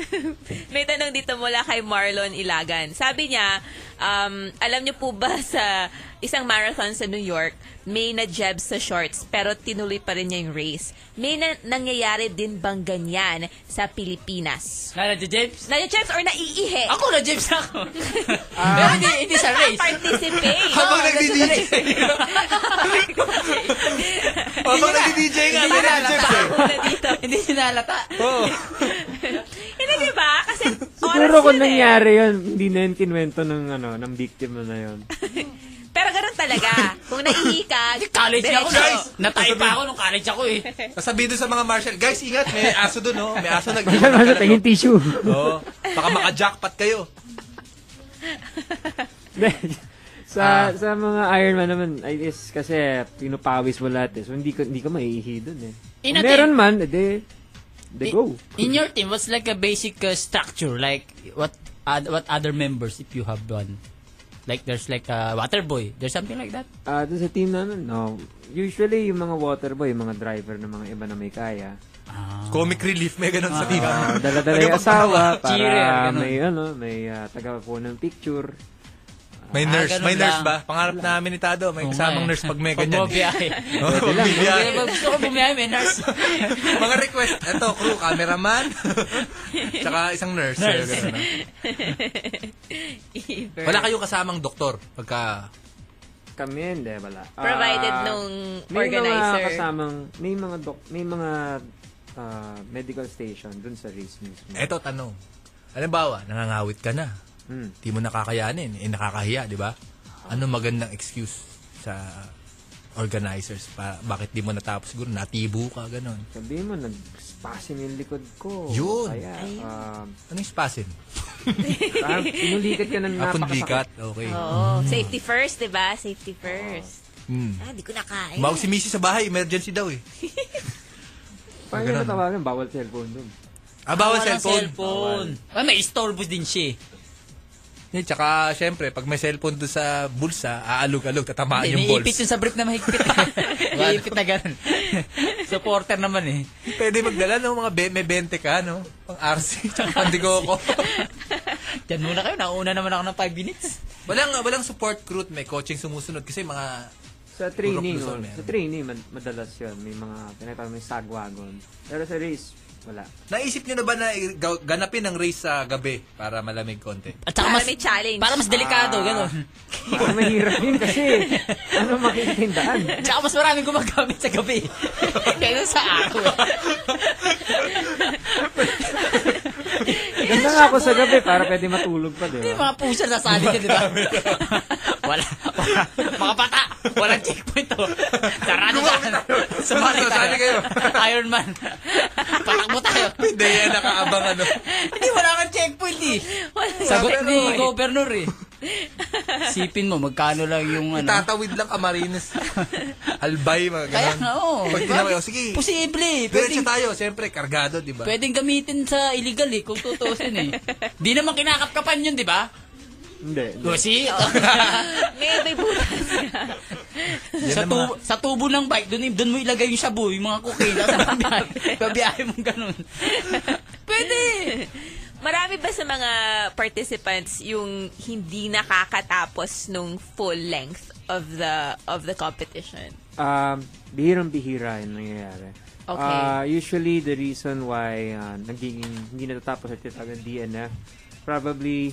Speaker 3: May tanong dito mula kay Marlon Ilagan. Sabi niya, um, alam niyo po ba sa isang marathon sa New York, may na-jeb sa shorts pero tinuloy pa rin niya yung race. May na- nangyayari din bang ganyan sa Pilipinas?
Speaker 1: Nala, James?
Speaker 3: Na-jebs or naiihi?
Speaker 1: Ako na, James ako. Pero hindi, hindi sa race.
Speaker 3: Participate.
Speaker 2: Habang
Speaker 3: Oo,
Speaker 2: nagdi-DJ.
Speaker 3: nasa race.
Speaker 2: Habang nag-DJ nga,
Speaker 1: Hindi
Speaker 2: may
Speaker 1: nalata.
Speaker 2: na-jebs eh.
Speaker 1: Hindi siya nalata.
Speaker 3: Hindi, di ba? Kasi
Speaker 4: Siguro
Speaker 3: oras
Speaker 4: kung
Speaker 3: yun eh.
Speaker 4: nangyari yun, hindi na yun kinwento ng, ano, ng victim na yun.
Speaker 3: Pero ganun talaga. Kung naihi ka,
Speaker 1: College na ako,
Speaker 3: diretso.
Speaker 1: guys! Natay pa ako nung college ako eh.
Speaker 2: Sasabihin doon sa mga marshal, guys, ingat, may aso doon, oh. May aso nag
Speaker 4: Marshal, tingin tissue.
Speaker 2: Oo. Baka maka-jackpot kayo.
Speaker 4: sa sa mga Ironman naman ay is kasi pinupawis mo lahat eh. So hindi ka hindi ka maihi doon eh.
Speaker 1: In
Speaker 4: Kung
Speaker 1: a
Speaker 4: meron
Speaker 1: team.
Speaker 4: man, edi
Speaker 1: I-
Speaker 4: they go.
Speaker 1: In your team, what's like a basic uh, structure? Like what oth- what other members if you have one? Like there's like a water boy. There's something like that.
Speaker 4: Ah, dun sa team namin, no. Usually yung mga water boy, yung mga driver ng mga iba na may kaya.
Speaker 2: Comic relief, may ganun sa team.
Speaker 4: Ah, dala-dala
Speaker 2: Ano
Speaker 4: yung asawa para
Speaker 2: Cheerer, ah, ganun.
Speaker 4: may ano, may uh, taga ng picture.
Speaker 2: May
Speaker 4: Ah,
Speaker 2: nurse,
Speaker 4: ganun
Speaker 2: may nurse
Speaker 4: lang.
Speaker 2: ba? Pangarap namin ni Tado, may kasamang
Speaker 4: nga eh.
Speaker 2: nurse pag may
Speaker 4: Pag
Speaker 2: ganyan. Oh,
Speaker 4: mabiyahe.
Speaker 1: eh.
Speaker 2: Oo,
Speaker 4: Pwede lang.
Speaker 2: mabiyahe.
Speaker 1: Kaya ba gusto ko bumiyahe, may nurse.
Speaker 2: Mga request, eto, crew, cameraman, tsaka isang nurse.
Speaker 1: Nurse.
Speaker 2: Ganun na.
Speaker 3: Iver.
Speaker 2: Wala kayong kasamang doktor pagka...
Speaker 4: Kami, hindi, wala.
Speaker 3: Provided
Speaker 4: Ah,
Speaker 3: nung
Speaker 4: may
Speaker 3: organizer.
Speaker 4: Mga kasamang, may mga doc, may mga ah, medical station dun sa race mismo.
Speaker 2: Eto, tanong. Halimbawa, nangangawit ka na.
Speaker 4: Hmm.
Speaker 2: Di mo nakakayanin, eh, nakakahiya, di ba? Ano magandang excuse sa organizers pa bakit di mo natapos siguro natibo ka ganun
Speaker 4: Sabihin mo, nag-spasin yung likod ko.
Speaker 2: Yun.
Speaker 4: Kaya,
Speaker 2: Ayun.
Speaker 4: um,
Speaker 2: ano yung spasin
Speaker 4: parang pinulikat ka ng
Speaker 2: Ah,
Speaker 4: napakasakit.
Speaker 2: punlikat. Okay.
Speaker 3: Oo. Safety first, di ba? Safety first.
Speaker 2: Mm.
Speaker 3: Ah, di ko nakain.
Speaker 2: Mawag si Missy sa bahay, emergency daw eh.
Speaker 4: Parang
Speaker 2: Ganun.
Speaker 4: natawagan, ano bawal cellphone dun.
Speaker 2: Ah, bawal
Speaker 1: Walang
Speaker 2: cellphone.
Speaker 1: cellphone. Ah, may istorbo din siya. eh.
Speaker 2: Eh, tsaka, syempre, pag may cellphone doon sa bulsa, aalog-alog, tatamaan
Speaker 1: Hindi,
Speaker 2: yung balls.
Speaker 1: Naiipit yun sa brief na mahigpit. Naiipit na ganun. Supporter naman eh.
Speaker 2: Pwede magdala ng mga be- may 20 ka, no? Pang RC, tsaka pandigo ko.
Speaker 1: Diyan muna kayo, nauna naman ako ng 5 minutes.
Speaker 2: walang, walang support crew, at may coaching sumusunod kasi mga...
Speaker 4: Sa training,
Speaker 2: Luzon
Speaker 4: oh,
Speaker 2: meron.
Speaker 4: sa training, mad- madalas yun. May mga, pinatawag may sagwagon. Pero sa race, wala.
Speaker 2: Naisip nyo na ba na i- gaw- ganapin ang race sa gabi para malamig konti?
Speaker 1: At saka Ah, mas,
Speaker 3: challenge.
Speaker 1: para mas delikado, ganun.
Speaker 4: Parang mahirap yun kasi. Ano makikitindaan?
Speaker 1: Tsaka mas maraming gumagamit sa gabi. Kaysa sa araw. eh.
Speaker 4: Ganda nga ako sa gabi para pwede matulog pa, di
Speaker 1: Hindi,
Speaker 4: ba?
Speaker 1: mga pusa sasali ka, di ba? wala, wala. Mga bata, walang checkpoint oh. to. Sarado ka. Sumali
Speaker 2: Sasali kayo.
Speaker 1: Iron Man. Patakbo tayo.
Speaker 2: Hindi, yan nakaabang ano.
Speaker 1: Hindi, wala kang checkpoint eh. Sagot ni Governor eh. Sipin mo, magkano lang yung ano.
Speaker 2: Tatawid lang Camarines. Albay, mga
Speaker 1: Kaya
Speaker 2: ganun.
Speaker 1: nga, oo.
Speaker 2: Pag
Speaker 1: Diba?
Speaker 2: tinawag, sige.
Speaker 1: Posible eh.
Speaker 2: Diretso
Speaker 1: Pwedeng,
Speaker 2: tayo, syempre, kargado, diba? di ba?
Speaker 1: pwedeng gamitin sa illegal eh, kung tutusin eh. Di naman kinakapkapan yun, di ba?
Speaker 4: Hindi.
Speaker 1: O, see?
Speaker 3: may, may butas.
Speaker 1: sa, tubo, sa tubo ng bike, doon, doon mo ilagay yung shabu, yung mga cookie. Tapos pabiyahe, pabiyahe mo ganun.
Speaker 3: Pwede. Marami ba sa mga participants yung hindi nakakatapos nung full length of the of the competition?
Speaker 4: Um, bihirang bihira yung nangyayari.
Speaker 3: Okay.
Speaker 4: Uh, usually, the reason why uh, nagiging hindi natatapos at tinatawag ng DNF, probably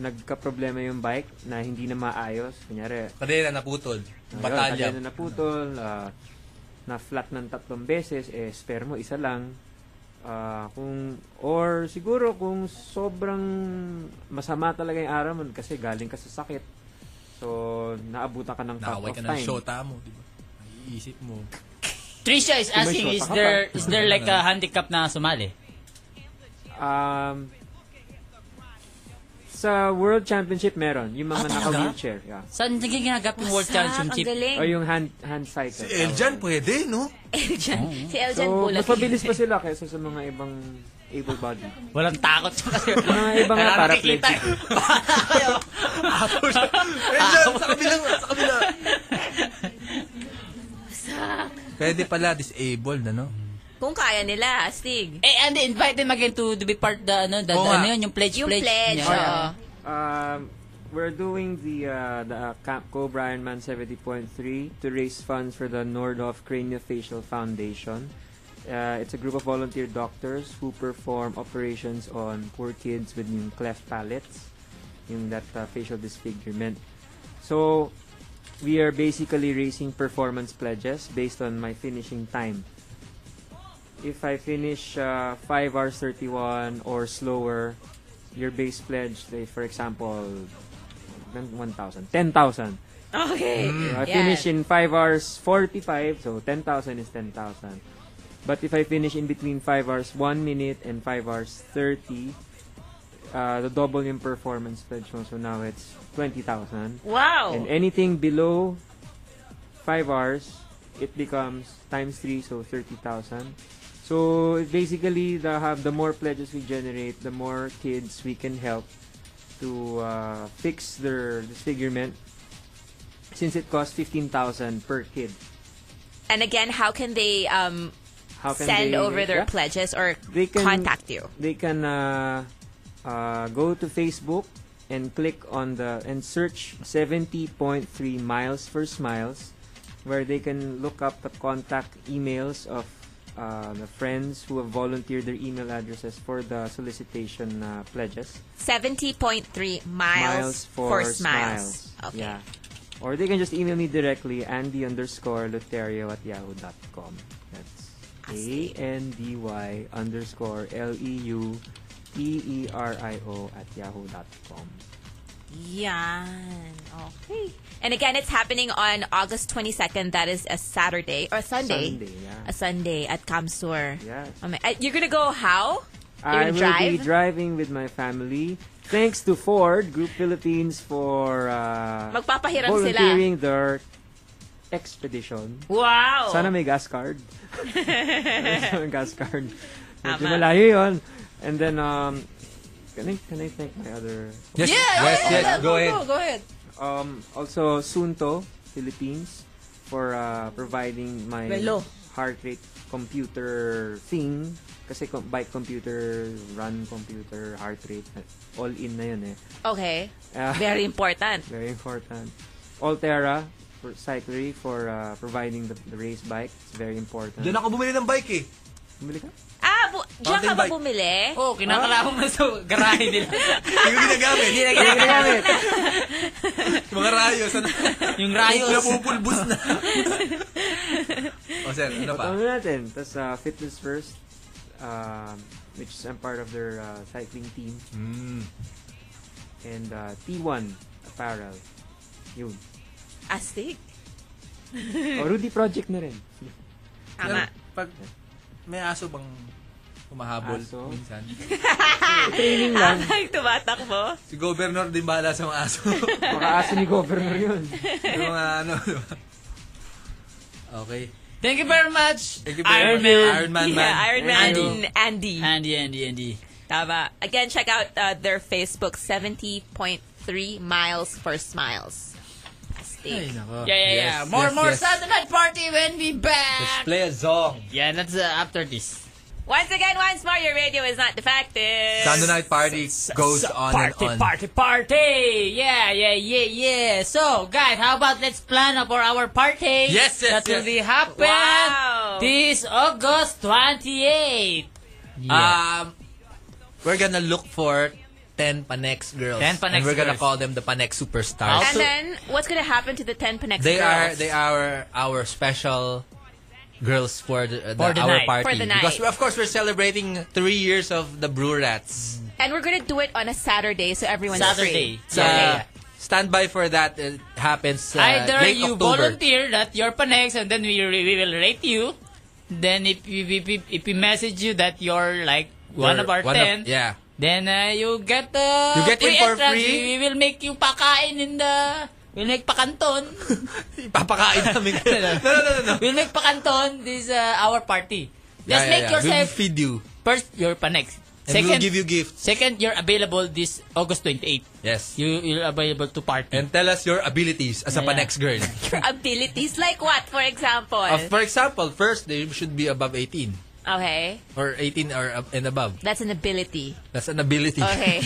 Speaker 4: nagka-problema yung bike na hindi na maayos. Kunyari,
Speaker 2: Kadena naputol.
Speaker 4: Ayun,
Speaker 2: Batalya.
Speaker 4: kagaya na naputol, ah, na-flat ng tatlong beses, eh, spare mo isa lang. Ah, kung, or siguro kung sobrang masama talaga yung araw mo kasi galing ka sa sakit. So, naabutan ka ng cut
Speaker 2: Nakaway
Speaker 4: off
Speaker 2: ka na ng
Speaker 4: time.
Speaker 2: shota mo, di ba? Iisip mo.
Speaker 1: Trisha is asking,
Speaker 4: May
Speaker 1: is
Speaker 4: shota ka
Speaker 1: there
Speaker 4: pa.
Speaker 1: is there like a handicap na sumali?
Speaker 4: Um, sa World Championship meron, yung mga
Speaker 1: Ah, talaga?
Speaker 4: naka-wheelchair. Yeah.
Speaker 1: Saan naging ginagap yung World
Speaker 3: Wasak,
Speaker 1: Championship?
Speaker 3: Ang galing.
Speaker 4: O yung hand, hand cycle.
Speaker 2: Si Eh, Eljan, pwede, no?
Speaker 3: Eljan. Si Eljan
Speaker 4: Oh. So,
Speaker 3: Pula.
Speaker 4: mas mabilis pa sila kaysa sa mga ibang able-bodied.
Speaker 1: Walang takot siya kasi.
Speaker 4: Mga iba nga
Speaker 1: Wala
Speaker 4: para
Speaker 1: nakikita.
Speaker 2: Eljan, sa kabila, sa kabila. Pwede pala, disabled, ano?
Speaker 3: Kung kaya nila, Astig.
Speaker 1: eh, and they invite them again to, to be part the, ano, the,
Speaker 2: Oo
Speaker 1: the-
Speaker 2: nga.
Speaker 1: ano yun, yung pledge,
Speaker 3: Yung pledge,
Speaker 1: niya.
Speaker 3: oo.
Speaker 4: Um, we're doing the uh, the uh, Camp Cobra Ironman 70.3 to raise funds for the Nordhoff Craniofacial Foundation. Uh, it's a group of volunteer doctors who perform operations on poor kids with yung cleft palates, yung that uh, facial disfigurement. So, we are basically raising performance pledges based on my finishing time. If I finish uh, 5 hours 31 or slower, your base pledge, say for example, not 1,000, 10,000.
Speaker 3: Okay.
Speaker 4: Mm. I
Speaker 3: Yes.
Speaker 4: finish in 5 hours 45, so 10,000 is 10,000. But if I finish in between 5 hours 1 minute and 5 hours 30, uh, the double yung performance pledge mo. So now it's 20,000.
Speaker 3: Wow.
Speaker 4: And anything below 5 hours, it becomes times 3, so 30,000. So it basically, the, have, the more pledges we generate, the more kids we can help to uh, fix their disfigurement since it costs 15,000 per kid.
Speaker 3: And again, how can they um,
Speaker 4: How can
Speaker 3: send
Speaker 4: they-
Speaker 3: over their
Speaker 4: yeah.
Speaker 3: pledges or
Speaker 4: They can-
Speaker 3: contact you?
Speaker 4: They can uh, uh, go to Facebook and click on the and search 70.3 miles for smiles, where they can look up the contact emails of uh, the friends who have volunteered their email addresses for the solicitation uh, pledges.
Speaker 3: 70.3 miles, for smiles. Okay.
Speaker 4: Yeah. Or they can just email me directly, andy underscore luterio at yahoo.com. That's A-N-D-Y underscore E L-E-U-T-E-R-I-O at yahoo.com.
Speaker 3: Yan. Okay. And again, it's happening on August 22nd. That is a Saturday or Sunday.
Speaker 4: Sunday, yeah.
Speaker 3: A Sunday at Kamsur.
Speaker 4: Yes.
Speaker 3: Oh my- uh, You're gonna go how?
Speaker 4: I
Speaker 3: You're
Speaker 4: will
Speaker 3: gonna drive?
Speaker 4: be driving with my family. Thanks to Ford Group Philippines for uh,
Speaker 3: Magpapahiram sila.
Speaker 4: volunteering their expedition.
Speaker 3: Wow!
Speaker 4: Sana may gas card. Sana may gas card. Medyo
Speaker 3: Tama.
Speaker 4: malayo yun. And then, um, can I, can I thank my other...
Speaker 2: Yes, Yeah, yes, yeah, yes, yeah, go go, ahead. go, go
Speaker 3: ahead.
Speaker 4: Um, also, Sunto, Philippines, for uh, providing my
Speaker 3: Belo.
Speaker 4: heart rate computer thing. Kasi com- bike computer, run computer, heart rate, all in na yun eh.
Speaker 3: Okay.
Speaker 4: Ah.
Speaker 3: Very important.
Speaker 4: Very important. Altera for Cyclery for uh, providing the, the race bike. It's very important.
Speaker 2: Doon ako bumili ng bike eh.
Speaker 4: Bumili ka?
Speaker 3: Ah, bu- diyan ka
Speaker 4: Mountain
Speaker 3: ba
Speaker 4: bike.
Speaker 3: bumili?
Speaker 1: Oo, oh, kinakalabang na sa garahe nila.
Speaker 2: Hindi ko ginagamit.
Speaker 1: Hindi na ginagamit.
Speaker 2: Mga rayos. Ano?
Speaker 1: Yung rayos.
Speaker 2: Napupulbus na. o sir, ano pa?
Speaker 4: Ano natin? Tapos uh, Fitness First, um, which is I'm part of their uh, cycling team.
Speaker 2: Mm.
Speaker 4: And uh, T1 Apparel. Yun.
Speaker 2: ah,
Speaker 3: Astig.
Speaker 4: O Rudy Project na rin.
Speaker 3: Tama.
Speaker 2: Pag may aso bang humahabol
Speaker 4: Aso?
Speaker 2: minsan?
Speaker 4: Training lang.
Speaker 3: Ay, Ah, tumatakbo.
Speaker 2: Si Governor din bahala sa mga aso.
Speaker 4: Mga aso ni Governor yun.
Speaker 2: Yung mga ano, di ba? Okay.
Speaker 1: Thank you very much,
Speaker 2: Thank you very
Speaker 1: Iron
Speaker 2: much,
Speaker 1: Man.
Speaker 2: Iron Man
Speaker 3: yeah,
Speaker 2: Man.
Speaker 3: Iron Man
Speaker 1: Andy.
Speaker 3: Andy.
Speaker 1: Andy, Andy, Andy.
Speaker 3: Tama. Again, check out uh, their Facebook, 70.3 miles for smiles. Astig.
Speaker 1: Yeah, yeah, yeah. More, more Saturday night party when we back.
Speaker 2: Play a song.
Speaker 1: Yeah, that's uh, after this.
Speaker 3: Once again, once more, your radio is not defective.
Speaker 2: Sunday night party goes on and
Speaker 1: party,
Speaker 2: on.
Speaker 1: party, party! Yeah, yeah, yeah, yeah. So, guys, how about let's plan for our party?
Speaker 2: Yes, yes,
Speaker 1: That will
Speaker 2: yes.
Speaker 1: be happen
Speaker 3: Wow.
Speaker 1: this August 28.
Speaker 2: Um, we're gonna look for 10 Panex girls.
Speaker 1: 10 Panex
Speaker 2: And we're gonna
Speaker 1: girls.
Speaker 2: call them the Panex Superstars.
Speaker 3: And then, what's going to happen to the 10 Panex
Speaker 2: they are
Speaker 3: girls?
Speaker 2: they are our special girls for the, uh,
Speaker 1: For the
Speaker 2: our
Speaker 1: night.
Speaker 2: party
Speaker 3: For the night.
Speaker 2: because of course we're celebrating three years of the Brew Rats.
Speaker 3: And we're going to do it on a Saturday, so everyone's
Speaker 1: Saturday.
Speaker 3: free.
Speaker 2: So
Speaker 1: Yeah.
Speaker 2: stand by for that. It happens uh,
Speaker 1: Either
Speaker 2: late
Speaker 1: you
Speaker 2: October.
Speaker 1: volunteer that you're Panex and then we, we will rate you. Then if we, we, we- if we message you that you're like one
Speaker 2: We're
Speaker 1: of our 10,
Speaker 2: yeah.
Speaker 1: then uh, you get uh,
Speaker 2: You get in
Speaker 1: free
Speaker 2: for
Speaker 1: entrance.
Speaker 2: free?
Speaker 1: We, we will make you pakain in the... We'll make pakanton.
Speaker 2: Papakain namin. kayo. no, no, no, no. no.
Speaker 1: we'll make pakanton this uh, our party. Just
Speaker 2: Yeah,
Speaker 1: make
Speaker 2: yeah, yeah.
Speaker 1: yourself
Speaker 2: We'll feed you.
Speaker 1: first your Panex.
Speaker 2: And
Speaker 1: Second,
Speaker 2: we'll give you gifts.
Speaker 1: second you're available this August 28.
Speaker 2: Yes.
Speaker 1: You you're available to party.
Speaker 2: And tell us your abilities as
Speaker 1: Yeah,
Speaker 2: a
Speaker 1: yeah.
Speaker 2: Panex girl.
Speaker 3: Your abilities, like what, for example?
Speaker 2: Uh, for example, first, they should be above 18.
Speaker 3: okay.
Speaker 2: Or 18 or ab- and above.
Speaker 3: That's an ability.
Speaker 2: That's an ability.
Speaker 3: Okay.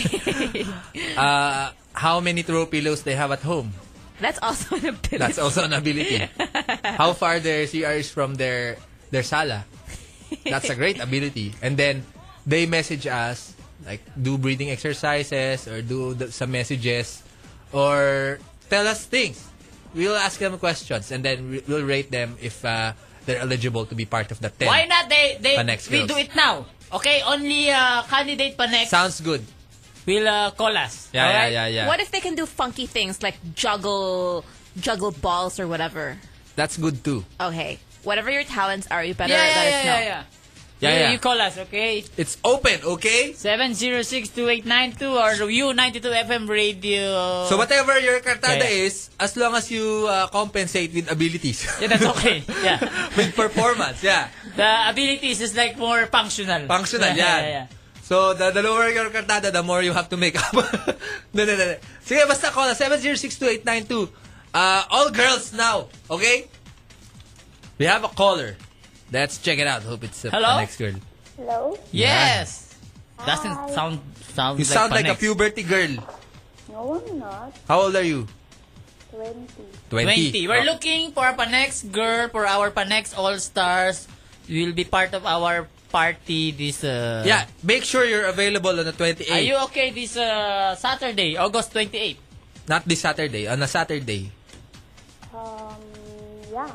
Speaker 2: Uh, how many throw pillows they have at home.
Speaker 3: That's also an ability.
Speaker 2: That's also an ability. how far their CR is from their their sala. That's a great ability. And then they message us like do breathing exercises or do the, some messages or tell us things. We'll ask them questions and then we- we'll rate them if uh, they're eligible to be part of the 10.
Speaker 1: Why not they they
Speaker 2: Panex
Speaker 1: we
Speaker 2: girls.
Speaker 1: do it now? Okay, only uh, candidate Panex.
Speaker 2: Sounds good.
Speaker 1: We'll uh, call us.
Speaker 2: Yeah,
Speaker 1: alright?
Speaker 2: yeah, yeah, yeah.
Speaker 3: What if they can do funky things like juggle juggle balls or whatever?
Speaker 2: That's good too.
Speaker 3: Okay. Whatever your talents are, you better
Speaker 1: Yeah, yeah,
Speaker 3: let
Speaker 1: yeah,
Speaker 3: us know.
Speaker 1: yeah, yeah.
Speaker 2: Yeah,
Speaker 1: you,
Speaker 2: yeah.
Speaker 1: you call us, okay?
Speaker 2: It's open, okay?
Speaker 1: 706-2892 or U92 FM radio.
Speaker 2: So whatever your kartada
Speaker 1: Yeah,
Speaker 2: is, as long as you uh, compensate with abilities.
Speaker 1: Yeah, that's okay. Yeah.
Speaker 2: with performance, yeah.
Speaker 1: The abilities is like more functional.
Speaker 2: Functional,
Speaker 1: Yeah,
Speaker 2: yan.
Speaker 1: yeah, yeah.
Speaker 2: So, the, the lower your kartada, the more you have to make up. no, no, no, no. Sige, basta call us. 7062892. Uh, all girls now, okay? We have a caller. Let's check it out. Hope it's uh,
Speaker 1: Hello?
Speaker 2: the next girl.
Speaker 9: Hello?
Speaker 1: Yes. Doesn't sound sound
Speaker 2: You
Speaker 1: like
Speaker 2: sound like a
Speaker 1: Panex.
Speaker 2: puberty girl.
Speaker 9: No, I'm not.
Speaker 2: How old are you?
Speaker 9: 20.
Speaker 1: 20.
Speaker 2: 20.
Speaker 1: We're looking for a Panex girl for our Panex All Stars. You'll be part of our party this uh,
Speaker 2: Yeah, make sure you're available on the 28th.
Speaker 1: Are you okay this uh, Saturday, August 28?
Speaker 2: Not this Saturday, on a Saturday.
Speaker 9: Um, yeah.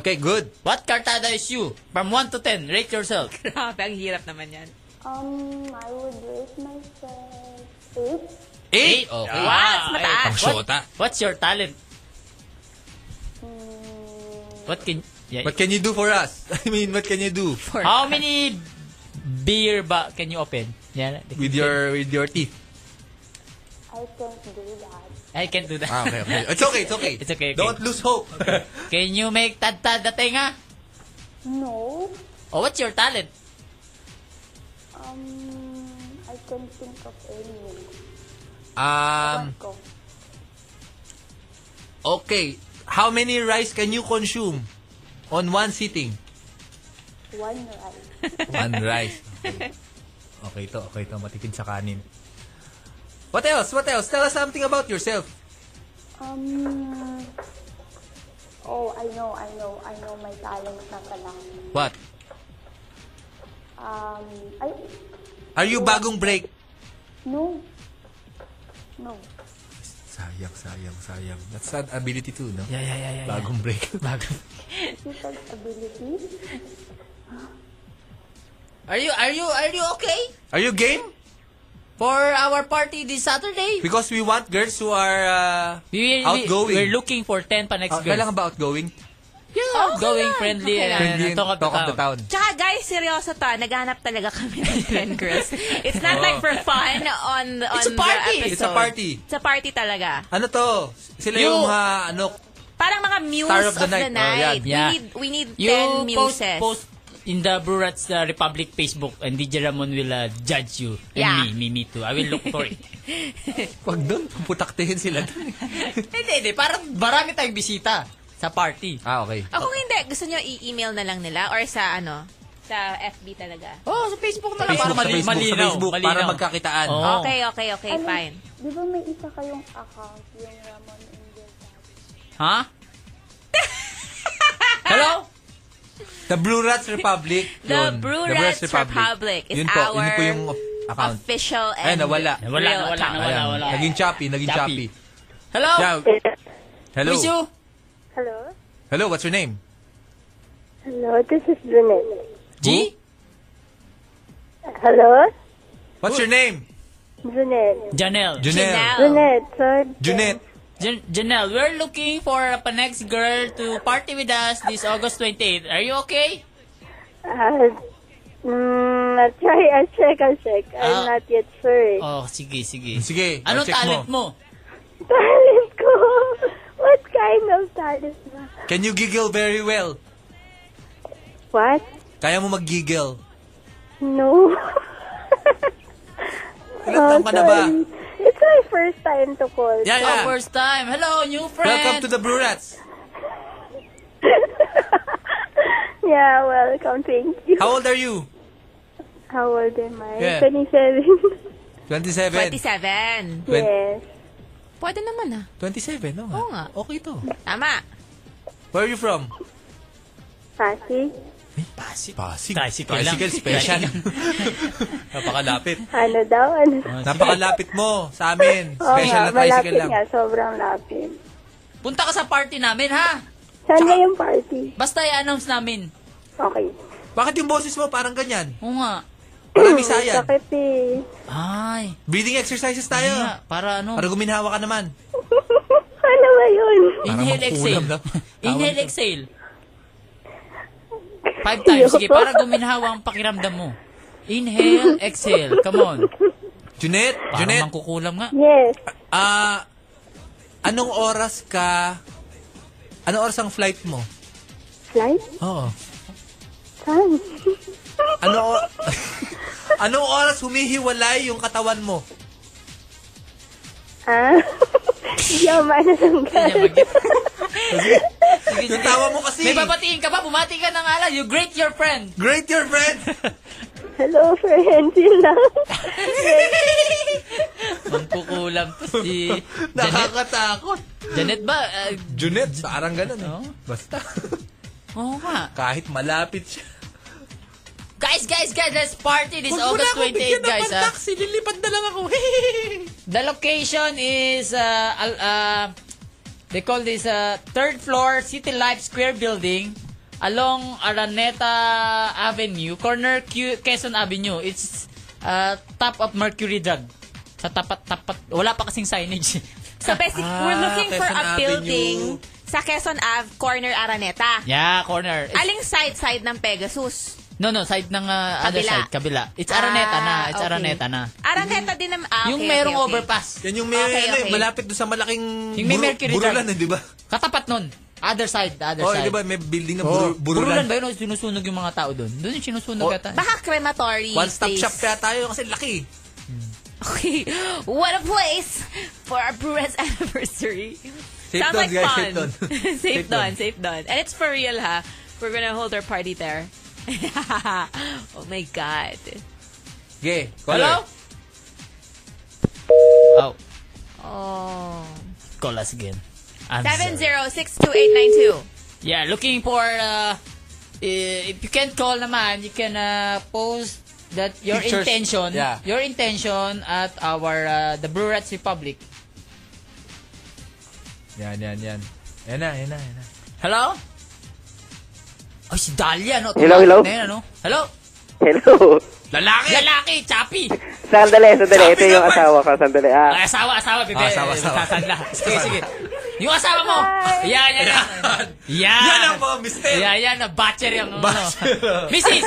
Speaker 2: Okay, good.
Speaker 1: What kartada is you? From 1 to 10, rate yourself.
Speaker 3: Grabe, ang hirap naman yan.
Speaker 9: Um, I would rate myself 8.
Speaker 2: Eight? Okay.
Speaker 1: Wow,
Speaker 2: Ah,
Speaker 1: mataas.
Speaker 2: Pang syota.
Speaker 1: What's your talent?
Speaker 2: Hmm.
Speaker 1: What can yeah,
Speaker 2: What can you do for us? I mean, what can you do?
Speaker 1: How many beer ba can you open? Yeah,
Speaker 2: With your with your teeth.
Speaker 9: I can't do that.
Speaker 1: I can do that.
Speaker 2: Ah, okay, okay. It's okay, it's okay.
Speaker 1: It's okay, okay.
Speaker 2: Don't lose hope.
Speaker 1: Can you make tad-tad the tenga?
Speaker 9: No.
Speaker 1: Oh, what's your talent?
Speaker 9: Um, I can't think of any.
Speaker 2: Um,
Speaker 9: Go.
Speaker 2: okay. How many rice can you consume on one sitting?
Speaker 9: One right.
Speaker 2: One rice. Okay to, okay to. Matikin sa kanin. What else? What else? Tell us something about yourself.
Speaker 9: Um, oh, I know, I know, I know my talents na pala.
Speaker 2: What?
Speaker 9: Um, ay,
Speaker 2: Are you bagong break?
Speaker 9: no. No.
Speaker 2: Sayang, sayang, sayang. That's an ability too, no?
Speaker 1: Yeah, yeah, yeah, yeah, yeah.
Speaker 2: Bagong break. Bagong.
Speaker 9: People's ability.
Speaker 1: Are you are you are you okay
Speaker 2: Are you game?
Speaker 1: for our party this Saturday?
Speaker 2: Because we want girls who are uh,
Speaker 1: We, we-
Speaker 2: outgoing.
Speaker 1: We're looking for 10 pa next
Speaker 2: Ah,
Speaker 1: girls.
Speaker 2: Kailangan ba outgoing?
Speaker 1: Yeah,
Speaker 3: Oh,
Speaker 1: outgoing,
Speaker 3: okay
Speaker 1: friendly,
Speaker 3: lang.
Speaker 1: and
Speaker 2: Friendly and
Speaker 1: talk of the
Speaker 2: talk
Speaker 1: town.
Speaker 2: of the town.
Speaker 3: Tsaka guys, seryoso to. ah. Naghanap talaga kami ng 10 girls. It's not like for fun on, on
Speaker 1: It's a party.
Speaker 3: the
Speaker 2: Oh.
Speaker 3: episode.
Speaker 2: It's a party.
Speaker 3: It's a party talaga.
Speaker 2: Ano to? Sila
Speaker 1: You-
Speaker 2: yung mga ano,
Speaker 3: Parang mga muse
Speaker 2: Star
Speaker 3: of the night.
Speaker 2: Oh, yan.
Speaker 1: Yeah.
Speaker 3: We need, we need
Speaker 1: You
Speaker 3: 10
Speaker 1: post,
Speaker 3: muses.
Speaker 1: post in the Brurats uh, Republic Facebook and DJ Ramon will uh, judge you. And
Speaker 3: Yeah.
Speaker 1: me, me, me too. I will look for it.
Speaker 2: wag doon, puputaktihin sila doon.
Speaker 1: Hindi, hindi. Parang marami tayong bisita sa party.
Speaker 2: ah, okay.
Speaker 3: Ako kung hindi, gusto nyo i-email na lang nila or sa ano, sa FB talaga.
Speaker 1: Oh, sa Facebook na lang. Para
Speaker 2: Facebook,
Speaker 1: mali-
Speaker 2: sa Facebook, sa
Speaker 1: malinaw,
Speaker 2: Facebook,
Speaker 1: malinaw. Oh.
Speaker 2: para magkakitaan.
Speaker 1: Oo.
Speaker 3: Okay, okay, okay,
Speaker 9: Ano,
Speaker 3: fine.
Speaker 9: Di ba may isa kayong account, yung Ramon and Gilbert?
Speaker 1: Ha? Hello?
Speaker 2: The Blue Rats Republic.
Speaker 3: The
Speaker 2: yun.
Speaker 3: Brew Rats Republic is
Speaker 2: yun po, yun
Speaker 3: our
Speaker 2: po yung account.
Speaker 3: official
Speaker 2: Ay,
Speaker 3: and
Speaker 2: nawala.
Speaker 1: Nawala,
Speaker 3: real
Speaker 1: nawala,
Speaker 3: account.
Speaker 1: nawala, nawala.
Speaker 2: Naging choppy, naging choppy.
Speaker 1: Choppy. Hello?
Speaker 2: Yeah. Hello.
Speaker 1: Miss you?
Speaker 9: Hello?
Speaker 2: Hello, what's your name?
Speaker 9: Hello, this is Brunette.
Speaker 1: G?
Speaker 9: Hello?
Speaker 2: What's your name?
Speaker 9: Brunette.
Speaker 1: Janelle.
Speaker 2: Janelle.
Speaker 3: Janelle.
Speaker 9: Brunette,
Speaker 2: Ah.
Speaker 9: sorry.
Speaker 2: Junette.
Speaker 1: Jan- Janelle, we're looking for a Panex girl to party with us this August 28th. Are you okay?
Speaker 9: Uh, mm, I'll try, I'll check, I'll check.
Speaker 1: Ah.
Speaker 9: I'm not yet sure.
Speaker 2: Ah.
Speaker 1: Oh, sige, sige.
Speaker 2: Sige, I'll
Speaker 1: Anong
Speaker 2: check
Speaker 1: talent
Speaker 2: mo.
Speaker 1: mo?
Speaker 9: Talent ko! What kind of talent ba?
Speaker 2: Can you giggle very well?
Speaker 9: What?
Speaker 2: Kaya mo mag-giggle.
Speaker 9: No.
Speaker 2: Ilang taon ka na ba?
Speaker 9: sorry. It's my first time to call.
Speaker 2: Yeah, yeah.
Speaker 1: Oh, first time. Hello, new friend.
Speaker 2: Welcome to the Blue Rats.
Speaker 9: yeah, welcome. Thank you.
Speaker 2: How old are you?
Speaker 9: How old am I?
Speaker 2: Yeah.
Speaker 9: 27.
Speaker 2: 27.
Speaker 3: 27.
Speaker 2: Twen-
Speaker 9: yes.
Speaker 3: Pwede naman ah.
Speaker 2: 27, no?
Speaker 3: Oo nga.
Speaker 2: Okay to.
Speaker 3: Tama.
Speaker 2: Where are you from?
Speaker 9: Pasig?
Speaker 1: Pasig.
Speaker 2: Pasig.
Speaker 1: Tricycle lang.
Speaker 2: Tricycle special. Napakalapit.
Speaker 9: Ano daw? Ano?
Speaker 2: Napakalapit mo sa amin. Special na tricycle
Speaker 9: Oh, malapit
Speaker 2: lang.
Speaker 9: nga. Sobrang lapit.
Speaker 1: Punta ka sa party namin, ha?
Speaker 9: Saan na yung party?
Speaker 1: Basta i-announce namin.
Speaker 9: Okay.
Speaker 2: Bakit yung boses mo parang ganyan?
Speaker 1: Oo nga.
Speaker 2: Wala, Bisayan.
Speaker 9: Sakit eh.
Speaker 1: Ay.
Speaker 2: Breathing exercises tayo.
Speaker 1: para ano?
Speaker 2: Para guminhawa ka naman.
Speaker 9: Ano ba yun?
Speaker 1: Inhale, exhale.
Speaker 2: na.
Speaker 1: Inhale, exhale. Five times. Sige, para guminhawa ang pakiramdam mo. Inhale, exhale. Come on.
Speaker 2: Junet, Junet. Parang
Speaker 1: mangkukulam nga.
Speaker 9: Yes.
Speaker 2: Ah, anong oras ka, anong oras ang flight mo?
Speaker 9: Flight?
Speaker 2: Oo.
Speaker 9: Saan?
Speaker 2: Ano o- anong oras humihiwalay yung katawan mo?
Speaker 9: Ah? Hindi ako masasanggal.
Speaker 2: Yung tawa mo kasi.
Speaker 1: May babatiin ka ba? Bumati ka na nga lang. You greet your friend.
Speaker 2: Great your friend!
Speaker 9: Hello, friends. Yun lang.
Speaker 1: Mangkukulam to si Janet.
Speaker 2: Nakakatakot.
Speaker 1: Janet ba? Ah,
Speaker 2: Junet, parang ganun. eh. Basta.
Speaker 1: Oo nga.
Speaker 2: Kahit malapit siya.
Speaker 1: Guys, guys, guys, let's party this
Speaker 2: Huwag mo na
Speaker 1: August
Speaker 2: akong
Speaker 1: 28,
Speaker 2: bigyan ng
Speaker 1: guys. ah.
Speaker 2: pantaksi. Lilipad na lang ako.
Speaker 1: The location is uh, al- uh, they call this uh, third floor City Life Square building along Araneta Avenue, corner Q- Quezon Avenue. It's uh, top of Mercury Drug. Sa tapat-tapat. Wala pa kasing signage.
Speaker 2: Ah,
Speaker 3: So basically, we're looking for a building sa Quezon Ave, corner Araneta.
Speaker 1: Yeah, corner. It's-
Speaker 3: Aling side-side ng Pegasus?
Speaker 1: no, no, side ng uh, other
Speaker 3: Kabila.
Speaker 1: side, kabila. It's Araneta
Speaker 3: Ah,
Speaker 1: na, it's
Speaker 3: okay.
Speaker 1: Araneta na.
Speaker 2: Mm-hmm.
Speaker 3: Araneta din naman. Ah,
Speaker 1: yung
Speaker 3: okay,
Speaker 1: merong
Speaker 3: okay, okay.
Speaker 1: overpass.
Speaker 2: Yan yung may,
Speaker 3: Okay,
Speaker 2: ano, eh,
Speaker 3: okay.
Speaker 2: malapit doon sa malaking
Speaker 1: Yung may
Speaker 2: buru-
Speaker 1: Mercury
Speaker 2: burulan,
Speaker 1: Drive.
Speaker 2: eh, di ba?
Speaker 1: Katapat nun. Other side, the other
Speaker 2: Oh,
Speaker 1: side.
Speaker 2: di ba? May building na
Speaker 1: Oo.
Speaker 2: buru- burulan.
Speaker 1: ba yun? O Sinusunog yung mga tao doon. Doon yung sinusunog yata.
Speaker 3: Baka crematory
Speaker 2: One-stop
Speaker 3: place.
Speaker 2: shop kaya tayo kasi laki.
Speaker 3: Okay. What a place for our Brewers anniversary.
Speaker 2: Safe
Speaker 3: Sounds
Speaker 2: done,
Speaker 3: like
Speaker 2: guys,
Speaker 3: fun.
Speaker 2: safe done.
Speaker 3: safe,
Speaker 2: Safe
Speaker 3: done,
Speaker 2: done.
Speaker 3: safe done. And it's for real, ha? We're gonna hold our party there. oh my God.
Speaker 2: Okay,
Speaker 1: Hello?
Speaker 2: caller.
Speaker 1: Oh.
Speaker 3: Oh.
Speaker 1: Call us again. I'm sorry.
Speaker 3: Seven zero six two eight nine two.
Speaker 1: Yeah, looking for... Uh, eh, if you can't call naman, you can uh, post that your
Speaker 2: Pictures.
Speaker 1: intention
Speaker 2: Yeah.
Speaker 1: your intention at our uh, the Brew Rats Republic.
Speaker 2: Yan, yan, yan. Yan na, yan na, yan na.
Speaker 1: Hello? Ay, si Dahlia, no?
Speaker 18: Hello, hello?
Speaker 1: Na yun, ano? Hello?
Speaker 18: Hello.
Speaker 1: Lalaki! Lalaki, Chappy!
Speaker 18: Sandali, sandali. Ito yung asawa ko. Sandali. Ah.
Speaker 1: Ay, asawa, asawa, bebe.
Speaker 2: Ah, asawa, asawa.
Speaker 1: Sasanda. Sige, sige. Yung asawa mo! Yan, yan, yan. Yan!
Speaker 2: Yan ang mga mistake.
Speaker 1: Yan, yan. na Butcher yung ano.
Speaker 2: Bachelor.
Speaker 1: Mrs.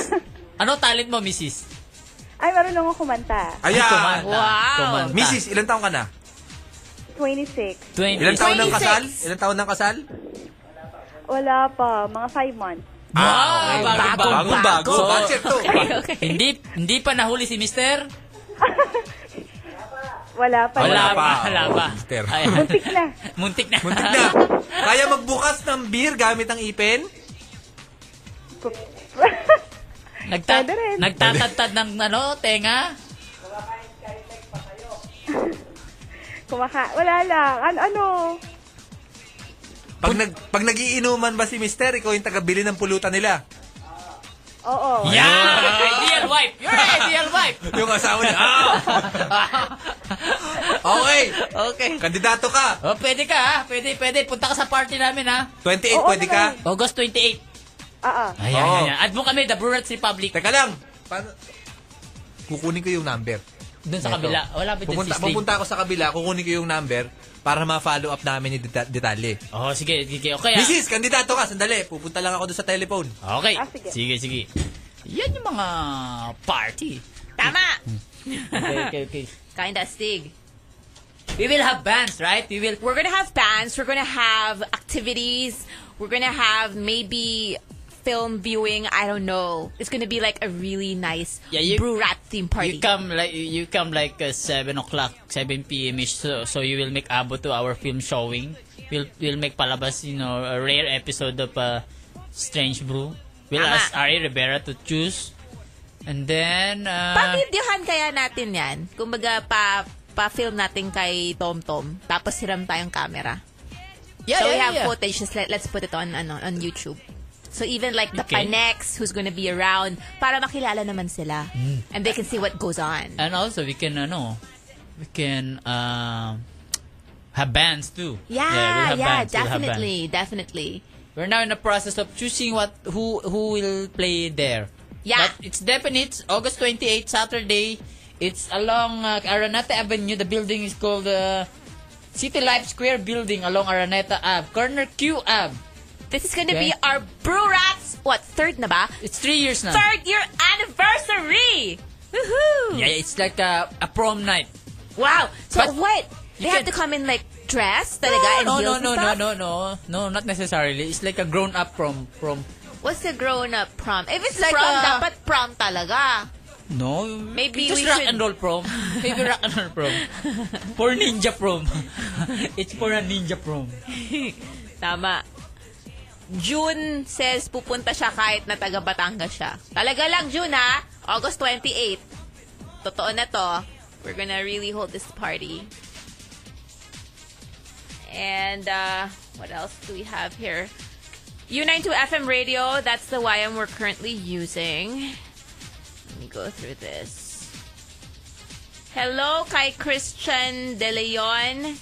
Speaker 1: Ano talent mo, Mrs.?
Speaker 9: Ay, marunong ako kumanta.
Speaker 2: Ayan.
Speaker 1: Kumanta. Wow. Kumanta.
Speaker 2: Mrs., ilan taon ka na?
Speaker 9: 26.
Speaker 1: 20.
Speaker 2: Ilan taon ng
Speaker 3: 26.
Speaker 2: kasal? Ilan taon ng kasal?
Speaker 9: Wala pa. Mga 5 months.
Speaker 1: Ah,
Speaker 2: bago, bago, bago. bago.
Speaker 1: So,
Speaker 2: Bachelor to.
Speaker 1: Hindi, hindi pa nahuli si Mister?
Speaker 9: Wala pa.
Speaker 1: Wala pa, wala pa.
Speaker 2: Oh, Mister.
Speaker 1: Ayan.
Speaker 9: Muntik na.
Speaker 1: Muntik na.
Speaker 2: Muntik na. Kaya magbukas ng beer gamit ang ipin?
Speaker 1: Nagta-
Speaker 9: Pwede rin.
Speaker 1: nagtatadtad ng ano, tenga?
Speaker 9: Kumaka. Wala lang. Ano, ano?
Speaker 2: Pag, nag, pag nagiinuman ba si Mister, ikaw yung tagabili ng pulutan nila.
Speaker 9: Oo.
Speaker 1: Yeah! ideal wife! You're an ideal wife!
Speaker 2: Yung asawa niya. Ah! Okay.
Speaker 1: okay.
Speaker 2: Kandidato ka.
Speaker 1: Oh, pwede ka ha. Pwede, pwede. Punta ka sa party namin ha.
Speaker 2: 28,
Speaker 9: Oo
Speaker 2: pwede ka.
Speaker 1: August 28.
Speaker 9: Oo.
Speaker 1: Ayan,
Speaker 2: Oo.
Speaker 1: ayan, ayan. Add mo kami, The Brewers Republic.
Speaker 2: Teka lang. Paano? Kukunin ko yung number.
Speaker 1: Doon sa
Speaker 2: Eto.
Speaker 1: kabila. Wala ba dyan si
Speaker 2: Pupunta,
Speaker 1: Sting?
Speaker 2: pupunta ako sa kabila, kukunin ko yung number para ma-follow up namin yung deta- detalye.
Speaker 1: Oh, sige, sige. Okay, ah.
Speaker 2: Mrs., kandidato ka. Sandali, pupunta lang ako doon sa telephone.
Speaker 1: Okay.
Speaker 9: Ah, sige.
Speaker 1: sige, sige. Yan yung mga party.
Speaker 3: Tama!
Speaker 1: Okay, okay, okay.
Speaker 3: Kinda stig.
Speaker 1: We will have bands, right? We will...
Speaker 3: We're gonna have bands. We're gonna have activities. We're gonna have maybe film viewing. I don't know. It's gonna be like a really nice
Speaker 1: Yeah, you-
Speaker 3: brew rat theme
Speaker 1: You
Speaker 3: party.
Speaker 1: come like you come like uh, 7 o'clock, 7 p.m. ish. So, so you will make abo to our film showing. We'll we'll make palabas, you know, a rare episode of uh, Strange Brew. We'll
Speaker 3: Tama.
Speaker 1: ask Ari Rivera to choose. And then uh,
Speaker 3: Pabidyohan kaya natin yan. Kumbaga, pa, pa-film natin kay Tom Tom. Tapos hiram tayong camera.
Speaker 1: yeah,
Speaker 3: so
Speaker 1: yeah,
Speaker 3: we have
Speaker 1: yeah.
Speaker 3: footage. Just let, let's put it on ano, on YouTube. So even like the
Speaker 1: Okay.
Speaker 3: Panex who's gonna be around para makilala naman sila.
Speaker 1: Mm.
Speaker 3: And they can see what goes on.
Speaker 1: And also we can ano, we can um have bands too.
Speaker 3: Yeah, yeah,
Speaker 1: we'll have bands, we'll have bands.
Speaker 3: definitely, definitely.
Speaker 1: We're now in the process of choosing what who who will play there.
Speaker 3: Yeah.
Speaker 1: But it's definite. August 28, Saturday. It's along uh, Araneta Avenue. The building is called uh, City Life Square Building along Araneta Ave. Corner Q Ave.
Speaker 3: This is gonna be our Brew Rats, what, third na ba?
Speaker 1: It's three years na.
Speaker 3: Third year anniversary! Woohoo!
Speaker 1: Yeah, it's like a, a prom night.
Speaker 3: Wow! So what? They have to come in like dress talaga and
Speaker 1: no,
Speaker 3: heels
Speaker 1: no, no,
Speaker 3: and stuff?
Speaker 1: no, no, no, no, not necessarily. It's like a grown-up prom, prom.
Speaker 3: What's the grown-up prom? If it's
Speaker 1: Like
Speaker 3: prom,
Speaker 1: a-
Speaker 3: dapat prom talaga.
Speaker 1: No,
Speaker 3: Maybe
Speaker 1: just
Speaker 3: we
Speaker 1: rock
Speaker 3: should-
Speaker 1: and roll prom. Maybe rock and roll prom. For ninja prom. it's for a ninja prom.
Speaker 3: Tama. June says pupunta siya kahit na taga Batangas siya. Talaga lang, June ha? August 28. Totoo na to. We're gonna really hold this party. And uh, what else do we have here? U92 FM radio, that's the YM we're currently using. Let me go through this. Hello kay Christian De Leon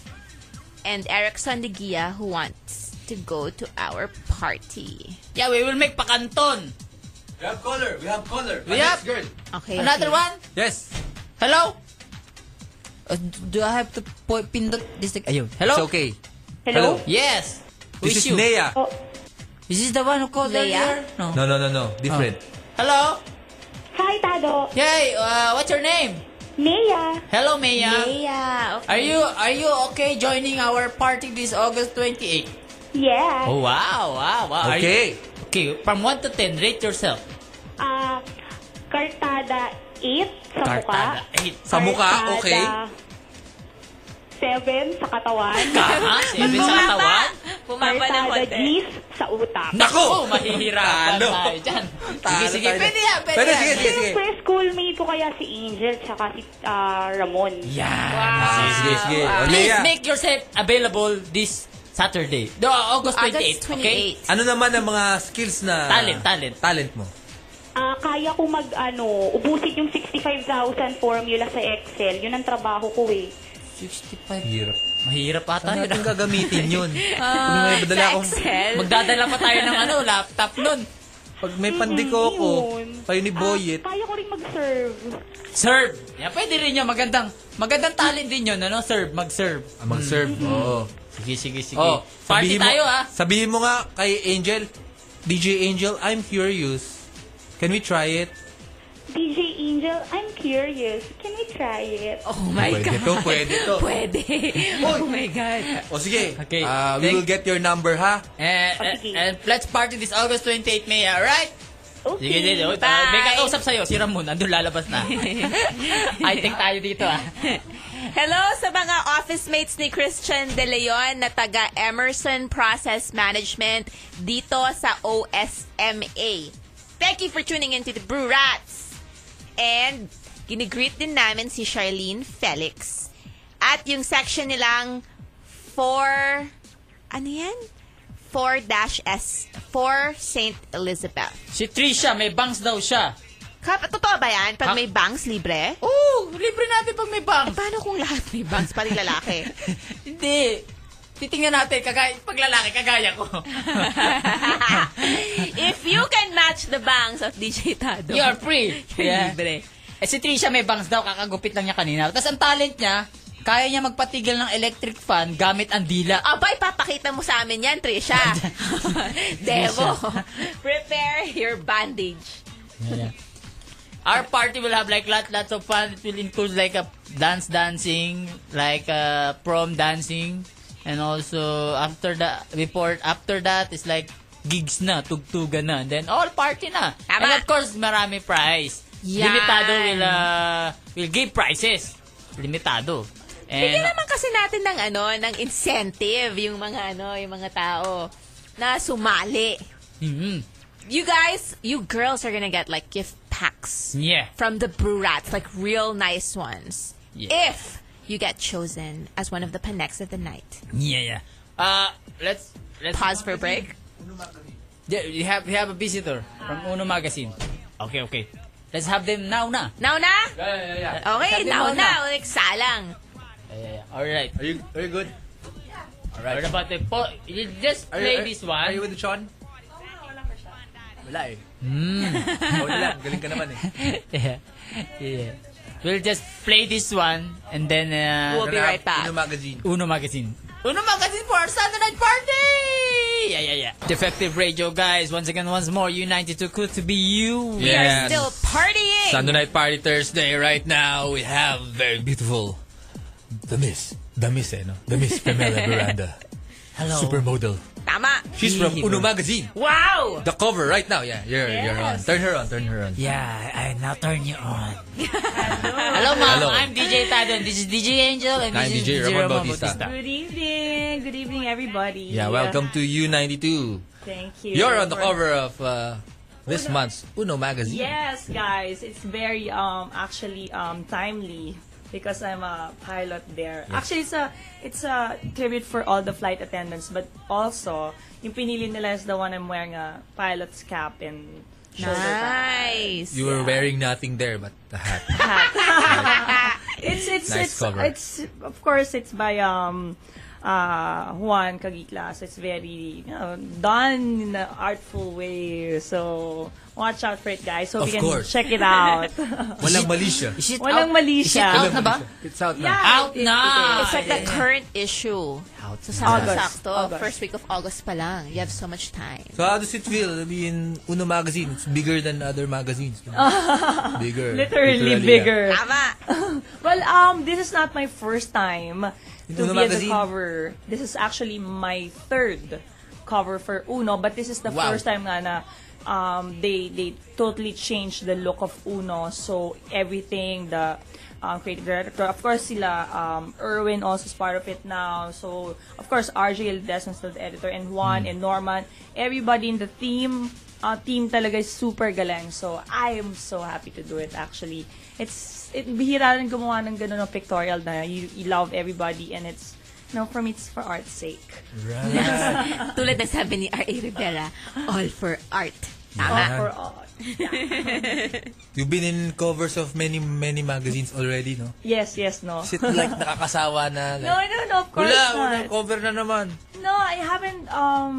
Speaker 3: and Eric Sandigia who wants to go to our party.
Speaker 1: Yeah, we will make pakanton.
Speaker 2: We have color. We have color.
Speaker 1: We have-
Speaker 2: girl.
Speaker 3: Okay.
Speaker 1: Another
Speaker 3: okay.
Speaker 1: one?
Speaker 2: Yes.
Speaker 1: Hello? Uh, do I have to po- pindot this? thing? Ayun. Hello?
Speaker 2: It's okay.
Speaker 1: Hello? Yes. Wish
Speaker 2: This is
Speaker 1: you.
Speaker 2: Nea.
Speaker 1: Is this the one who called earlier?
Speaker 3: Leia?
Speaker 1: No.
Speaker 2: No, no, no, no. Different.
Speaker 1: Hello?
Speaker 9: Hi, Tado.
Speaker 1: Yay, uh, what's your name?
Speaker 9: Mia.
Speaker 1: Hello, Maya.
Speaker 3: Yeah, okay.
Speaker 1: Are you are you okay joining our party this August 28?
Speaker 9: Yeah.
Speaker 1: Oh wow, wow, wow. Are
Speaker 2: Okay.
Speaker 1: you- okay, from 1 to 10, rate yourself.
Speaker 9: Ah, Cartada 8 sa
Speaker 1: Cartada
Speaker 9: mukha.
Speaker 1: 8.
Speaker 2: Sa mukha, okay.
Speaker 9: 7 sa katawan.
Speaker 1: Kama, 7 sa katawan.
Speaker 3: Bumaba ng
Speaker 2: eh.
Speaker 9: Cartada
Speaker 3: konti.
Speaker 9: G's sa utak.
Speaker 2: Nako!
Speaker 1: Oh, mahihirapan
Speaker 2: Talo.
Speaker 1: tayo dyan. Sige,
Speaker 2: Talo
Speaker 1: sige.
Speaker 2: tayo.
Speaker 1: Pwede yan, pwede,
Speaker 2: Pwede,
Speaker 1: yan.
Speaker 2: sige, sige, sige.
Speaker 9: Siyempre, schoolmate ko kaya si Angel tsaka si ah, Ramon.
Speaker 1: Yan.
Speaker 2: Sige, sige, sige. Oh, O,
Speaker 1: Ah. Please
Speaker 2: Lea,
Speaker 1: make yourself available this Saturday. No, August 28,
Speaker 3: August
Speaker 1: okay?
Speaker 3: 28.
Speaker 2: ano naman ang mga skills na...
Speaker 1: Talent, talent.
Speaker 2: Talent mo.
Speaker 9: Ah, kaya ko mag, ano, ubusin yung 65,000 formula sa Excel. Yun ang trabaho ko eh.
Speaker 1: 65.
Speaker 2: Hirap.
Speaker 1: Mahirap ata
Speaker 2: Saan
Speaker 1: yun.
Speaker 2: natin gagamitin yun? Kung
Speaker 1: Ah,
Speaker 2: may dala
Speaker 3: Sa
Speaker 2: akong...
Speaker 3: Excel.
Speaker 1: Magdadala pa tayo ng ano, laptop nun.
Speaker 2: Pag may pandiko ko,
Speaker 9: Yun.
Speaker 2: kayo ni Boyet.
Speaker 9: Ah, kaya ko rin mag-serve.
Speaker 1: Serve. Yeah, pwede rin yun. Magandang, magandang talent din yun, ano? Serve, mag-serve.
Speaker 2: Ah, mag-serve. Oo.
Speaker 1: Sige, sige, sige.
Speaker 2: Oh,
Speaker 1: Party
Speaker 2: sabihin mo, Oh
Speaker 1: tayo, ah.
Speaker 2: Sabihin mo nga kay Angel, DJ Angel, I'm curious. Can we try it?
Speaker 9: DJ Angel, I'm curious. Can we try it?
Speaker 3: Oh my
Speaker 2: Pwede
Speaker 3: God.
Speaker 2: to, pwede to.
Speaker 3: Pwede. Oh my God.
Speaker 2: O sige,
Speaker 1: Okay.
Speaker 2: ah, we
Speaker 1: Thank-
Speaker 2: will get your number, ha?
Speaker 1: And,
Speaker 9: Oh,
Speaker 1: and,
Speaker 9: sige.
Speaker 1: and Eh, let's party this August 28, May, alright?
Speaker 9: Okay.
Speaker 1: Sige, sige. Oh,
Speaker 3: Bye.
Speaker 1: May kausap sa'yo. Si Ramon, andun lalabas na. I think tayo dito, ah.
Speaker 3: Hello sa mga office mates ni Christian De Leon na taga Emerson Process Management dito sa OSMA. Thank you for tuning in to the Brew Rats. And ginigreet din namin si Charlene Felix. At yung section nilang for ano yan? 4-S for St. Elizabeth.
Speaker 1: Si Trisha, may bangs daw siya.
Speaker 3: Kap, totoo ba yan?
Speaker 1: Ha?
Speaker 3: Pag may bangs, libre? Eh,
Speaker 1: Oo, libre natin pag may bangs.
Speaker 3: Paano kung lahat may bangs? Pati lalaki.
Speaker 1: Hindi. Titingnan natin, kagaya, pag lalaki, kagaya ko.
Speaker 3: If you can match the bangs of DJ Tado,
Speaker 1: You're free.
Speaker 3: you're
Speaker 1: Yeah.
Speaker 3: libre.
Speaker 1: Eh, si Trisha may bangs daw, kakagupit lang niya kanina. Tapos ang talent niya, kaya niya magpatigil ng electric fan gamit ang dila.
Speaker 3: Abay, papakita mo sa amin yan, Trisha. Demo. Prepare your bandage.
Speaker 1: Our party will have like lot, lots of fun. It will include like a dance dancing, like uh, prom dancing, and also after that, before, after that, it's like gigs na, tugtugan na, and then all party na.
Speaker 3: Tama.
Speaker 1: And of course, marami prize.
Speaker 3: Yan.
Speaker 1: Limitado will, uh, will give prizes. Limitado.
Speaker 3: Bigyan
Speaker 1: And,
Speaker 3: naman kasi natin ng ano, ng incentive yung mga ano, yung mga tao na sumali.
Speaker 1: Mhm.
Speaker 3: You guys, you girls are gonna get like gift packs
Speaker 1: yeah.
Speaker 3: from the Brew Rats, like real nice ones.
Speaker 1: Yeah.
Speaker 3: If you get chosen as one of the Panex of the night.
Speaker 1: Yeah, yeah. Uh, let's let's
Speaker 3: Pause for a break.
Speaker 1: Yeah, we have we have a visitor from Uno Magazine. Okay, okay. Let's have them now na.
Speaker 3: Now na?
Speaker 1: Yeah, yeah, yeah.
Speaker 3: Okay, now na. Like, salang.
Speaker 1: All right.
Speaker 2: Are you, are you good?
Speaker 1: All right. What about the po- you just
Speaker 2: Are
Speaker 1: play
Speaker 2: you,
Speaker 1: this one.
Speaker 2: Are you with Sean?
Speaker 17: Wala eh.
Speaker 1: Mm.
Speaker 17: Ikaw na lang, galing ka naman eh.
Speaker 1: yeah. Yeah. We'll just play this one and then uh,
Speaker 17: We'll be right back.
Speaker 1: Uno Magazine. Uno Magazine. Uno Magazine for our Saturday Night Party! Yeah, yeah, yeah. Defective Radio, guys. Once again, once more, U92 could to be you.
Speaker 2: We are Yes.
Speaker 3: Still partying!
Speaker 2: Sunday Night Party Thursday. Right now, we have very beautiful The Miss. The Miss, eh, no? The Miss Pamela Miranda.
Speaker 3: Hello.
Speaker 2: Supermodel.
Speaker 3: Tama!
Speaker 2: She's from Uno Magazine.
Speaker 3: Wow!
Speaker 2: The cover right now. Yeah, you're, you're on. Turn her on, turn her on.
Speaker 17: Yeah, I now turn you on.
Speaker 1: Hello, ma'am.
Speaker 2: Hello.
Speaker 1: I'm DJ Tadon. This is DJ Angel. And
Speaker 2: I'm
Speaker 1: this
Speaker 2: DJ
Speaker 1: is
Speaker 2: Ramon Bautista.
Speaker 6: Good evening. Good evening, everybody.
Speaker 2: Yeah, welcome to U92.
Speaker 6: Thank you.
Speaker 2: You're on the
Speaker 6: for-
Speaker 2: cover of uh, this month's Uno Magazine.
Speaker 6: Yes, guys. It's very um actually um timely because I'm a pilot there. Actually, it's a it's a tribute for all the flight attendants, but also yung pinili nila is the one I'm wearing a pilot's cap and shoulder
Speaker 3: Nice.
Speaker 2: You were wearing nothing there but the hat.
Speaker 6: it's it's
Speaker 2: Nice
Speaker 6: it's
Speaker 2: cover.
Speaker 6: it's of course it's by um uh Juan Cagitla. So it's very you know, done in an artful way. So watch out for it, guys. So
Speaker 2: Of
Speaker 6: we can
Speaker 2: course.
Speaker 6: check it out.
Speaker 2: Walang mali siya.
Speaker 6: Walang mali siya.
Speaker 2: It's out
Speaker 6: Yeah,
Speaker 2: now.
Speaker 6: it- it- it-
Speaker 3: It's like the current issue.
Speaker 2: Out
Speaker 3: So,
Speaker 2: na.
Speaker 3: sakto-sakto.
Speaker 6: August.
Speaker 3: First week of August pa lang. You have so much time.
Speaker 2: So how does it feel to be in Uno Magazine? It's bigger than other magazines. bigger.
Speaker 6: Literally,
Speaker 2: yeah.
Speaker 6: bigger. well, um, this is not my first time to
Speaker 2: Uno
Speaker 6: be at the
Speaker 2: magazine?
Speaker 6: cover. This is actually my third cover for Uno, but this is the
Speaker 19: Wow.
Speaker 6: first time nga na um, they they totally changed the look of Uno. So everything the um, creative director, of course, sila um, Erwin also is part of it now. So of course, RJ Ledesma is still the editor, and Juan
Speaker 19: Mm.
Speaker 6: and Norman, everybody in the team. Uh, team talaga is super galing. So, I am so happy to do it actually. It's, it, bihira rin gumawa ng ganun ng pictorial na you, you love everybody and it's, no, for me, it's for art's sake.
Speaker 3: Tulad na sabi ni R.A. Rivera, all for art. Tama.
Speaker 2: All for
Speaker 6: art.
Speaker 2: You've been in covers of many, many magazines already, no?
Speaker 6: Yes, yes, no.
Speaker 2: Is it like nakakasawa na?
Speaker 6: No,
Speaker 2: Like,
Speaker 6: no, no, of course
Speaker 2: Wala,
Speaker 6: not.
Speaker 2: unang cover na naman.
Speaker 6: No, I haven't um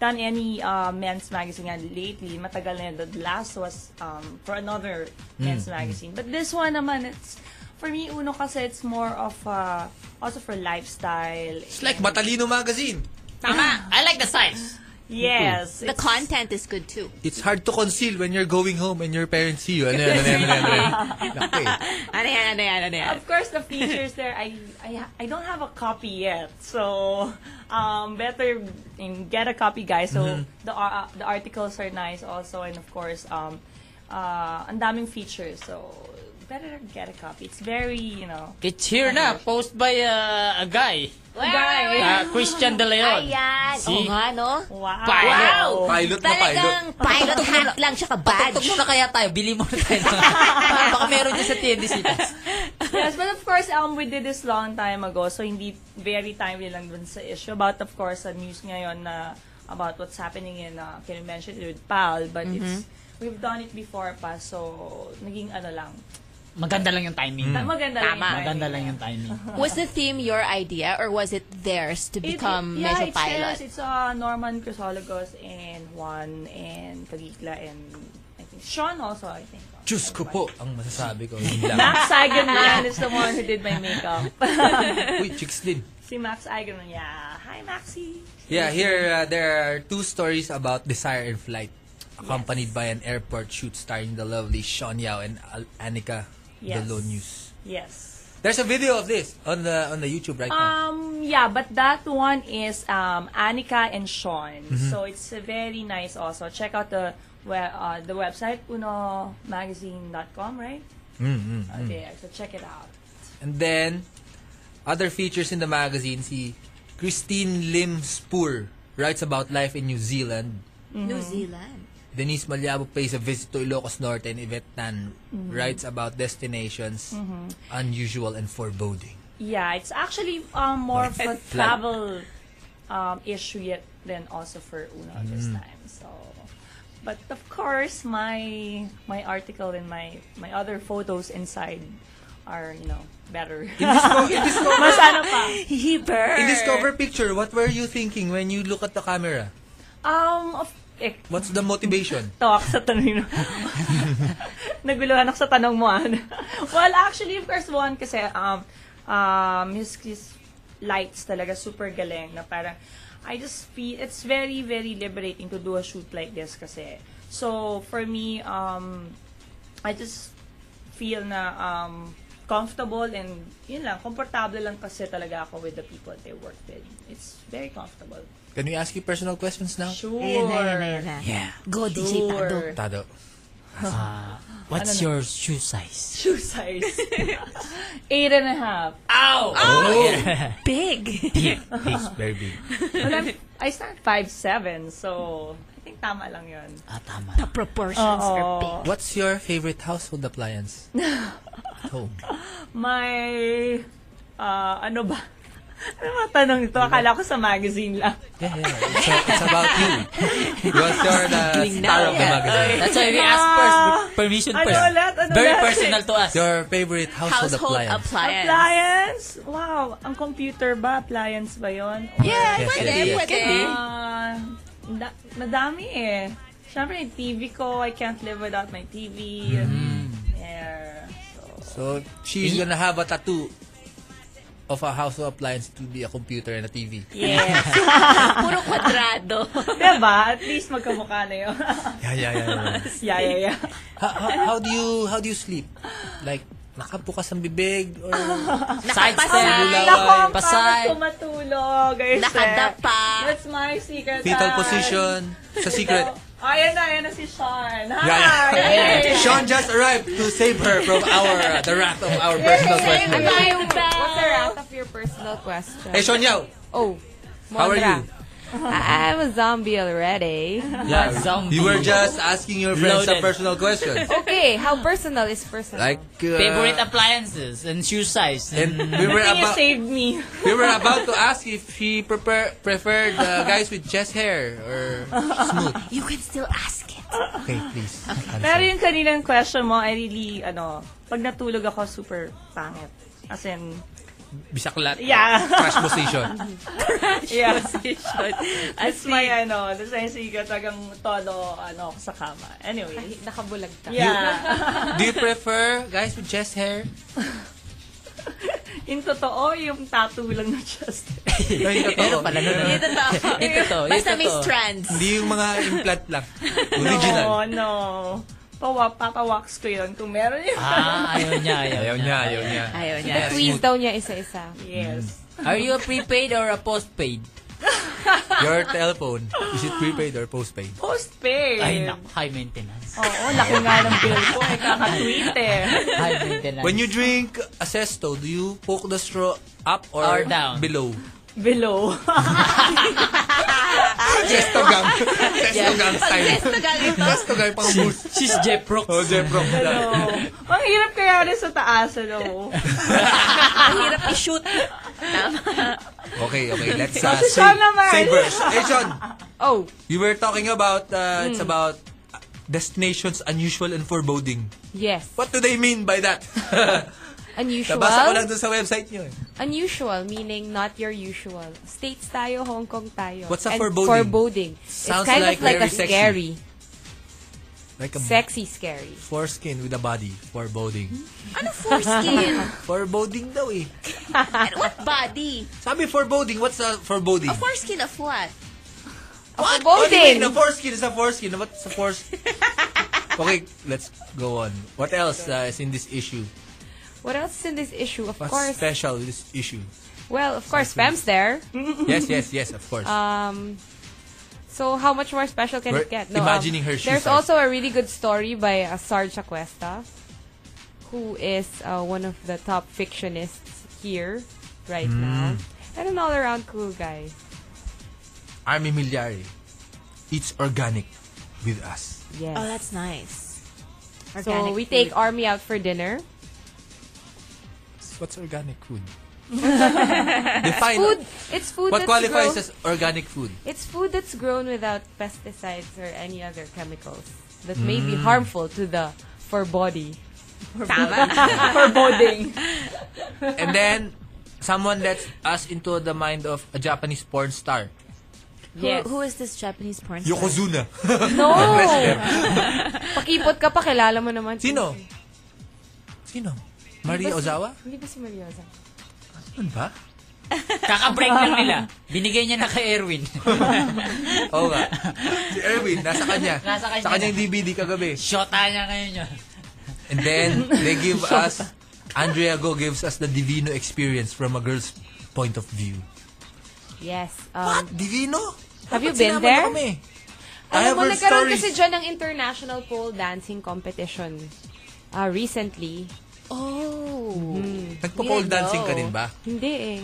Speaker 6: done any uh, men's magazine nga lately. Matagal na yun. The last was um, for another
Speaker 19: Mm,
Speaker 6: men's
Speaker 19: mm.
Speaker 6: magazine. But this one naman, it's for me, uno kasi it's more of uh, also for lifestyle.
Speaker 2: It's like Matalino Magazine.
Speaker 6: Tama. I like the size. Yes.
Speaker 3: The content is good too.
Speaker 2: It's hard to conceal when you're going home and your parents see you. Ano yan, ano yan, ano yan, ano yan.
Speaker 3: Ano yan, ano yan, ano yan.
Speaker 6: Of course, the features there, I, I, I don't have a copy yet. So, um, better um, get a copy, guys. So,
Speaker 19: Mhm.
Speaker 6: the, ar- uh, the articles are nice also. And of course, um, uh, ang daming features. So, better get a copy. It's very, you know.
Speaker 1: It's here na, post by uh, a guy.
Speaker 6: Wait, wait, wait.
Speaker 1: Uh, Christian De Leon.
Speaker 3: Ayan.
Speaker 1: See?
Speaker 3: Oo nga, no?
Speaker 6: Wow.
Speaker 1: Pilot.
Speaker 3: Wow.
Speaker 1: Pilot na
Speaker 3: Talagang
Speaker 1: pilot.
Speaker 3: pilot hat lang, tsaka badge. Patugtog muna kaya tayo. Bili mo na tayo.
Speaker 1: Baka meron dyan sa TNDC.
Speaker 6: yes, but of course, um, we did this long time ago, so hindi very timely lang dun sa issue. About, of course, the news ngayon na about what's happening in, uh, can you mention it with PAL, but it's,
Speaker 3: Mm-hmm.
Speaker 6: we've done it before pa, so naging ano lang.
Speaker 1: Maganda lang yung timing.
Speaker 2: Hmm.
Speaker 6: Mm. Maganda lang yung timing.
Speaker 1: Maganda lang yung timing.
Speaker 3: Was the theme your idea or was it theirs to become
Speaker 6: yeah,
Speaker 3: Medyo
Speaker 6: it's
Speaker 3: Pilot?
Speaker 6: theirs. It's uh, Norman Crisologos and Juan and Kagikla and I think Sean also, I think.
Speaker 2: Diyos ko po ang masasabi ko. Yun lang.
Speaker 6: Max Eigenman is the one who did my makeup.
Speaker 2: Uy, chicks din.
Speaker 6: si Max Eigenman, yeah. Hi, Maxi.
Speaker 2: Yeah, here uh, there are two stories about desire and flight, accompanied by an airport shoot starring the lovely Sean Yao and Al- Annika
Speaker 6: Yes.
Speaker 2: Delo News.
Speaker 6: Yes.
Speaker 2: There's a video of this on the on the YouTube right now.
Speaker 6: Um, yeah, but that one is um, Annika and Sean.
Speaker 2: Mhm.
Speaker 6: So it's uh, very nice also. Check out the we- uh, the website, unomagazine.com, right?
Speaker 2: Mm, mm, mm.
Speaker 6: Okay, so check it out.
Speaker 2: And then other features in the magazine, si Christine Lim Spoor writes about life in New Zealand.
Speaker 3: New Zealand.
Speaker 2: Denise Malyabo pays a visit to Ilocos Norte and Yvette Tan
Speaker 6: Mhm.
Speaker 2: writes about destinations
Speaker 6: Mhm.
Speaker 2: unusual and foreboding.
Speaker 6: Yeah, it's actually um, more of
Speaker 2: Red
Speaker 6: a
Speaker 2: flag.
Speaker 6: travel um, issue yet than also for Uno this
Speaker 2: Mm.
Speaker 6: time. So, but of course, my my article and my my other photos inside are you know better. Mas ano pa?
Speaker 3: He burned.
Speaker 2: In this cover picture, what were you thinking when you look at the camera?
Speaker 6: Um, of, eh,
Speaker 2: What's the motivation?
Speaker 6: tawak sa tanong mo. Naguluhan ako sa tanong mo. ah. well, actually, of course, one, kasi um, um, his, his lights talaga super galing na parang, I just feel, it's very, very liberating to do a shoot like this kasi. So, for me, um, I just feel na um, comfortable and yun lang, komportable lang kasi talaga ako with the people they work with. It's very comfortable.
Speaker 2: Can we ask you personal questions now? Sure.
Speaker 6: Ayun na, ayun na, ayun na.
Speaker 17: Yeah.
Speaker 6: Go, DJ Tado. Sure.
Speaker 2: Tado.
Speaker 17: Ah, what's
Speaker 6: Ano na?
Speaker 17: your shoe size?
Speaker 6: Shoe size. Eight and a half.
Speaker 17: Ow!
Speaker 2: Oh!
Speaker 6: Ow!
Speaker 3: Big.
Speaker 2: He's very big.
Speaker 6: Well, I'm, I stand 5'7", so I think tama lang yun.
Speaker 2: Ah, tama.
Speaker 3: The proportions are big.
Speaker 2: What's your favorite household appliance? At home.
Speaker 6: My, uh, ano ba? Ano ba tanong ito? Akala ko sa magazine lang.
Speaker 2: Yeah, yeah. It's, a- it's about you. What's your the star of the magazine?
Speaker 17: That's why we ask first permission
Speaker 6: Ah! Ano
Speaker 17: first.
Speaker 6: ulit? Ano
Speaker 17: Very
Speaker 6: ulit?
Speaker 17: personal to us.
Speaker 2: Your favorite household, appliance.
Speaker 6: appliance. Wow. Ang computer ba? Appliance ba yun? Or-
Speaker 2: Yes, pwede, yes, yes. pwede.
Speaker 6: Ah, da- madami eh. Siyempre, yung TV ko. I can't live without my TV.
Speaker 17: Mm-hmm.
Speaker 6: Yeah.
Speaker 2: So, she's gonna have a tattoo of a household appliance to be a computer and a TV.
Speaker 6: Yes.
Speaker 3: Puro kwadrado.
Speaker 6: diba? At least magkamukha na yun.
Speaker 2: Yeah, yeah, yeah. yeah.
Speaker 6: yeah, yeah, yeah.
Speaker 2: how, how, how do you how do you sleep? Like nakabukas ang bibig or
Speaker 17: Side step.
Speaker 2: Nakapasay.
Speaker 6: Nako, ang
Speaker 17: Pasay.
Speaker 6: pasay. tumatulog. guys.
Speaker 17: Nakadapa.
Speaker 6: That's my secret.
Speaker 2: fetal
Speaker 6: ah.
Speaker 2: position sa secret?
Speaker 6: Ayan na, ayan na si Sean. Hi!
Speaker 2: Yeah,
Speaker 19: Ah,
Speaker 2: yeah.
Speaker 6: Yay!
Speaker 2: Sean just arrived to save her from our the wrath of our personal questions.
Speaker 19: What's the route of your personal question?
Speaker 2: Hey, Sean Yao.
Speaker 19: Oh,
Speaker 2: How are you?
Speaker 19: Mondra. I- I'm a zombie already.
Speaker 2: Yeah, you were just asking your friends
Speaker 17: Loaded.
Speaker 2: some personal questions.
Speaker 19: okay, how personal is personal?
Speaker 2: Like uh,
Speaker 17: Favorite appliances and shoe size. And
Speaker 2: we were Good thing you about-
Speaker 6: saved me.
Speaker 2: We were about to ask if he prepare, preferred uh, guys with chest hair or smooth.
Speaker 3: You can still ask it.
Speaker 2: Okay, please.
Speaker 6: Pero yung kaninang question mo, I really, ano, pag natulog ako, super pangit. As in,
Speaker 2: Bisaklat.
Speaker 6: Yeah.
Speaker 2: Crash position.
Speaker 6: yeah. That's my, ano, that's my secret. Tagang todo, ano, ako sa kama. Anyway.
Speaker 19: Nakabulag ka.
Speaker 6: Yeah.
Speaker 2: Do you prefer guys with chest hair?
Speaker 6: yung totoo, yung tattoo lang na chest.
Speaker 2: Meron pala
Speaker 17: nun. Yung
Speaker 6: totoo.
Speaker 17: Yung totoo, yung Basta may totoo. strands.
Speaker 2: Hindi yung mga implant lang. Original.
Speaker 6: No, no. Pawa, papawax ko yun kung meron yun.
Speaker 17: Ah, ayaw niya, ayaw,
Speaker 2: Ayaw niya, ayaw niya.
Speaker 17: Ayaw
Speaker 19: Tweeze daw niya isa-isa.
Speaker 6: Yes.
Speaker 17: Are you a prepaid or a postpaid?
Speaker 2: Your telephone, is it prepaid or postpaid?
Speaker 6: Postpaid.
Speaker 17: Ay, nak, high maintenance.
Speaker 6: Oo, laki nga ng bill ko. Eh, kakatweet eh.
Speaker 17: High maintenance.
Speaker 2: When you drink acesto, do you poke the straw up or,
Speaker 17: Or down.
Speaker 2: below?
Speaker 6: Below.
Speaker 2: Testogang. Testogang style.
Speaker 6: Testogang ito.
Speaker 2: Testogang pang boost.
Speaker 17: She's Jeprox.
Speaker 2: Oh, Jeprox.
Speaker 6: Ang hirap kaya rin sa taas, ano.
Speaker 3: Ang hirap i-shoot. Tama.
Speaker 2: Okay, okay. Let's uh,
Speaker 6: Oh, si Sean
Speaker 2: save,
Speaker 6: naman.
Speaker 2: save verse. Hey, Sean.
Speaker 19: Oh.
Speaker 2: You were talking about, uh, it's
Speaker 17: Hmm.
Speaker 19: Mm.
Speaker 2: about uh, destinations unusual and foreboding.
Speaker 19: Yes.
Speaker 2: What do they mean by that?
Speaker 19: Unusual.
Speaker 2: Nabasa ko lang dun sa website nyo eh.
Speaker 19: Unusual, meaning not your usual. States tayo, Hong Kong tayo.
Speaker 2: What's a
Speaker 19: And
Speaker 2: foreboding?
Speaker 19: foreboding. it's
Speaker 2: Sounds
Speaker 19: kind
Speaker 2: like
Speaker 19: of like a
Speaker 2: very sexy.
Speaker 19: scary.
Speaker 2: Like a
Speaker 19: Sexy scary.
Speaker 2: foreskin with a body. Foreboding.
Speaker 3: Ano foreskin?
Speaker 2: foreboding daw eh.
Speaker 3: And what body?
Speaker 2: Sabi foreboding, what's a foreboding?
Speaker 3: A foreskin of what?
Speaker 2: What? What do you mean? A foreskin is a foreskin. What's a foreskin? okay, let's go on. What else uh, is in this issue?
Speaker 19: What else is in this issue? Of
Speaker 2: What's
Speaker 19: course.
Speaker 2: special with this issue?
Speaker 19: Well, of course, Pam's there.
Speaker 2: yes, yes, yes, of course.
Speaker 19: Um, so how much more special can it
Speaker 2: We're
Speaker 19: get? um,
Speaker 2: imagining her shoe
Speaker 19: There's
Speaker 2: size.
Speaker 19: also a really good story by uh, Sarge Aquesta, who is uh, one of the top fictionists here right
Speaker 2: Mm.
Speaker 19: now, and an all-around cool guy.
Speaker 2: Army Miliari. It's organic with us.
Speaker 19: Yes.
Speaker 3: Oh, that's nice.
Speaker 19: Uh, so
Speaker 3: Organic
Speaker 19: we
Speaker 3: food.
Speaker 19: take Army out for dinner.
Speaker 2: What's organic food? Define-
Speaker 19: food. It's food.
Speaker 2: What
Speaker 19: that's
Speaker 2: qualifies
Speaker 19: grown-
Speaker 2: as organic food?
Speaker 19: It's food that's grown without pesticides or any other chemicals that may be
Speaker 2: Mm.
Speaker 19: harmful to the for body.
Speaker 3: Tama.
Speaker 6: Foreboding.
Speaker 2: And then, someone lets us into the mind of a Japanese porn star.
Speaker 3: Who,
Speaker 6: Yes.
Speaker 3: who is this Japanese porn star?
Speaker 2: Yokozuna.
Speaker 9: No!
Speaker 2: Bless them.
Speaker 9: Pakipot ka pa, kilala mo naman.
Speaker 2: Sino?
Speaker 9: Hindi
Speaker 2: Sino?
Speaker 9: ba
Speaker 2: Maria
Speaker 9: si-
Speaker 2: Ozawa?
Speaker 9: Hindi ba si Maria Ozawa?
Speaker 2: Ano ba?
Speaker 1: Kaka-break lang nila. Binigay niya na kay Erwin.
Speaker 2: Oo nga. Si Erwin, nasa kanya.
Speaker 1: Nasa kanya.
Speaker 2: Sa kanyang DVD kagabi.
Speaker 1: Shota niya ngayon yun.
Speaker 2: And then, they give us, Andrea Go gives us the Divino experience from a girl's point of view.
Speaker 9: Yes.
Speaker 2: What?
Speaker 9: Um,
Speaker 2: Divino?
Speaker 9: Have you
Speaker 2: Dapat
Speaker 9: been
Speaker 2: sinama
Speaker 9: there?
Speaker 2: na kami. I
Speaker 9: Alam
Speaker 2: have
Speaker 9: mo,
Speaker 2: heard
Speaker 9: nagkaroon
Speaker 2: stories.
Speaker 9: kasi dyan ng international pole dancing competition uh, recently. Mm-hmm.
Speaker 3: Oh.
Speaker 2: Nagpo-pole dancing ka din ba? Mm-hmm.
Speaker 9: Hindi eh.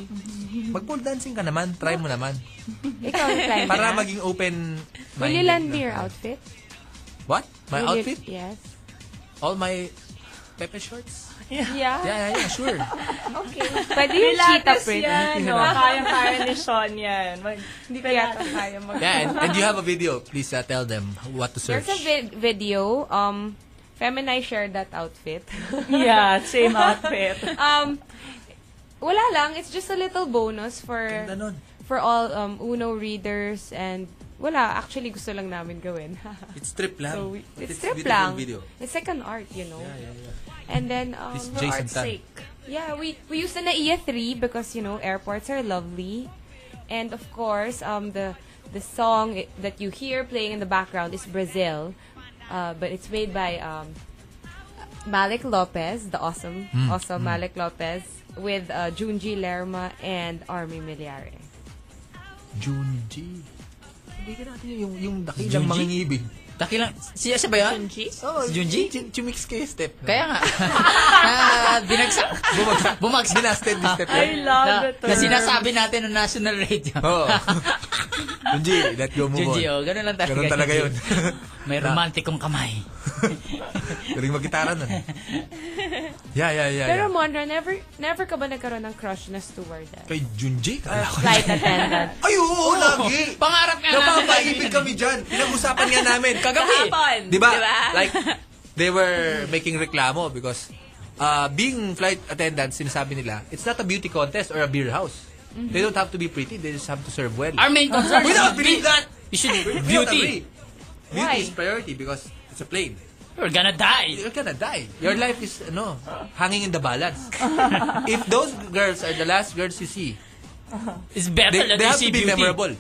Speaker 2: Mag-pole dancing ka naman. Try mo naman.
Speaker 9: Ikaw, try mo
Speaker 2: Para
Speaker 9: na.
Speaker 2: maging open
Speaker 9: Will you
Speaker 2: minded
Speaker 9: lend
Speaker 2: na.
Speaker 9: me your outfit?
Speaker 2: What? My
Speaker 9: Will you-
Speaker 2: outfit?
Speaker 9: yes.
Speaker 2: All my Pepe shorts?
Speaker 9: Yeah.
Speaker 2: Yeah, yeah, yeah, sure.
Speaker 9: Okay. Pwede yung cheetah print.
Speaker 6: Yan, no? Kaya-kaya ni Sean yan. Mag, hindi pa yata kaya mag...
Speaker 2: Yeah, and, and you have a video. Please uh, tell them what to search.
Speaker 9: There's a vid- video. Um, Fem and I shared that outfit.
Speaker 6: Yeah, same outfit.
Speaker 3: Ah,
Speaker 9: um, wala lang. It's just a little bonus for for all um, Uno readers and wala. Actually, gusto lang namin gawin.
Speaker 2: It's strip lang.
Speaker 9: So, we-
Speaker 2: But Um, it's
Speaker 9: it's strip
Speaker 2: beautiful
Speaker 9: lang.
Speaker 2: video.
Speaker 9: It's like an art, you know.
Speaker 2: Yeah, yeah, yeah.
Speaker 9: And then, um,
Speaker 2: This Jason Tan.
Speaker 9: Yeah, we, we used an EA 3 because, you know, airports are lovely. And of course, um, the, the song i- that you hear playing in the background is Brazil. Uh, but it's made by um, Malik Lopez, the awesome,
Speaker 3: Mm,
Speaker 9: awesome
Speaker 3: mm.
Speaker 9: Malik Lopez, with uh, Junji Lerma and Army Miliare.
Speaker 2: Junji. Hindi ka natin yung, yung
Speaker 1: Junji?
Speaker 2: dakilang mangingibig.
Speaker 1: Dakilang, siya siya ba yun?
Speaker 6: Junji?
Speaker 2: Oh,
Speaker 1: Si Junji?
Speaker 2: Chumix kayo step.
Speaker 1: Kaya nga. Ah, binagsak.
Speaker 2: Bumagsak. Bumagsak. Binasted ni step.
Speaker 1: I
Speaker 6: love oh.
Speaker 1: na,
Speaker 6: the term.
Speaker 1: Na sinasabi natin ng national radio.
Speaker 2: Oo. Oh. Junji, let go, move
Speaker 1: Junji,
Speaker 2: on.
Speaker 1: oh, ganun lang talaga.
Speaker 2: Ganun talaga yun.
Speaker 1: May romantikong kamay.
Speaker 2: Galing mag-gitara nun. Yeah, yeah, yeah.
Speaker 9: Pero
Speaker 2: yeah.
Speaker 9: Monra, never, never ka ba nagkaroon ng crush na stewardess?
Speaker 2: Kay Junji? Kala ko.
Speaker 9: Flight attendant.
Speaker 2: Ay, oo, oo, lagi.
Speaker 1: Pangarap nga namin.
Speaker 2: Napapaibig kami dyan. Pinag-usapan nga namin.
Speaker 1: Kagabi. Kahapon.
Speaker 2: Di ba?
Speaker 1: Di ba?
Speaker 2: Like, they were making reklamo because uh, being flight attendant, sinasabi nila, it's not a beauty contest or a beer house.
Speaker 1: Mm-hmm.
Speaker 2: They don't have to be pretty. They just have to serve well.
Speaker 1: Our main concern
Speaker 2: We don't
Speaker 1: should be-
Speaker 2: believe that.
Speaker 1: you should-
Speaker 2: We don't
Speaker 1: beauty.
Speaker 2: agree. Beauty
Speaker 1: Why?
Speaker 2: is priority because it's a plane.
Speaker 1: You're gonna die.
Speaker 2: You're gonna die. Your life is, ano, hanging in the balance. If those girls are the last girls you see,
Speaker 1: It's better that
Speaker 2: they, they
Speaker 1: you
Speaker 2: have
Speaker 1: see
Speaker 2: to be
Speaker 1: beauty.
Speaker 2: memorable.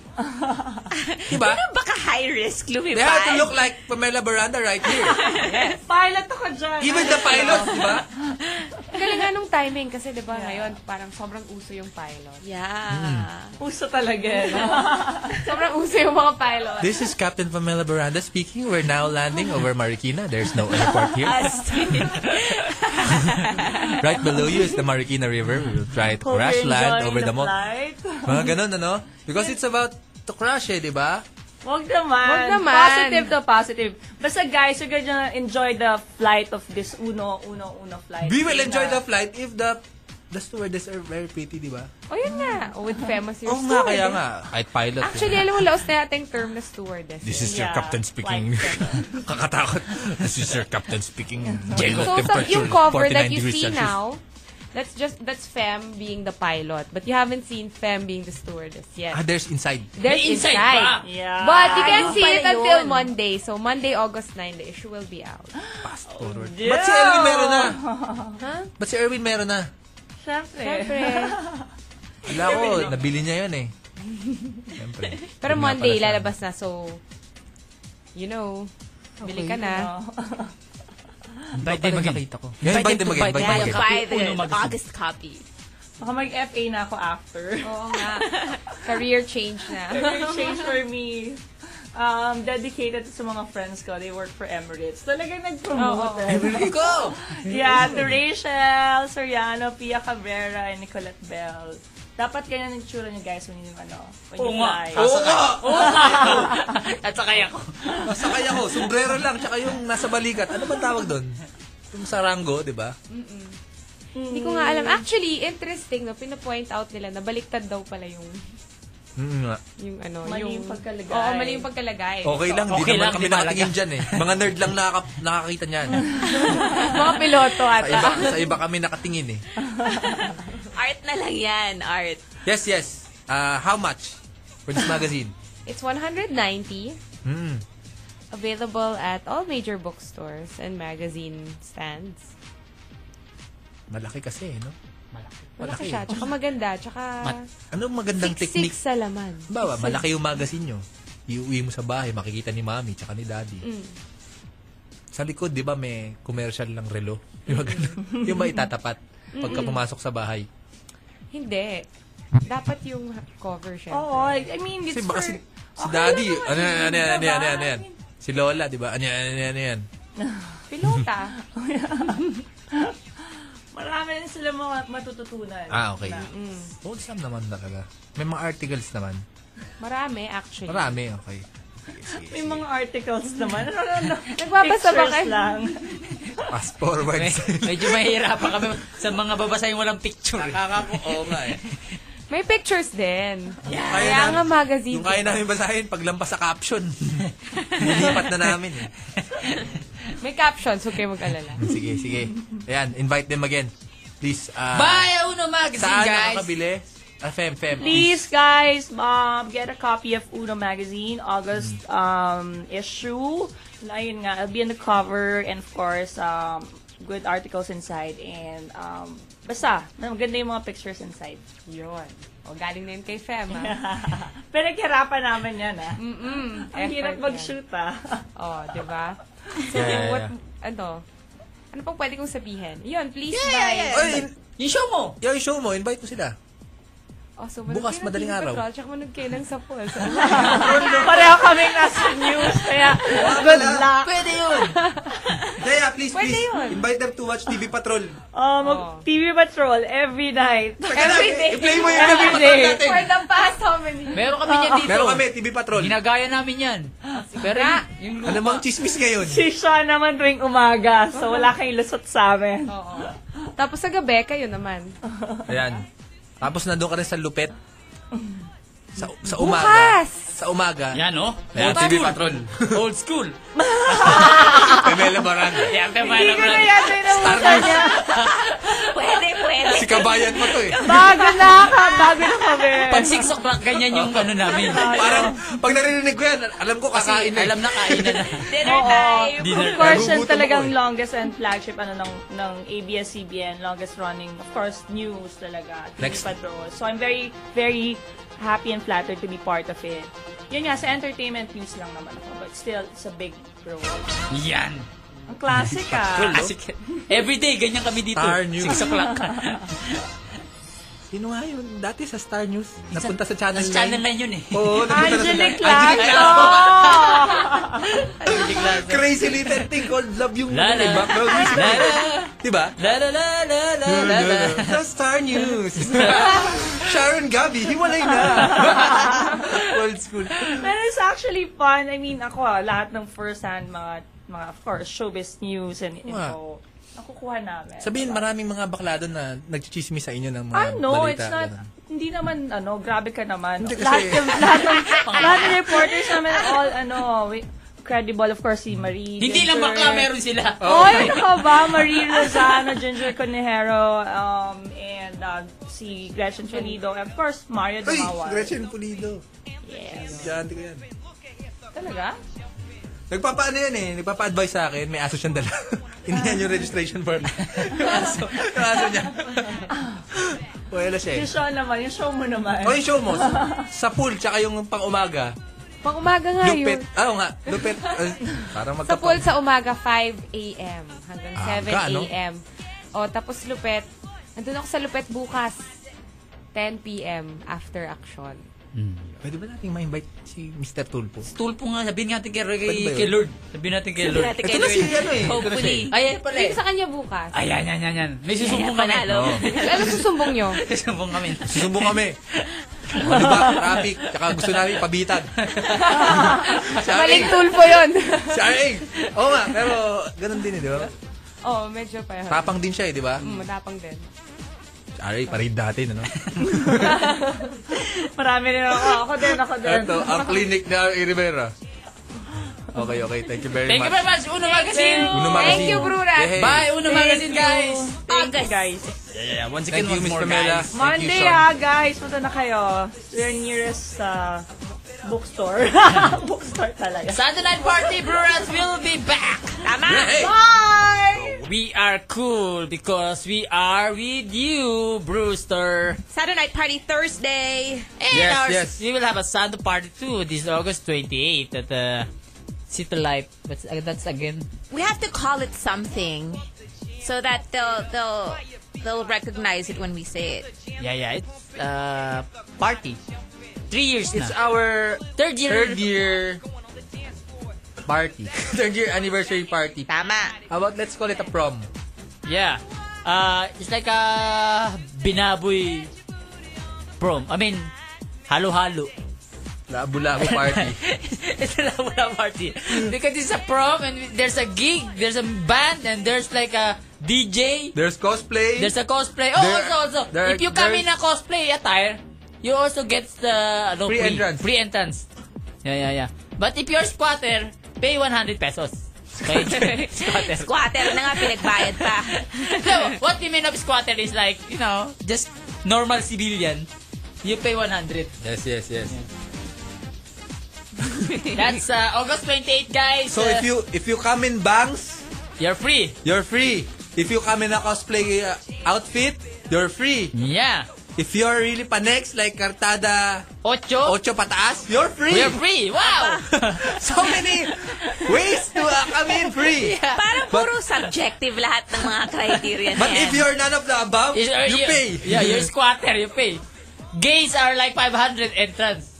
Speaker 2: diba?
Speaker 3: Baka high risk lumipad.
Speaker 2: They have to look like Pamela Baranda right here.
Speaker 6: Pilot ako dyan.
Speaker 2: Even the pilots, di ba?
Speaker 9: Galing nga nung timing kasi 'di ba ngayon parang sobrang uso yung pilot.
Speaker 2: Mm.
Speaker 3: Yeah.
Speaker 6: Puso talaga. yan.
Speaker 9: sobrang uso yung mga pilot.
Speaker 2: This is Captain Pamela Baranda speaking. We're now landing over Marikina. There's no airport here. right below you is the Marikina River. We will try to
Speaker 6: Hope
Speaker 2: crash
Speaker 6: you're
Speaker 2: land
Speaker 6: enjoying
Speaker 2: over the mall.
Speaker 6: flight.
Speaker 2: Mga ganun, ano? Because it's about to crash eh, di ba?
Speaker 6: Wag naman.
Speaker 9: Wag naman.
Speaker 6: Positive to positive. Basta guys, you're gonna enjoy the flight of this uno, uno, uno flight.
Speaker 2: We will enjoy the flight if the the stewardess are very pretty, di ba?
Speaker 9: O yun nga, Oh, with famous your
Speaker 2: Oo nga, kaya nga. Kahit pilot. di ba?
Speaker 9: Actually, alam mo, laos na yata yung term na stewardess.
Speaker 2: This is your captain speaking. Kakatakot. This is your captain speaking. Jail
Speaker 9: So, some,
Speaker 2: temperature,
Speaker 9: yung cover
Speaker 2: 49
Speaker 9: that you
Speaker 2: degrees
Speaker 9: see
Speaker 2: Celsius.
Speaker 9: now, that's just, that's Fem being the pilot. But you haven't seen Fem being the stewardess yet.
Speaker 2: Ah, there's inside.
Speaker 9: There's
Speaker 1: May inside
Speaker 9: inside.
Speaker 1: pa.
Speaker 6: Yeah.
Speaker 9: But you can
Speaker 6: Ayun
Speaker 9: see it
Speaker 6: pala
Speaker 9: until
Speaker 6: Ah, yun.
Speaker 9: Monday. So, Monday, August 9, the issue will be out.
Speaker 2: Fast
Speaker 1: Oh.
Speaker 2: forward.
Speaker 6: Yeah.
Speaker 2: Ba't si Erwin meron na?
Speaker 9: Huh?
Speaker 2: Ba't si Erwin meron na?
Speaker 6: Siyempre.
Speaker 9: Siyempre.
Speaker 2: Wala ko, nabili niya yun eh. Siyempre.
Speaker 9: Pero
Speaker 2: Yun nga
Speaker 9: Monday,
Speaker 2: pala siya.
Speaker 9: lalabas na. So, you know, bili ka na.
Speaker 1: Invite them again. ko.
Speaker 2: Yeah, invite them again, invite them again.
Speaker 3: Buy the
Speaker 1: Uno magazine.
Speaker 3: August copy.
Speaker 6: Baka mag-FA na ako after.
Speaker 9: Oo nga. Career change na.
Speaker 6: Career change for me. Um, dedicated sa mga friends ko. They work for Emirates. Talagang nag-promote. eh.
Speaker 2: Go!
Speaker 6: Yeah, to Rachel, Soriano, Pia Cabrera, and Nicolette Bell. Dapat ganyan ang tsura niyo guys when you, ano, when you
Speaker 1: Oo nga.
Speaker 6: fly.
Speaker 2: Oo nga!
Speaker 1: At sakay ako.
Speaker 2: Nasa kaya ko, sombrero lang, tsaka yung nasa balikat. Ano ba tawag doon? Yung sarango, di ba?
Speaker 9: Hindi ko nga alam. Actually, interesting, no? Pinapoint out nila na baliktad daw pala yung,
Speaker 2: Mm, nga.
Speaker 9: yung ano,
Speaker 6: Mali
Speaker 9: yung...
Speaker 6: yung pagkalagay.
Speaker 9: Oo, mali yung pagkalagay.
Speaker 2: Okay lang, di
Speaker 1: Okay
Speaker 2: naman
Speaker 1: lang,
Speaker 2: kami
Speaker 1: di ba,
Speaker 2: nakatingin dyan eh. Mga nerd lang nakaka- nakakita niyan.
Speaker 9: Mga piloto
Speaker 2: Sa iba,
Speaker 9: ata.
Speaker 2: sa iba kami nakatingin eh.
Speaker 3: Art na lang yan, art.
Speaker 2: Yes, yes. Uh, how much for this magazine?
Speaker 9: It's 190.
Speaker 2: Hmm.
Speaker 9: Available at all major bookstores and magazine stands.
Speaker 2: Malaki kasi, eh, no? Malaki.
Speaker 9: Malaki siya. Tsaka maganda. Tsaka
Speaker 2: Mat- anong magandang
Speaker 9: siksik
Speaker 2: technique?
Speaker 9: sa laman.
Speaker 2: Bawa,
Speaker 9: Siksik.
Speaker 2: malaki yung magazine nyo. Iuwi mo sa bahay, makikita ni mami, tsaka ni daddy.
Speaker 9: Mm.
Speaker 2: Sa likod, di ba, may commercial ng relo? Yung, mga ganun. yung ba itatapat pagka
Speaker 9: Mm-mm.
Speaker 2: pumasok sa bahay?
Speaker 9: Hindi. Dapat yung cover siya.
Speaker 6: Oo, I I mean, it's
Speaker 2: Kasi
Speaker 6: for...
Speaker 2: baka si, si daddy, ano yan, ano yan, ano yan, ano yan, ano yan. Si Lola, di ba? Ano yan, ano yan, ano yan.
Speaker 9: Pilota.
Speaker 2: ano?
Speaker 6: Marami na sila mga matututunan.
Speaker 2: Ah, okay.
Speaker 6: Na-
Speaker 9: mm.
Speaker 2: Old Sam naman talaga. May mga articles naman.
Speaker 9: Marami, actually.
Speaker 2: Marami, okay.
Speaker 6: May mga articles naman. Ano, ano, ano.
Speaker 9: Nagbabasa ba
Speaker 6: Pictures
Speaker 9: kayo?
Speaker 6: lang.
Speaker 2: Fast forward.
Speaker 1: Medyo mahirapan kami sa mga babasahin walang picture. Nakaka
Speaker 2: Oo nga eh.
Speaker 9: May pictures din.
Speaker 2: Yung kaya
Speaker 9: Kaya
Speaker 2: namin-
Speaker 9: nga magazine.
Speaker 2: Yung kaya namin basahin, paglampas sa caption. Nilipat na namin eh.
Speaker 9: May captions, huwag kayo mag-alala.
Speaker 2: Sige, sige. Ayan, invite them again. Please. Uh,
Speaker 1: Buy Uno Magazine,
Speaker 2: Saan
Speaker 1: guys!
Speaker 2: nakakabili? Ah, Fem, Fem.
Speaker 6: Please, guys, um, get a copy of Uno Magazine, August um, issue. And Ayun nga, I'll be on the cover and of course, um, good articles inside and um, basta, maganda yung mga pictures inside. Yun.
Speaker 9: O, Oh, galing na yun kay Fem, ha?
Speaker 6: Pero hirapan namin yan, ah.
Speaker 9: Mm-mm.
Speaker 6: Ang hirap
Speaker 9: Effort
Speaker 6: mag-shoot, ah.
Speaker 9: Oh, di ba? So,
Speaker 6: Yeah, yeah,
Speaker 9: what,
Speaker 6: yeah.
Speaker 9: ano, ano pang pwede kong sabihin? Yun, please
Speaker 1: Yeah,
Speaker 9: buy.
Speaker 1: yeah,
Speaker 2: Oy,
Speaker 1: yung show mo!
Speaker 2: Yung show mo, invite mo sila.
Speaker 9: Oh, so,
Speaker 2: Bukas,
Speaker 9: manood kayo ng
Speaker 2: madaling
Speaker 9: Tito
Speaker 2: araw.
Speaker 9: Patrol, tsaka manood kayo ng Sapol. So,
Speaker 6: Pareho kaming nasa news, kaya good luck. Pwede yun.
Speaker 2: Kaya, please,
Speaker 6: Pwede
Speaker 2: please,
Speaker 6: yun.
Speaker 2: invite them to watch TV Patrol.
Speaker 6: Oh, mag TV Patrol every night.
Speaker 2: Every day. I-play mo yung TV Patrol natin.
Speaker 9: for the past how many?
Speaker 1: Meron kami niyan dito.
Speaker 2: Meron kami, TV Patrol.
Speaker 1: Ginagaya namin yan. Pero yung, yung
Speaker 2: Ano bang chismis ngayon?
Speaker 6: Si Sean naman tuwing umaga,
Speaker 9: Oh.
Speaker 6: so wala kayong lusot sa amin.
Speaker 9: Oo. Tapos sa gabi, kayo naman.
Speaker 2: Ayan. Tapos nandun ka rin sa lupet. Sa, sa
Speaker 9: Bukas!
Speaker 2: umaga. Sa umaga. Yan,
Speaker 1: no? oh.
Speaker 2: Ayan,
Speaker 1: Old
Speaker 2: TV
Speaker 1: school.
Speaker 2: Patrol.
Speaker 1: Old school.
Speaker 2: Pamela Baranda.
Speaker 1: Yan,
Speaker 6: Hindi
Speaker 1: Pamela
Speaker 6: ko na
Speaker 1: Brand.
Speaker 6: yata inabutan niya.
Speaker 20: Pwede, pwede.
Speaker 2: Si kabayan mo to eh.
Speaker 6: Bago na ka, bago na kami.
Speaker 1: Pag siksok lang, ganyan yung ano namin.
Speaker 2: Parang, pag narinig ko yan, alam ko
Speaker 1: Kasi
Speaker 2: kakain eh.
Speaker 1: alam na kainan na.
Speaker 6: Dinner time.
Speaker 1: Dinner
Speaker 2: time.
Speaker 6: Of course, yun
Speaker 2: Nagugutom
Speaker 6: talagang
Speaker 2: ako eh.
Speaker 6: longest and flagship ano ng, ng ABS-CBN, longest running, of course, news talaga. TV
Speaker 2: Next.
Speaker 6: Patrol. So I'm very, very happy and flattered to be part of it. Yun nga, sa entertainment news lang naman ako, but still, it's a big role.
Speaker 1: Yan.
Speaker 6: Ang classic ah.
Speaker 1: Classic. Every day, ganyan kami dito.
Speaker 2: Star News.
Speaker 1: Six o'clock.
Speaker 2: Sino nga yun? Dati sa Star News. Napunta sa Channel 9.
Speaker 1: Nasa channel na yun eh.
Speaker 2: Oo, napunta
Speaker 6: Angelic
Speaker 2: na sa
Speaker 6: Lacto!
Speaker 1: Angelic Lacto.
Speaker 2: Crazy little thing called Love Yung
Speaker 1: La, la.
Speaker 2: Yung background music.
Speaker 1: La, la.
Speaker 2: Diba?
Speaker 1: La la la la la la la.
Speaker 2: Sa Star News. Sharon Gabi, hiwalay na. Old school.
Speaker 6: Pero it's actually fun. I mean, ako, ah, lahat ng first-hand mga, mga, of course, showbiz news and
Speaker 2: Mga-
Speaker 6: info, nakukuha namin. Diba?
Speaker 2: Sabihin, maraming mga bakla doon na nagchichismis sa inyo ng mga
Speaker 6: Ah, no,
Speaker 2: balita.
Speaker 6: it's not,
Speaker 2: ganun.
Speaker 6: hindi naman, ano, grabe ka naman.
Speaker 2: Hindi kasi-
Speaker 6: Lahat ng, lahat ng, lahat ng reporters namin, all, ano, we- credible, of course, si Marie.
Speaker 1: Hindi lang
Speaker 6: Ginger.
Speaker 1: bakla meron sila.
Speaker 6: Oh, yun ka ba? Marie Rosano, Ginger Conejero, um, and uh, si Gretchen Pulido, and of course, Mario
Speaker 2: Ay,
Speaker 6: Dumawan.
Speaker 2: Gretchen Pulido.
Speaker 6: Yes.
Speaker 2: Diyan, ko yan.
Speaker 6: Talaga?
Speaker 2: Nagpapaano yan eh. Nagpapa-advise sa akin. May aso siyang dala. Hindi yan yung registration form. yung aso. Yung aso niya. Pwela siya eh.
Speaker 6: Yung show naman, yung show mo naman.
Speaker 2: O Oh, yung show mo, sa pool, tsaka yung pang-umaga.
Speaker 9: Pang umaga nga
Speaker 2: Lupit.
Speaker 9: yun.
Speaker 2: Ah, oo nga. Lupit. Ah, parang
Speaker 9: Sa pool
Speaker 2: magkapag...
Speaker 9: sa umaga, 5 a.m. hanggang
Speaker 2: Ah,
Speaker 9: 7
Speaker 2: ga, no?
Speaker 9: a.m. O, tapos lupet. Nandun ako sa lupet bukas. 10 p.m. after action.
Speaker 2: Pwede ba nating ma-invite si Mr. Tulpo?
Speaker 1: Tulpo nga, sabihin natin kay,
Speaker 2: Pwede ba
Speaker 1: kay,
Speaker 2: yun?
Speaker 1: kay Lord. Sabihin natin kay Lord.
Speaker 2: natin kay Ito na Lord. si ano eh.
Speaker 1: Hopefully.
Speaker 2: Ito na siya
Speaker 1: Ayan pala eh.
Speaker 9: Hindi ko sa kanya bukas.
Speaker 1: Ayan, yan, yan, yan. May susumbong kami.
Speaker 2: Oo.
Speaker 9: Ano susumbong nyo?
Speaker 1: Susumbong kami.
Speaker 2: Susumbong kami. Ano ba? Traffic. Tsaka gusto namin pabitag. si
Speaker 9: Maling
Speaker 6: Ano
Speaker 9: tulpo yun.
Speaker 2: Si R.A. Oo nga, pero ganun din eh, di ba?
Speaker 6: Oh,
Speaker 9: Oo, medyo pa yun.
Speaker 2: Tapang din siya eh, di ba?
Speaker 9: Mm, matapang din.
Speaker 2: Si R.A. parid dati, ano?
Speaker 6: Marami rin ako. Ako din, ako din.
Speaker 2: Ito, ang clinic ni R.A. Rivera. Okay, okay. Thank you very
Speaker 1: Thank you
Speaker 2: much.
Speaker 1: very much, Uno Magazine.
Speaker 2: Uno Magazine. Thank you, Brura. Yay.
Speaker 1: Bye, Uno
Speaker 6: Thank
Speaker 1: Magazine,
Speaker 6: you.
Speaker 1: guys.
Speaker 6: Thank you, guys.
Speaker 1: Yeah, yeah, yeah. Once again,
Speaker 2: Thank you,
Speaker 1: once
Speaker 2: Miss
Speaker 1: more,
Speaker 2: Pamela.
Speaker 1: guys.
Speaker 2: Thank you,
Speaker 6: Monday
Speaker 2: Sean.
Speaker 6: ah, guys. Punta na kayo. We're nearest sa Bookstore. Bookstore talaga.
Speaker 1: Saturday night party, Brewers will be back. Tama.
Speaker 3: Bye!
Speaker 1: We are cool because we are with you, Brewster.
Speaker 3: Saturday night party Thursday.
Speaker 1: And our- We will have a Santo party too this August 28 at uh, City Life. But uh, that's again.
Speaker 3: We have to call it something so that they'll they'll they'll recognize it when we say it.
Speaker 1: Yeah, yeah. It's uh, party. Three years
Speaker 2: It's
Speaker 1: na.
Speaker 2: our
Speaker 1: third year.
Speaker 2: Third year party. third year anniversary party.
Speaker 3: Tama.
Speaker 2: How about let's call it a prom?
Speaker 1: Yeah. Uh, it's like a binaboy prom. I mean, halo-halo.
Speaker 2: Labo-labo party.
Speaker 1: it's a labo-labo party. Because it's a prom and there's a gig, there's a band, and there's like a DJ.
Speaker 2: There's cosplay.
Speaker 1: There's a cosplay. Oh,
Speaker 2: There-
Speaker 1: also, also.
Speaker 2: there-
Speaker 1: if you come in
Speaker 2: there's-
Speaker 1: a cosplay attire, you also get the ano,
Speaker 2: Free entrance.
Speaker 1: Free entrance. Yeah, yeah, yeah. But if you're squatter, pay 100 pesos. Okay? squatter.
Speaker 3: Squatter na nga, pinagbayad pa.
Speaker 1: so, what we mean of squatter is like, you know, just normal civilian. You pay 100.
Speaker 2: Yes, yes, yes.
Speaker 1: That's uh, August 28, guys. Uh,
Speaker 2: So if you if you come in bangs,
Speaker 1: you're free.
Speaker 2: You're free. If you come in a cosplay uh, outfit, you're free.
Speaker 1: Yeah.
Speaker 2: If you're really panex like Cartada
Speaker 1: Ocho,
Speaker 2: Ocho pataas, you're free.
Speaker 1: You're free. Wow.
Speaker 2: so many ways to uh, come in free.
Speaker 3: Parang puro subjective lahat ng mga criteria na
Speaker 2: But
Speaker 3: yan.
Speaker 2: if you're none of the above,
Speaker 1: Is- are
Speaker 2: you pay.
Speaker 1: Yeah, you're squatter, you pay. Gays are like 500 entrance.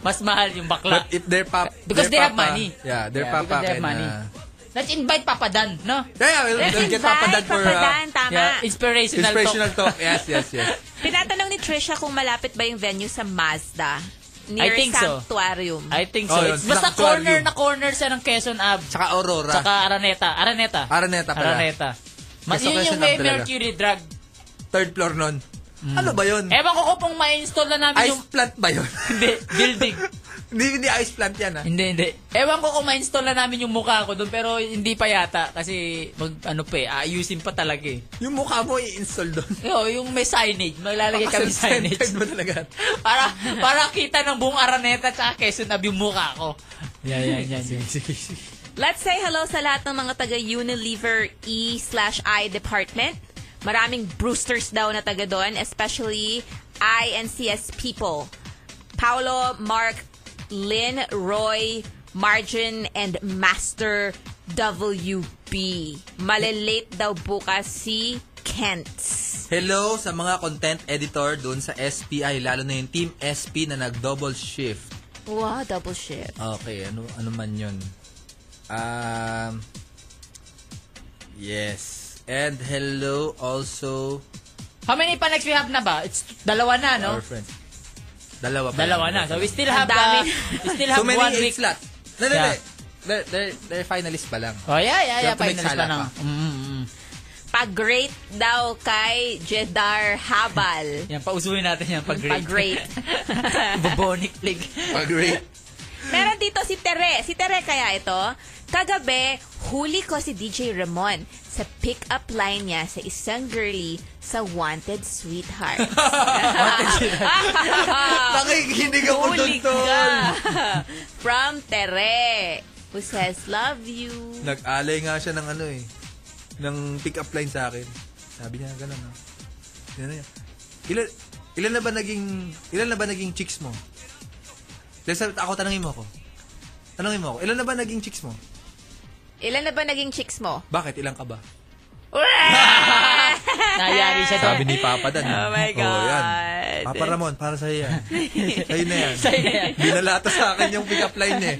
Speaker 1: Mas mahal yung bakla.
Speaker 2: But if their pap
Speaker 1: Because they
Speaker 2: their
Speaker 1: have
Speaker 2: papa-
Speaker 1: money.
Speaker 2: Yeah, their
Speaker 1: Yeah,
Speaker 2: papa
Speaker 1: because they have
Speaker 2: can,
Speaker 1: money.
Speaker 2: uh,
Speaker 1: Let's invite Papa Dan, no?
Speaker 2: Yeah, yeah, we'll- Let's we'll get invite Papa Dan for, Papa uh, Dan,
Speaker 3: tama.
Speaker 1: Yeah, inspirational,
Speaker 2: inspirational
Speaker 1: talk.
Speaker 2: talk. Yes, yes, yes.
Speaker 3: Tinatanong ni Trisha kung malapit ba yung venue sa Mazda. Near
Speaker 1: I think so.
Speaker 3: Sanctuarium.
Speaker 1: I think so.
Speaker 2: Oh,
Speaker 1: It's
Speaker 2: yun,
Speaker 1: basta
Speaker 2: Sanctuarium.
Speaker 1: corner na corner siya ng Quezon Ave.
Speaker 2: Tsaka Aurora.
Speaker 1: Tsaka Araneta. Araneta.
Speaker 2: Araneta pala.
Speaker 1: Araneta. Mas yun
Speaker 2: Quezon- Quezon
Speaker 1: yung may
Speaker 2: Ave talaga.
Speaker 1: mercury drug.
Speaker 2: Third floor nun. Ano ba yun?
Speaker 1: Ewan ko kung pong ma-install na namin Mm. Eh, ano
Speaker 2: Ice
Speaker 1: yung
Speaker 2: plant ba yun?
Speaker 1: hindi, building.
Speaker 2: hindi, hindi ice plant yan ah.
Speaker 1: Hindi, hindi. Ewan ko kung ma-install na namin yung mukha ko doon pero hindi pa yata kasi mag ano pa eh, aayusin pa talaga eh.
Speaker 2: Yung mukha mo i-install doon.
Speaker 1: Yo, Oh, yung may signage, maglalagay kami ng signage.
Speaker 2: Self-centered mo talaga.
Speaker 1: para para kita ng buong Araneta at Quezon Ave yung mukha ko. Yan, yan, yan.
Speaker 2: Sige, sige.
Speaker 3: Let's say hello sa lahat ng mga taga Unilever E slash I department. Maraming Brewsters daw na taga doon, especially I and CS people. Paolo, Mark, Lynn, Roy, Margin, and Master WB. Malilate daw bukas si Kent.
Speaker 2: Hello sa mga content editor doon sa SPI, lalo na yung team SP na nag-double shift.
Speaker 3: Wow, double shift.
Speaker 2: Okay, ano ano man 'yun. Um Yes. And hello also
Speaker 1: How many pa next we have na ba? It's dalawa na, no?
Speaker 2: our friends. Dalawa pa.
Speaker 1: Dalawa na. So we still have
Speaker 3: Ang
Speaker 1: uh,
Speaker 3: dami.
Speaker 1: we still have
Speaker 2: so many
Speaker 1: one week.
Speaker 2: eight slots. No, no,
Speaker 1: Yeah.
Speaker 2: no. They're, they're, they're finalists pa lang.
Speaker 1: Oh, yeah, yeah,
Speaker 2: You
Speaker 1: yeah.
Speaker 2: have to make
Speaker 1: Finalist pa
Speaker 2: sala
Speaker 1: na.
Speaker 2: pa.
Speaker 1: Mm, mm, mm.
Speaker 3: Pag-great daw kay Jedar Habal.
Speaker 1: Yan, pausuhin natin yan pag grade.
Speaker 3: Pag-great.
Speaker 1: Bubonic plague.
Speaker 2: Agree.
Speaker 3: Meron dito si Tere. Si Tere kaya ito? Kagabi, huli ko si DJ Ramon sa pick-up line niya sa isang girly sa Wanted Sweetheart.
Speaker 2: Nakikinig ako doon,
Speaker 3: Huli
Speaker 2: tol.
Speaker 3: ka. From Tere, who says, love you.
Speaker 2: Nag-alay nga siya ng ano eh. Ng pick-up line sa akin. Sabi niya ganun ah. Ganun niya. Ilan, ilan na ba naging, ilan na ba naging chicks mo? Let's ako tanungin mo ako. Tanungin mo ako, ilan na ba naging chicks mo?
Speaker 3: Ilan na ba naging chicks mo?
Speaker 2: Bakit? Ilan ka ba?
Speaker 1: Nayari siya doon.
Speaker 2: Sabi ni Papa Dan.
Speaker 3: Oh my
Speaker 2: Oh, yan.
Speaker 3: God.
Speaker 2: Papa Ramon, para sa'yo yan. sa'yo na yan.
Speaker 1: Sa'yo na yan.
Speaker 2: Binalata sa akin yung pick-up line eh.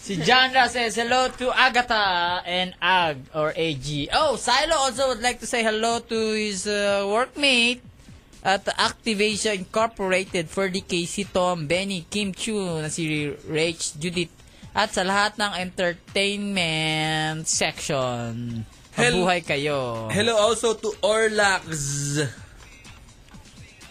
Speaker 1: Si John Ra says hello to Agatha and Ag or AG. Oh, Silo also would like to say hello to his uh, workmate at Activation Incorporated, Ferdy Casey, Tom, Benny, Kim Chu, na si Rach, Judith, at sa lahat ng entertainment section.
Speaker 2: Hel-
Speaker 1: Mabuhay kayo.
Speaker 2: Oh. Hello also to Orlax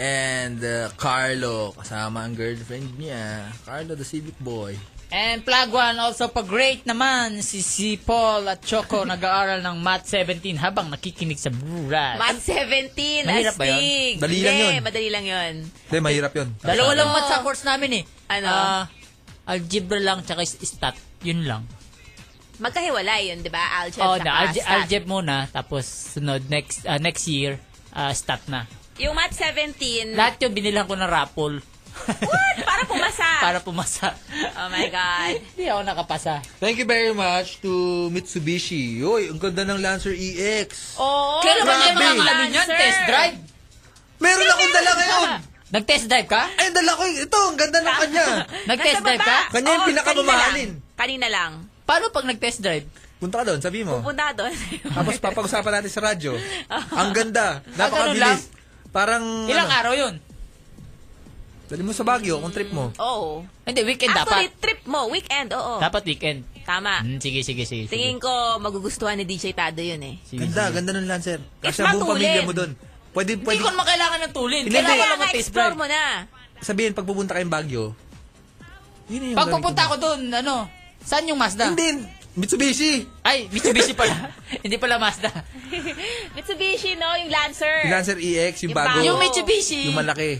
Speaker 2: and uh, Carlo. Kasama ang girlfriend niya. Carlo, the civic boy.
Speaker 1: And plug one, also pag-rate naman si si Paul at Choco nag-aaral ng Math 17 habang nakikinig sa Brurat.
Speaker 3: Math 17,
Speaker 1: Mahirap ba yun?
Speaker 3: astig.
Speaker 1: Dali lang
Speaker 3: Hindi,
Speaker 1: yun.
Speaker 3: madali lang yun.
Speaker 2: Hindi, mahirap yun.
Speaker 1: Dalawa lang
Speaker 3: Ano?
Speaker 1: math sa course namin eh.
Speaker 3: Ano?
Speaker 1: Ah, algebra lang tsaka is- stat. Yun lang.
Speaker 3: Magkahiwalay yun, di ba? Algebra
Speaker 1: Oh,
Speaker 3: at
Speaker 1: na,
Speaker 3: saka
Speaker 1: alge-
Speaker 3: stat.
Speaker 1: algebra muna tapos sunod next ah, next year ah, stat na.
Speaker 3: Yung Math 17,
Speaker 1: Lahat yun binilang ko ng rapol
Speaker 3: para pumasa.
Speaker 1: para pumasa.
Speaker 3: Oh my God.
Speaker 1: Hindi ako nakapasa.
Speaker 2: Thank you very much to Mitsubishi. Uy, ang ganda ng Lancer E EX.
Speaker 3: Oo.
Speaker 1: Kailan ba
Speaker 2: Grabe.
Speaker 1: yung mga ano niyan?
Speaker 2: Sir.
Speaker 1: Test drive?
Speaker 2: Meron akong dala ngayon.
Speaker 1: Nag-test drive ka?
Speaker 2: Ay, dala ko. Ito, ang ganda ng kanya.
Speaker 1: Nag-test
Speaker 3: Nasa
Speaker 1: drive
Speaker 3: baba.
Speaker 1: ka?
Speaker 2: Kanya yung
Speaker 3: Oo,
Speaker 2: pinakamamahalin.
Speaker 3: kanina lang. Kanina lang.
Speaker 1: Paano pag nag-test drive?
Speaker 2: Punta ka doon, sabi mo.
Speaker 3: Pupunta ka doon.
Speaker 2: Tapos papag-usapan natin sa radyo. Ang ganda. Napakabilis. Parang...
Speaker 1: Ilang
Speaker 2: ano,
Speaker 1: araw yun?
Speaker 2: Dali mo sa Baguio kung trip mo.
Speaker 3: Oo.
Speaker 1: Hindi, weekend
Speaker 3: Actually,
Speaker 1: dapat.
Speaker 3: trip mo. Weekend, oo.
Speaker 1: Dapat weekend.
Speaker 3: Tama.
Speaker 1: Hmm, sige, sige, sige. sige.
Speaker 3: Ah. Tingin ko magugustuhan ni DJ Tado yun eh.
Speaker 2: Ganda, ganda ng Lancer. Kasi
Speaker 3: It's
Speaker 2: ang buong
Speaker 3: matulin.
Speaker 2: pamilya mo doon. Pwede,
Speaker 1: Hindi
Speaker 2: pwede.
Speaker 1: ko naman kailangan ng tulin.
Speaker 2: Hindi,
Speaker 1: Kailangan
Speaker 2: hindi.
Speaker 1: ko lang mag-test
Speaker 3: Ma-explore
Speaker 1: drive.
Speaker 3: mo na.
Speaker 2: Sabihin, pag pupunta kayong Baguio, yun na yung
Speaker 1: Pag
Speaker 2: gagawin
Speaker 1: pupunta ako doon, ano, saan yung Mazda?
Speaker 2: Hindi, Mitsubishi.
Speaker 1: Ay, Mitsubishi pala. Hindi pala Mazda.
Speaker 3: Mitsubishi, no? Yung Lancer.
Speaker 2: Yung Lancer EX, yung
Speaker 3: Yung
Speaker 2: bago.
Speaker 3: bago.
Speaker 1: Yung Mitsubishi,
Speaker 2: Yung malaki.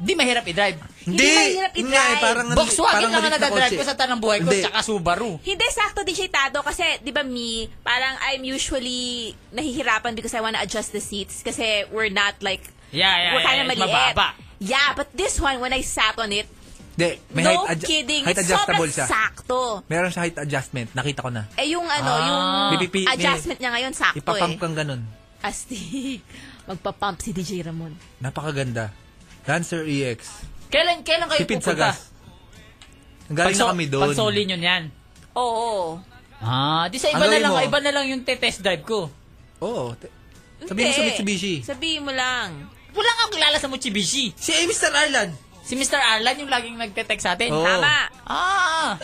Speaker 1: di mahirap i-drive.
Speaker 2: Hindi,
Speaker 3: mahirap
Speaker 2: yun
Speaker 3: i-drive.
Speaker 2: nga eh, parang
Speaker 1: Volkswagen
Speaker 2: parang
Speaker 1: lang ang
Speaker 2: maliit na
Speaker 1: nadadrive
Speaker 2: kotse.
Speaker 1: ko sa tanang buhay ko,
Speaker 2: Hindi.
Speaker 1: tsaka Subaru.
Speaker 3: Hindi, sakto DJ Tado. Kasi, di ba me, parang I'm usually nahihirapan because I wanna adjust the seats. Kasi we're not like,
Speaker 1: Yeah, yeah,
Speaker 3: we're
Speaker 1: yeah,
Speaker 3: kind of
Speaker 1: it's
Speaker 3: maliit.
Speaker 1: mababa.
Speaker 3: Yeah, but this one, when I sat on it,
Speaker 2: Hindi, may
Speaker 3: no
Speaker 2: height, adju-
Speaker 3: kidding,
Speaker 2: height
Speaker 3: it's
Speaker 2: adjustable
Speaker 3: sobrang
Speaker 2: siya.
Speaker 3: sakto.
Speaker 2: Meron siya height adjustment. Nakita ko na.
Speaker 3: Eh, yung ano,
Speaker 2: Ah.
Speaker 3: yung
Speaker 2: Pipipi-
Speaker 3: adjustment niya ngayon, sakto
Speaker 2: Ipapump
Speaker 3: eh.
Speaker 2: kang ganun.
Speaker 3: Astig. Magpa-pump si DJ Ramon.
Speaker 2: Napakaganda. Lancer EX.
Speaker 1: Kailan, kailan kayo
Speaker 2: Tipid sa
Speaker 1: pupunta?
Speaker 2: gas. Ang Galing na kami doon.
Speaker 1: Pagsoli nyo yan.
Speaker 3: Oo.
Speaker 1: Ah, di sa
Speaker 2: Ang
Speaker 1: iba na
Speaker 2: Ano gawin
Speaker 1: lang,
Speaker 2: mo?
Speaker 1: iba na lang yung te-test drive ko.
Speaker 2: Oo. te- Sabihin mo sa
Speaker 3: Hindi.
Speaker 2: Mitsubishi.
Speaker 3: Sabihin mo lang.
Speaker 1: Wala kang kilala sa Mitsubishi.
Speaker 2: Si eh, Mr. Arlan.
Speaker 1: Si Mr. Arlan yung laging nagte-text sa atin.
Speaker 2: Oo.
Speaker 3: Tama.
Speaker 1: Ah,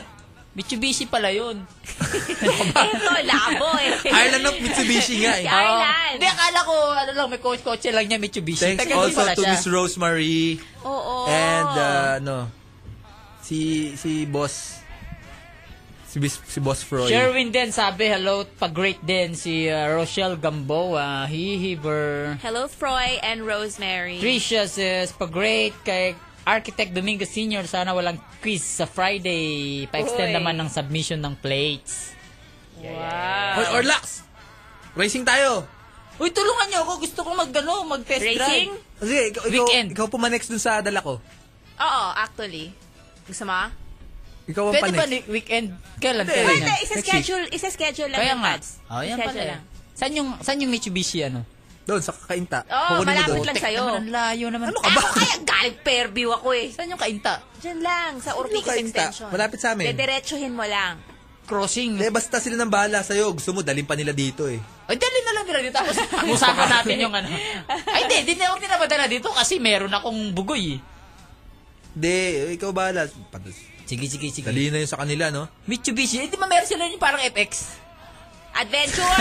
Speaker 1: Mitsubishi pala yun.
Speaker 2: Ano
Speaker 3: Ito, labo eh.
Speaker 2: Island of Mitsubishi nga eh.
Speaker 3: Si Arlan.
Speaker 1: Hindi, akala ko, ano lang, may kotse lang niya Mitsubishi.
Speaker 2: Thanks
Speaker 1: Teka, hindi
Speaker 2: also
Speaker 1: pala
Speaker 2: to
Speaker 1: siya. Oh.
Speaker 2: Miss Rosemary
Speaker 3: Oo.
Speaker 2: and uh, no si si boss si, bis- si boss Froy.
Speaker 1: Sherwin din sabi, hello, pag-great din si uh, Rochelle Gamboa, hihiber.
Speaker 3: Hello, Froy and Rosemary.
Speaker 1: Trisha says, pag-great kay Architect Domingo Sr. Sana walang quiz sa Friday. Pa-extend
Speaker 3: Uy.
Speaker 1: naman ng submission ng plates.
Speaker 2: Or, or Lux. Racing tayo.
Speaker 1: Uy, tulungan niyo ako. Gusto ko mag, ano, mag-test
Speaker 3: Racing?
Speaker 1: drive.
Speaker 2: Sige, ikaw, ikaw,
Speaker 1: Weekend.
Speaker 2: ikaw pumanex dun sa dala ko.
Speaker 3: Oo, actually. Gusto mo?
Speaker 2: Ikaw ang
Speaker 1: Pwede
Speaker 2: panex.
Speaker 1: ba ni- weekend? Kailan?
Speaker 2: Pwede.
Speaker 1: Kailan
Speaker 3: Pwede,
Speaker 1: yan?
Speaker 3: isa-schedule, isa-schedule lang
Speaker 1: Kaya
Speaker 3: yung
Speaker 1: nga.
Speaker 3: ads.
Speaker 1: Oh, yan
Speaker 3: Isa-schedule
Speaker 1: pala. eh.
Speaker 3: lang.
Speaker 1: Saan yung, saan yung Mitsubishi, ano?
Speaker 2: Doon, sa kakainta.
Speaker 1: Oh,
Speaker 3: Oo,
Speaker 2: Kukunin mo
Speaker 3: malapit
Speaker 2: doon.
Speaker 3: lang sa'yo.
Speaker 1: Naman, ang layo naman.
Speaker 2: Ano ka ba?
Speaker 3: Ako kaya galing Fairview ako eh.
Speaker 1: Saan yung kainta?
Speaker 3: Diyan lang, sa Urquiza
Speaker 2: kainta?
Speaker 3: Extension.
Speaker 2: Malapit sa amin.
Speaker 3: Dediretsuhin mo lang.
Speaker 1: Crossing.
Speaker 2: Eh, basta sila ng bahala sa'yo. Gusto mo, dalhin pa nila dito eh.
Speaker 1: Ay, dali na lang nila dito. Tapos, usapan natin yung ano. Ay, hindi. Hindi na ako tinapadala dito kasi meron akong bugoy. eh.
Speaker 2: Hindi, ikaw bahala. Patos.
Speaker 1: Sige, sige, sige.
Speaker 2: Dali na yun sa kanila, no?
Speaker 1: Mitsubishi. Hindi ba meron sila yung parang FX?
Speaker 3: Adventure!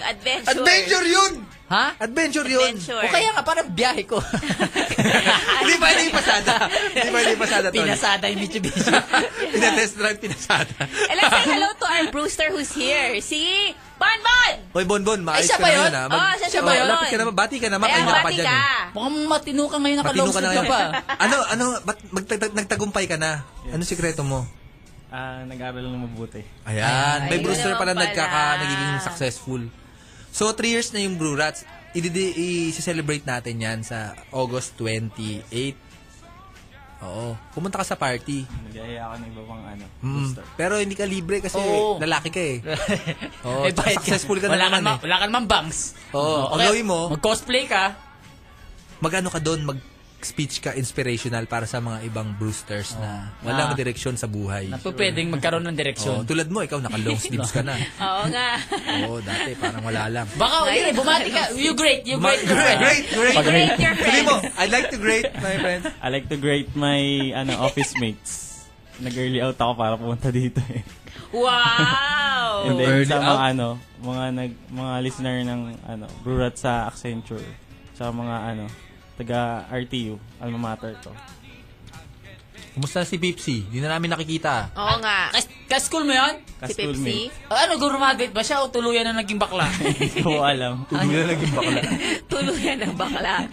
Speaker 3: yung adventure.
Speaker 2: Adventure yun!
Speaker 1: Ha?
Speaker 2: Adventure yun!
Speaker 3: Adventure.
Speaker 1: O kaya nga, parang biyahe ko.
Speaker 2: Hindi pa hindi pasada. Hindi pa hindi pasada, Tol.
Speaker 1: Pinasada yung Mitsubishi.
Speaker 2: Pinatest drive, pinasada.
Speaker 3: And let's say hello to our Brewster who's here. Si Bonbon!
Speaker 2: Hoy, Bonbon, maayos
Speaker 1: siya
Speaker 2: ka
Speaker 1: ba
Speaker 2: na
Speaker 1: yun?
Speaker 2: ah.
Speaker 3: Oh, siya- siya ba yun?
Speaker 2: Lapit ka naman, bati ka naman.
Speaker 3: Ayan,
Speaker 2: Kanya ka pa
Speaker 3: bati
Speaker 2: dyan
Speaker 3: ka.
Speaker 2: eh.
Speaker 1: Mukhang matino ka ngayon,
Speaker 2: Patino ka
Speaker 1: nakalobsod
Speaker 2: na
Speaker 1: ka
Speaker 2: ngayon.
Speaker 1: pa.
Speaker 2: ano, ano, ba't magtag- nagtagumpay ka na? Ano sikreto mo?
Speaker 17: Ah, nag-aral ng mabuti.
Speaker 2: Ayan, may
Speaker 3: Ayun
Speaker 2: Brewster
Speaker 3: naman
Speaker 2: pala
Speaker 3: pala.
Speaker 2: nagkaka, nagiging successful. So, three years na yung Brew Rats. I- celebrate natin yan sa August 28. Oo. Pumunta ka sa party.
Speaker 17: Nag-aya ako ng iba pang ano.
Speaker 2: Mm. Pero hindi ka libre kasi
Speaker 1: Oo.
Speaker 2: lalaki ka eh. Oo,
Speaker 1: May Eh, bayad
Speaker 2: successful ka na
Speaker 1: wala
Speaker 2: naman
Speaker 1: ma-
Speaker 2: eh.
Speaker 1: Wala ka naman bangs.
Speaker 2: Oo, ang gawin mo-
Speaker 1: Mag-cosplay ka.
Speaker 2: Magano ka doon, mag-speech ka inspirational para sa mga ibang Brewsters na
Speaker 17: Oh.
Speaker 1: Ah.
Speaker 2: walang direksyon sa buhay.
Speaker 1: Na po pwedeng magkaroon ng direksyon.
Speaker 2: Oo, tulad mo, ikaw naka-long sleeves
Speaker 17: Diba?
Speaker 2: ka na.
Speaker 3: Oo nga.
Speaker 2: Oo, dati parang wala lang.
Speaker 1: Baka, uy, bumati ka. You great, you
Speaker 2: Ma-
Speaker 1: great. you great.
Speaker 2: great, great.
Speaker 3: Great your
Speaker 2: Sabi mo,
Speaker 3: friends.
Speaker 2: I'd like to great my friends.
Speaker 17: I like to grade my ano office mates. Nag-early out ako para pumunta dito eh.
Speaker 3: Wow!
Speaker 17: And then
Speaker 2: Early
Speaker 17: sa
Speaker 2: out?
Speaker 17: mga ano, mga nag mga listener ng ano, Brurat sa Accenture. Sa mga ano, taga RTU, alma mater to.
Speaker 2: Kumusta si Pipsy? Hindi na namin nakikita.
Speaker 3: Oo nga.
Speaker 1: Ka-school mo yun?
Speaker 2: Si Pepsi?
Speaker 1: Ah, Ano, gurumabit ba siya o tuluyan na naging bakla?
Speaker 2: Hindi ko alam. Hindi na naging bakla.
Speaker 3: Tuluyan ng bakla.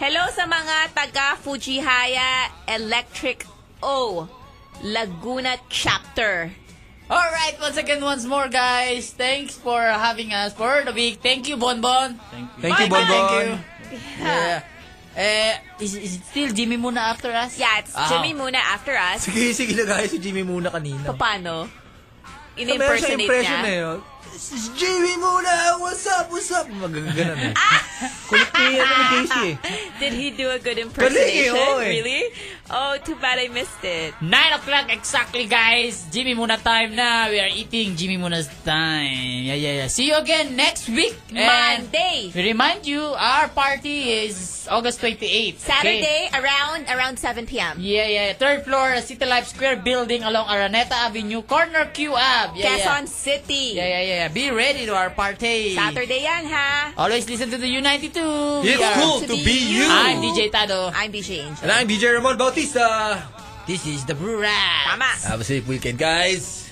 Speaker 3: Hello sa mga taga Fujihaya Electric O Laguna Chapter.
Speaker 1: Alright, once again, once more, guys. Thanks for having us for the week. Thank you, Bonbon. Thank
Speaker 2: Thank you, Bonbon.
Speaker 1: Thank you. Yeah. Eh, is, is it still Jimmy muna after us?
Speaker 3: Yeah, it's
Speaker 2: Ah.
Speaker 1: Wow.
Speaker 3: Jimmy muna after us.
Speaker 2: Sige, sige na guys. Si Jimmy muna kanina.
Speaker 3: Paano?
Speaker 2: Meron siyang
Speaker 3: In-impersonate
Speaker 2: impression
Speaker 3: niya.
Speaker 2: eh. oh. Jimmy muna! What's up? What's up? Magaganan eh. Kulit niya ni Casey eh.
Speaker 3: Did he do a good
Speaker 1: Galing eh,
Speaker 3: impersonation?
Speaker 1: oo eh.
Speaker 3: Really? Oh, too bad I missed it.
Speaker 1: 9 o'clock exactly, guys. Jimmy Muna time na. We are eating Jimmy Muna's time. Yeah, yeah, yeah. See you again next week. And
Speaker 3: Monday.
Speaker 1: we remind you, our party is August 28th. okay?
Speaker 3: Saturday around around 7 p.m.
Speaker 1: Yeah, yeah. Third floor, City Life Square building along Araneta Avenue, corner Q Ave. Yeah, yeah.
Speaker 3: Quezon City.
Speaker 1: Yeah, yeah, yeah. Be ready to our party.
Speaker 3: Saturday yan ha.
Speaker 1: Always listen to the U92. We
Speaker 2: It's
Speaker 1: are-
Speaker 2: cool to be you.
Speaker 1: I'm DJ Tado.
Speaker 3: I'm DJ Angel.
Speaker 2: And I'm DJ Ramon Bautista.
Speaker 1: This is the Brew Rats.
Speaker 3: Tama.
Speaker 2: Have a safe weekend, guys.